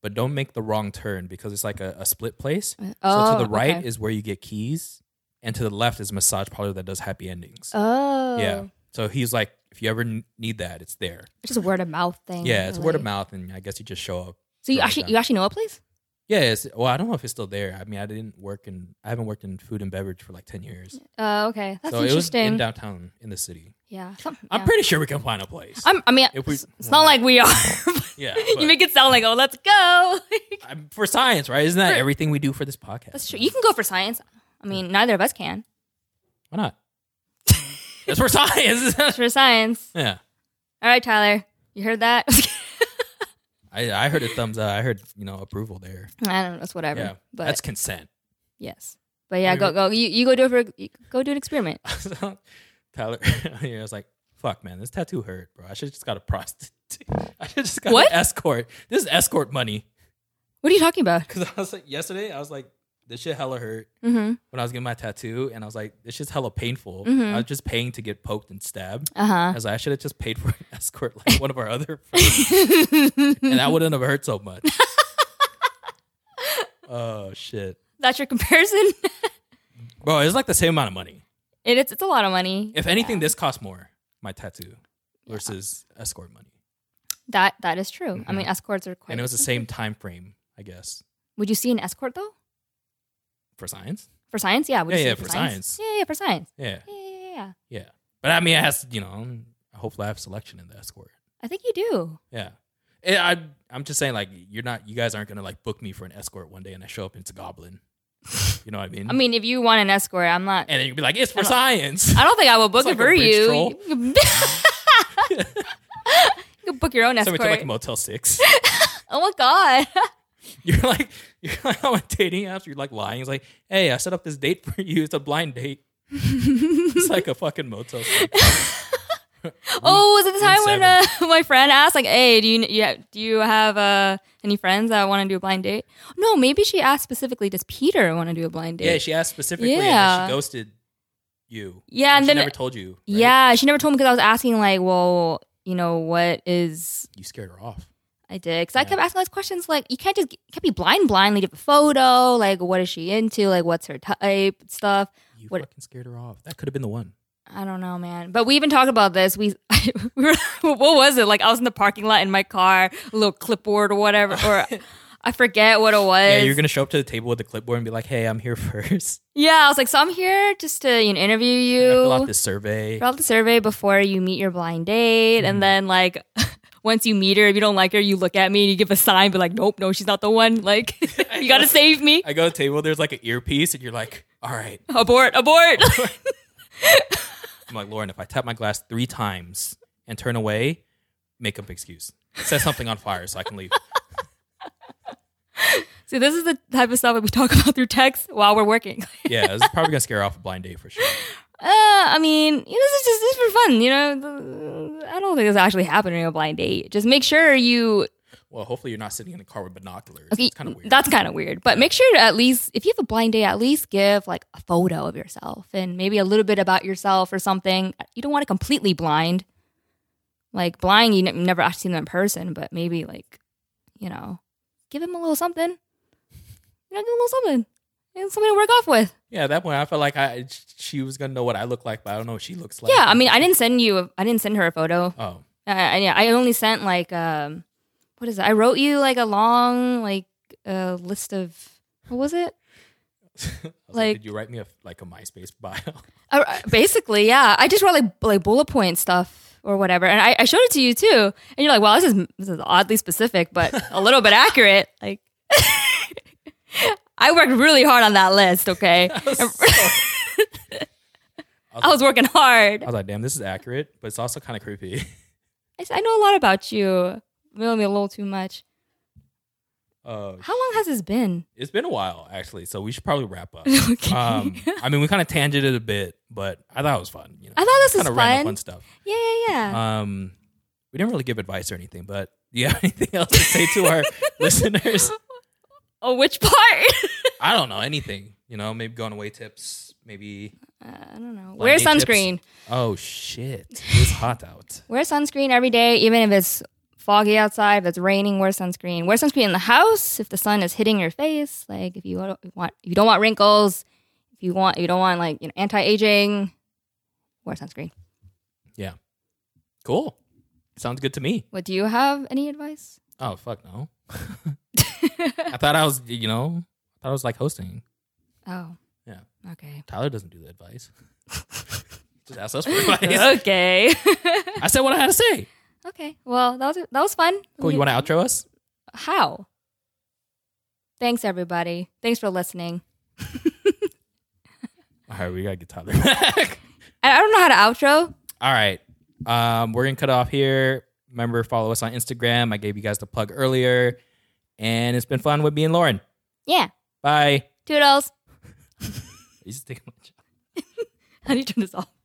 [SPEAKER 1] but don't make the wrong turn because it's like a, a split place. so
[SPEAKER 2] oh,
[SPEAKER 1] to the right
[SPEAKER 2] okay.
[SPEAKER 1] is where you get keys, and to the left is a massage parlor that does happy endings.
[SPEAKER 2] Oh.
[SPEAKER 1] Yeah. So he's like, if you ever n- need that, it's there.
[SPEAKER 2] It's just a word of mouth thing.
[SPEAKER 1] Yeah, it's word of
[SPEAKER 2] Oh, really.
[SPEAKER 1] mouth, and I guess you just show up.
[SPEAKER 2] So you
[SPEAKER 1] Right,
[SPEAKER 2] actually
[SPEAKER 1] yeah.
[SPEAKER 2] you actually know a place?
[SPEAKER 1] Yeah, it's, well, I don't know if it's still there. I mean, I didn't work in, I haven't worked in food and beverage for like ten years.
[SPEAKER 2] Oh, okay. That's
[SPEAKER 1] so it was
[SPEAKER 2] interesting.
[SPEAKER 1] in downtown in the city.
[SPEAKER 2] yeah. Something,
[SPEAKER 1] I'm
[SPEAKER 2] yeah.
[SPEAKER 1] pretty sure we can find a place.
[SPEAKER 2] I'm, I mean,
[SPEAKER 1] If we-
[SPEAKER 2] it's it's not like we are.
[SPEAKER 1] yeah,
[SPEAKER 2] you
[SPEAKER 1] but
[SPEAKER 2] make it sound like, oh, let's go.
[SPEAKER 1] I'm- for science, right? Isn't that everything we do for this podcast?
[SPEAKER 2] That's true. You can go for science. I mean, neither of us can.
[SPEAKER 1] Why not? it's for science.
[SPEAKER 2] It's for science.
[SPEAKER 1] yeah,
[SPEAKER 2] All right, Tyler. You heard that?
[SPEAKER 1] I, I heard a thumbs up. I heard you know approval there.
[SPEAKER 2] I don't know. It's whatever.
[SPEAKER 1] Yeah,
[SPEAKER 2] but
[SPEAKER 1] that's consent.
[SPEAKER 2] yes. But yeah,
[SPEAKER 1] mean,
[SPEAKER 2] go go. You, you go do it for go do an experiment.
[SPEAKER 1] Tyler, I was like, "Fuck, man, this tattoo hurt, bro. I should just got a prostitute. I should just got an
[SPEAKER 2] What?
[SPEAKER 1] escort. This is escort money."
[SPEAKER 2] What are you talking about?
[SPEAKER 1] Because I was like, yesterday, I was like, this shit hella hurt
[SPEAKER 2] Mm-hmm.
[SPEAKER 1] when I was getting my tattoo, and I was like, this shit's hella painful.
[SPEAKER 2] Mhm.
[SPEAKER 1] I was just paying to get poked and stabbed.
[SPEAKER 2] Uh huh.
[SPEAKER 1] I was like, I should have just paid for an escort like one of our other friends, and that wouldn't have hurt so much. oh shit,
[SPEAKER 2] That's your comparison.
[SPEAKER 1] bro! It's like the same amount of money.
[SPEAKER 2] it is. It's a lot of money.
[SPEAKER 1] If anything,
[SPEAKER 2] Yeah.
[SPEAKER 1] this costs more. My tattoo versus escort money,
[SPEAKER 2] that that is true. I mean,
[SPEAKER 1] Mhm.
[SPEAKER 2] escorts are quite.
[SPEAKER 1] and it was the same time frame, I guess,
[SPEAKER 2] Would you see an escort though
[SPEAKER 1] for science.
[SPEAKER 2] for science? Yeah. Would
[SPEAKER 1] Yeah,
[SPEAKER 2] you see
[SPEAKER 1] yeah,
[SPEAKER 2] it
[SPEAKER 1] for science.
[SPEAKER 2] Yeah, yeah, for science.
[SPEAKER 1] Yeah,
[SPEAKER 2] Yeah, yeah, yeah, yeah.
[SPEAKER 1] yeah. But I mean, it has to, you know. Hopefully, I have selection in the escort.
[SPEAKER 2] I think you do.
[SPEAKER 1] Yeah. Eh, I I'm just saying like you're not you guys aren't gonna like book me for an escort one day and I show up and it's a goblin. You know what I mean?
[SPEAKER 2] I mean, if you want an escort, I'm not.
[SPEAKER 1] and then you'd be like, it's for
[SPEAKER 2] I don't-
[SPEAKER 1] science.
[SPEAKER 2] I don't think I will
[SPEAKER 1] It's
[SPEAKER 2] book it
[SPEAKER 1] like
[SPEAKER 2] for
[SPEAKER 1] a bridge
[SPEAKER 2] you.
[SPEAKER 1] troll.
[SPEAKER 2] You can- you can book your own
[SPEAKER 1] Somebody
[SPEAKER 2] escort.
[SPEAKER 1] took like Motel Six.
[SPEAKER 2] oh my god.
[SPEAKER 1] You're like you're like on dating apps. You're like lying. It's like, hey, I set up this date for you. It's a blind date. It's like a fucking Motel Six.
[SPEAKER 2] oh, was it the
[SPEAKER 1] room
[SPEAKER 2] time when uh, my friend asked, like, "Hey, do you, you have, do you have uh, any friends that want to do a blind date?" No, maybe she asked specifically, "Does Peter want to do a blind date?"
[SPEAKER 1] Yeah, she asked specifically, and
[SPEAKER 2] Yeah.
[SPEAKER 1] then she ghosted you.
[SPEAKER 2] Yeah, and
[SPEAKER 1] she
[SPEAKER 2] then-
[SPEAKER 1] never told you. right?
[SPEAKER 2] Yeah, she never told me because I was asking, like, well, you know, what is
[SPEAKER 1] you scared her off.
[SPEAKER 2] I did? Because I
[SPEAKER 1] Yeah.
[SPEAKER 2] kept asking those questions, like, you can't just you can't be blind, blindly give a photo, like, what is she into, like, what's her type, stuff.
[SPEAKER 1] You
[SPEAKER 2] What-
[SPEAKER 1] fucking scared her off. That could have been the one.
[SPEAKER 2] I don't know, man. But we even talked about this. We, we were, what was it? Like, I was in the parking lot in my car, a little clipboard or whatever, or I forget what it was.
[SPEAKER 1] yeah, you're gonna show up to the table with a clipboard and be like, hey, I'm here first.
[SPEAKER 2] Yeah, I was like, so I'm here just to you know, interview you.
[SPEAKER 1] I fill out this survey.
[SPEAKER 2] fill out the survey before you meet your blind date,
[SPEAKER 1] Mm-hmm.
[SPEAKER 2] and then like once you meet her, if you don't like her, you look at me and you give a sign, but like, nope, no, she's not the one. Like, you gotta save me.
[SPEAKER 1] I go to the table, there's like an earpiece, and you're like, all right.
[SPEAKER 2] Abort, abort.
[SPEAKER 1] I'm like, Lauren, if I tap my glass three times and turn away, make up an excuse. Set something on fire so I can leave.
[SPEAKER 2] so this is the type of stuff that we talk about through text while we're working.
[SPEAKER 1] Yeah, it's probably gonna scare off a blind date for sure.
[SPEAKER 2] Uh, I mean, this is just this is for fun, you know. I don't think this actually happened in a blind date. Just make sure you
[SPEAKER 1] Well, hopefully you're not sitting in a car with binoculars.
[SPEAKER 2] Okay,
[SPEAKER 1] it's kind of weird.
[SPEAKER 2] That's kind of weird. But make sure to at least, if you have a blind date, at least give like a photo of yourself and maybe a little bit about yourself or something. You don't want to completely blind. Like blind, you n- never actually seen them in person, but maybe like, you know, give him a little something. You know, give him a little something. And something to work off with.
[SPEAKER 1] yeah, at that point I felt like I she was gonna know what I look like, but I don't know what she looks like.
[SPEAKER 2] yeah, I mean, I didn't send you, a, I didn't send her a photo.
[SPEAKER 1] Oh.
[SPEAKER 2] Uh, and yeah, I only sent like, um, what is it? I wrote you like a long like uh, list of what was it?
[SPEAKER 1] I was like,
[SPEAKER 2] Like-
[SPEAKER 1] did you write me a like a MySpace bio?
[SPEAKER 2] Uh, uh, basically, yeah. I just wrote like bu- like bullet point stuff or whatever, and I, I showed it to you too, and you're like, "Wow, this is this is oddly specific, but a little bit accurate." Like, I worked really hard on that list. Okay,
[SPEAKER 1] I was so-
[SPEAKER 2] I was working hard.
[SPEAKER 1] I was like, damn, this is accurate, but it's also kind of creepy.
[SPEAKER 2] I, s- I know a lot about you. Really, me a little too much.
[SPEAKER 1] Oh,
[SPEAKER 2] How long has this been?
[SPEAKER 1] It's been a while, actually, so we should probably wrap up.
[SPEAKER 2] Okay.
[SPEAKER 1] Um, I mean, we kind of tangented a bit, but I thought it was fun. You know,
[SPEAKER 2] I thought this was
[SPEAKER 1] kind of random
[SPEAKER 2] fun.
[SPEAKER 1] fun stuff.
[SPEAKER 2] Yeah, yeah, yeah.
[SPEAKER 1] Um, we didn't really give advice or anything, but do you have anything else to say to our listeners?
[SPEAKER 2] oh, which part?
[SPEAKER 1] I don't know anything. You know, maybe going away tips. Maybe
[SPEAKER 2] uh, I don't know. Wear
[SPEAKER 1] date tips.
[SPEAKER 2] sunscreen.
[SPEAKER 1] oh shit, it's hot out.
[SPEAKER 2] Wear sunscreen every day, even if it's foggy outside, if it's raining, wear sunscreen. Wear sunscreen in the house if the sun is hitting your face. Like if you don't want if you don't want wrinkles, if you want you don't want like you know anti aging, wear sunscreen.
[SPEAKER 1] Cool. Sounds good to me.
[SPEAKER 2] What do you have any advice?
[SPEAKER 1] Oh fuck no. I thought I was, you know, I thought I was like hosting.
[SPEAKER 2] Oh.
[SPEAKER 1] Yeah.
[SPEAKER 2] Okay.
[SPEAKER 1] Tyler doesn't do the advice. Just ask us for advice.
[SPEAKER 2] okay.
[SPEAKER 1] I said what I had to say.
[SPEAKER 2] okay. Well, that was that was fun.
[SPEAKER 1] Cool. You want to outro us?
[SPEAKER 2] How? Thanks everybody. Thanks for listening.
[SPEAKER 1] All right, we gotta get Tyler back.
[SPEAKER 2] I, I don't know how to outro.
[SPEAKER 1] All right, um, we're gonna cut off here. Remember, follow us on Instagram. I gave you guys the plug earlier, and it's been fun with me and Lauren.
[SPEAKER 2] Yeah.
[SPEAKER 1] Bye.
[SPEAKER 2] Toodles.
[SPEAKER 1] He's taking my job.
[SPEAKER 2] How do you turn this off?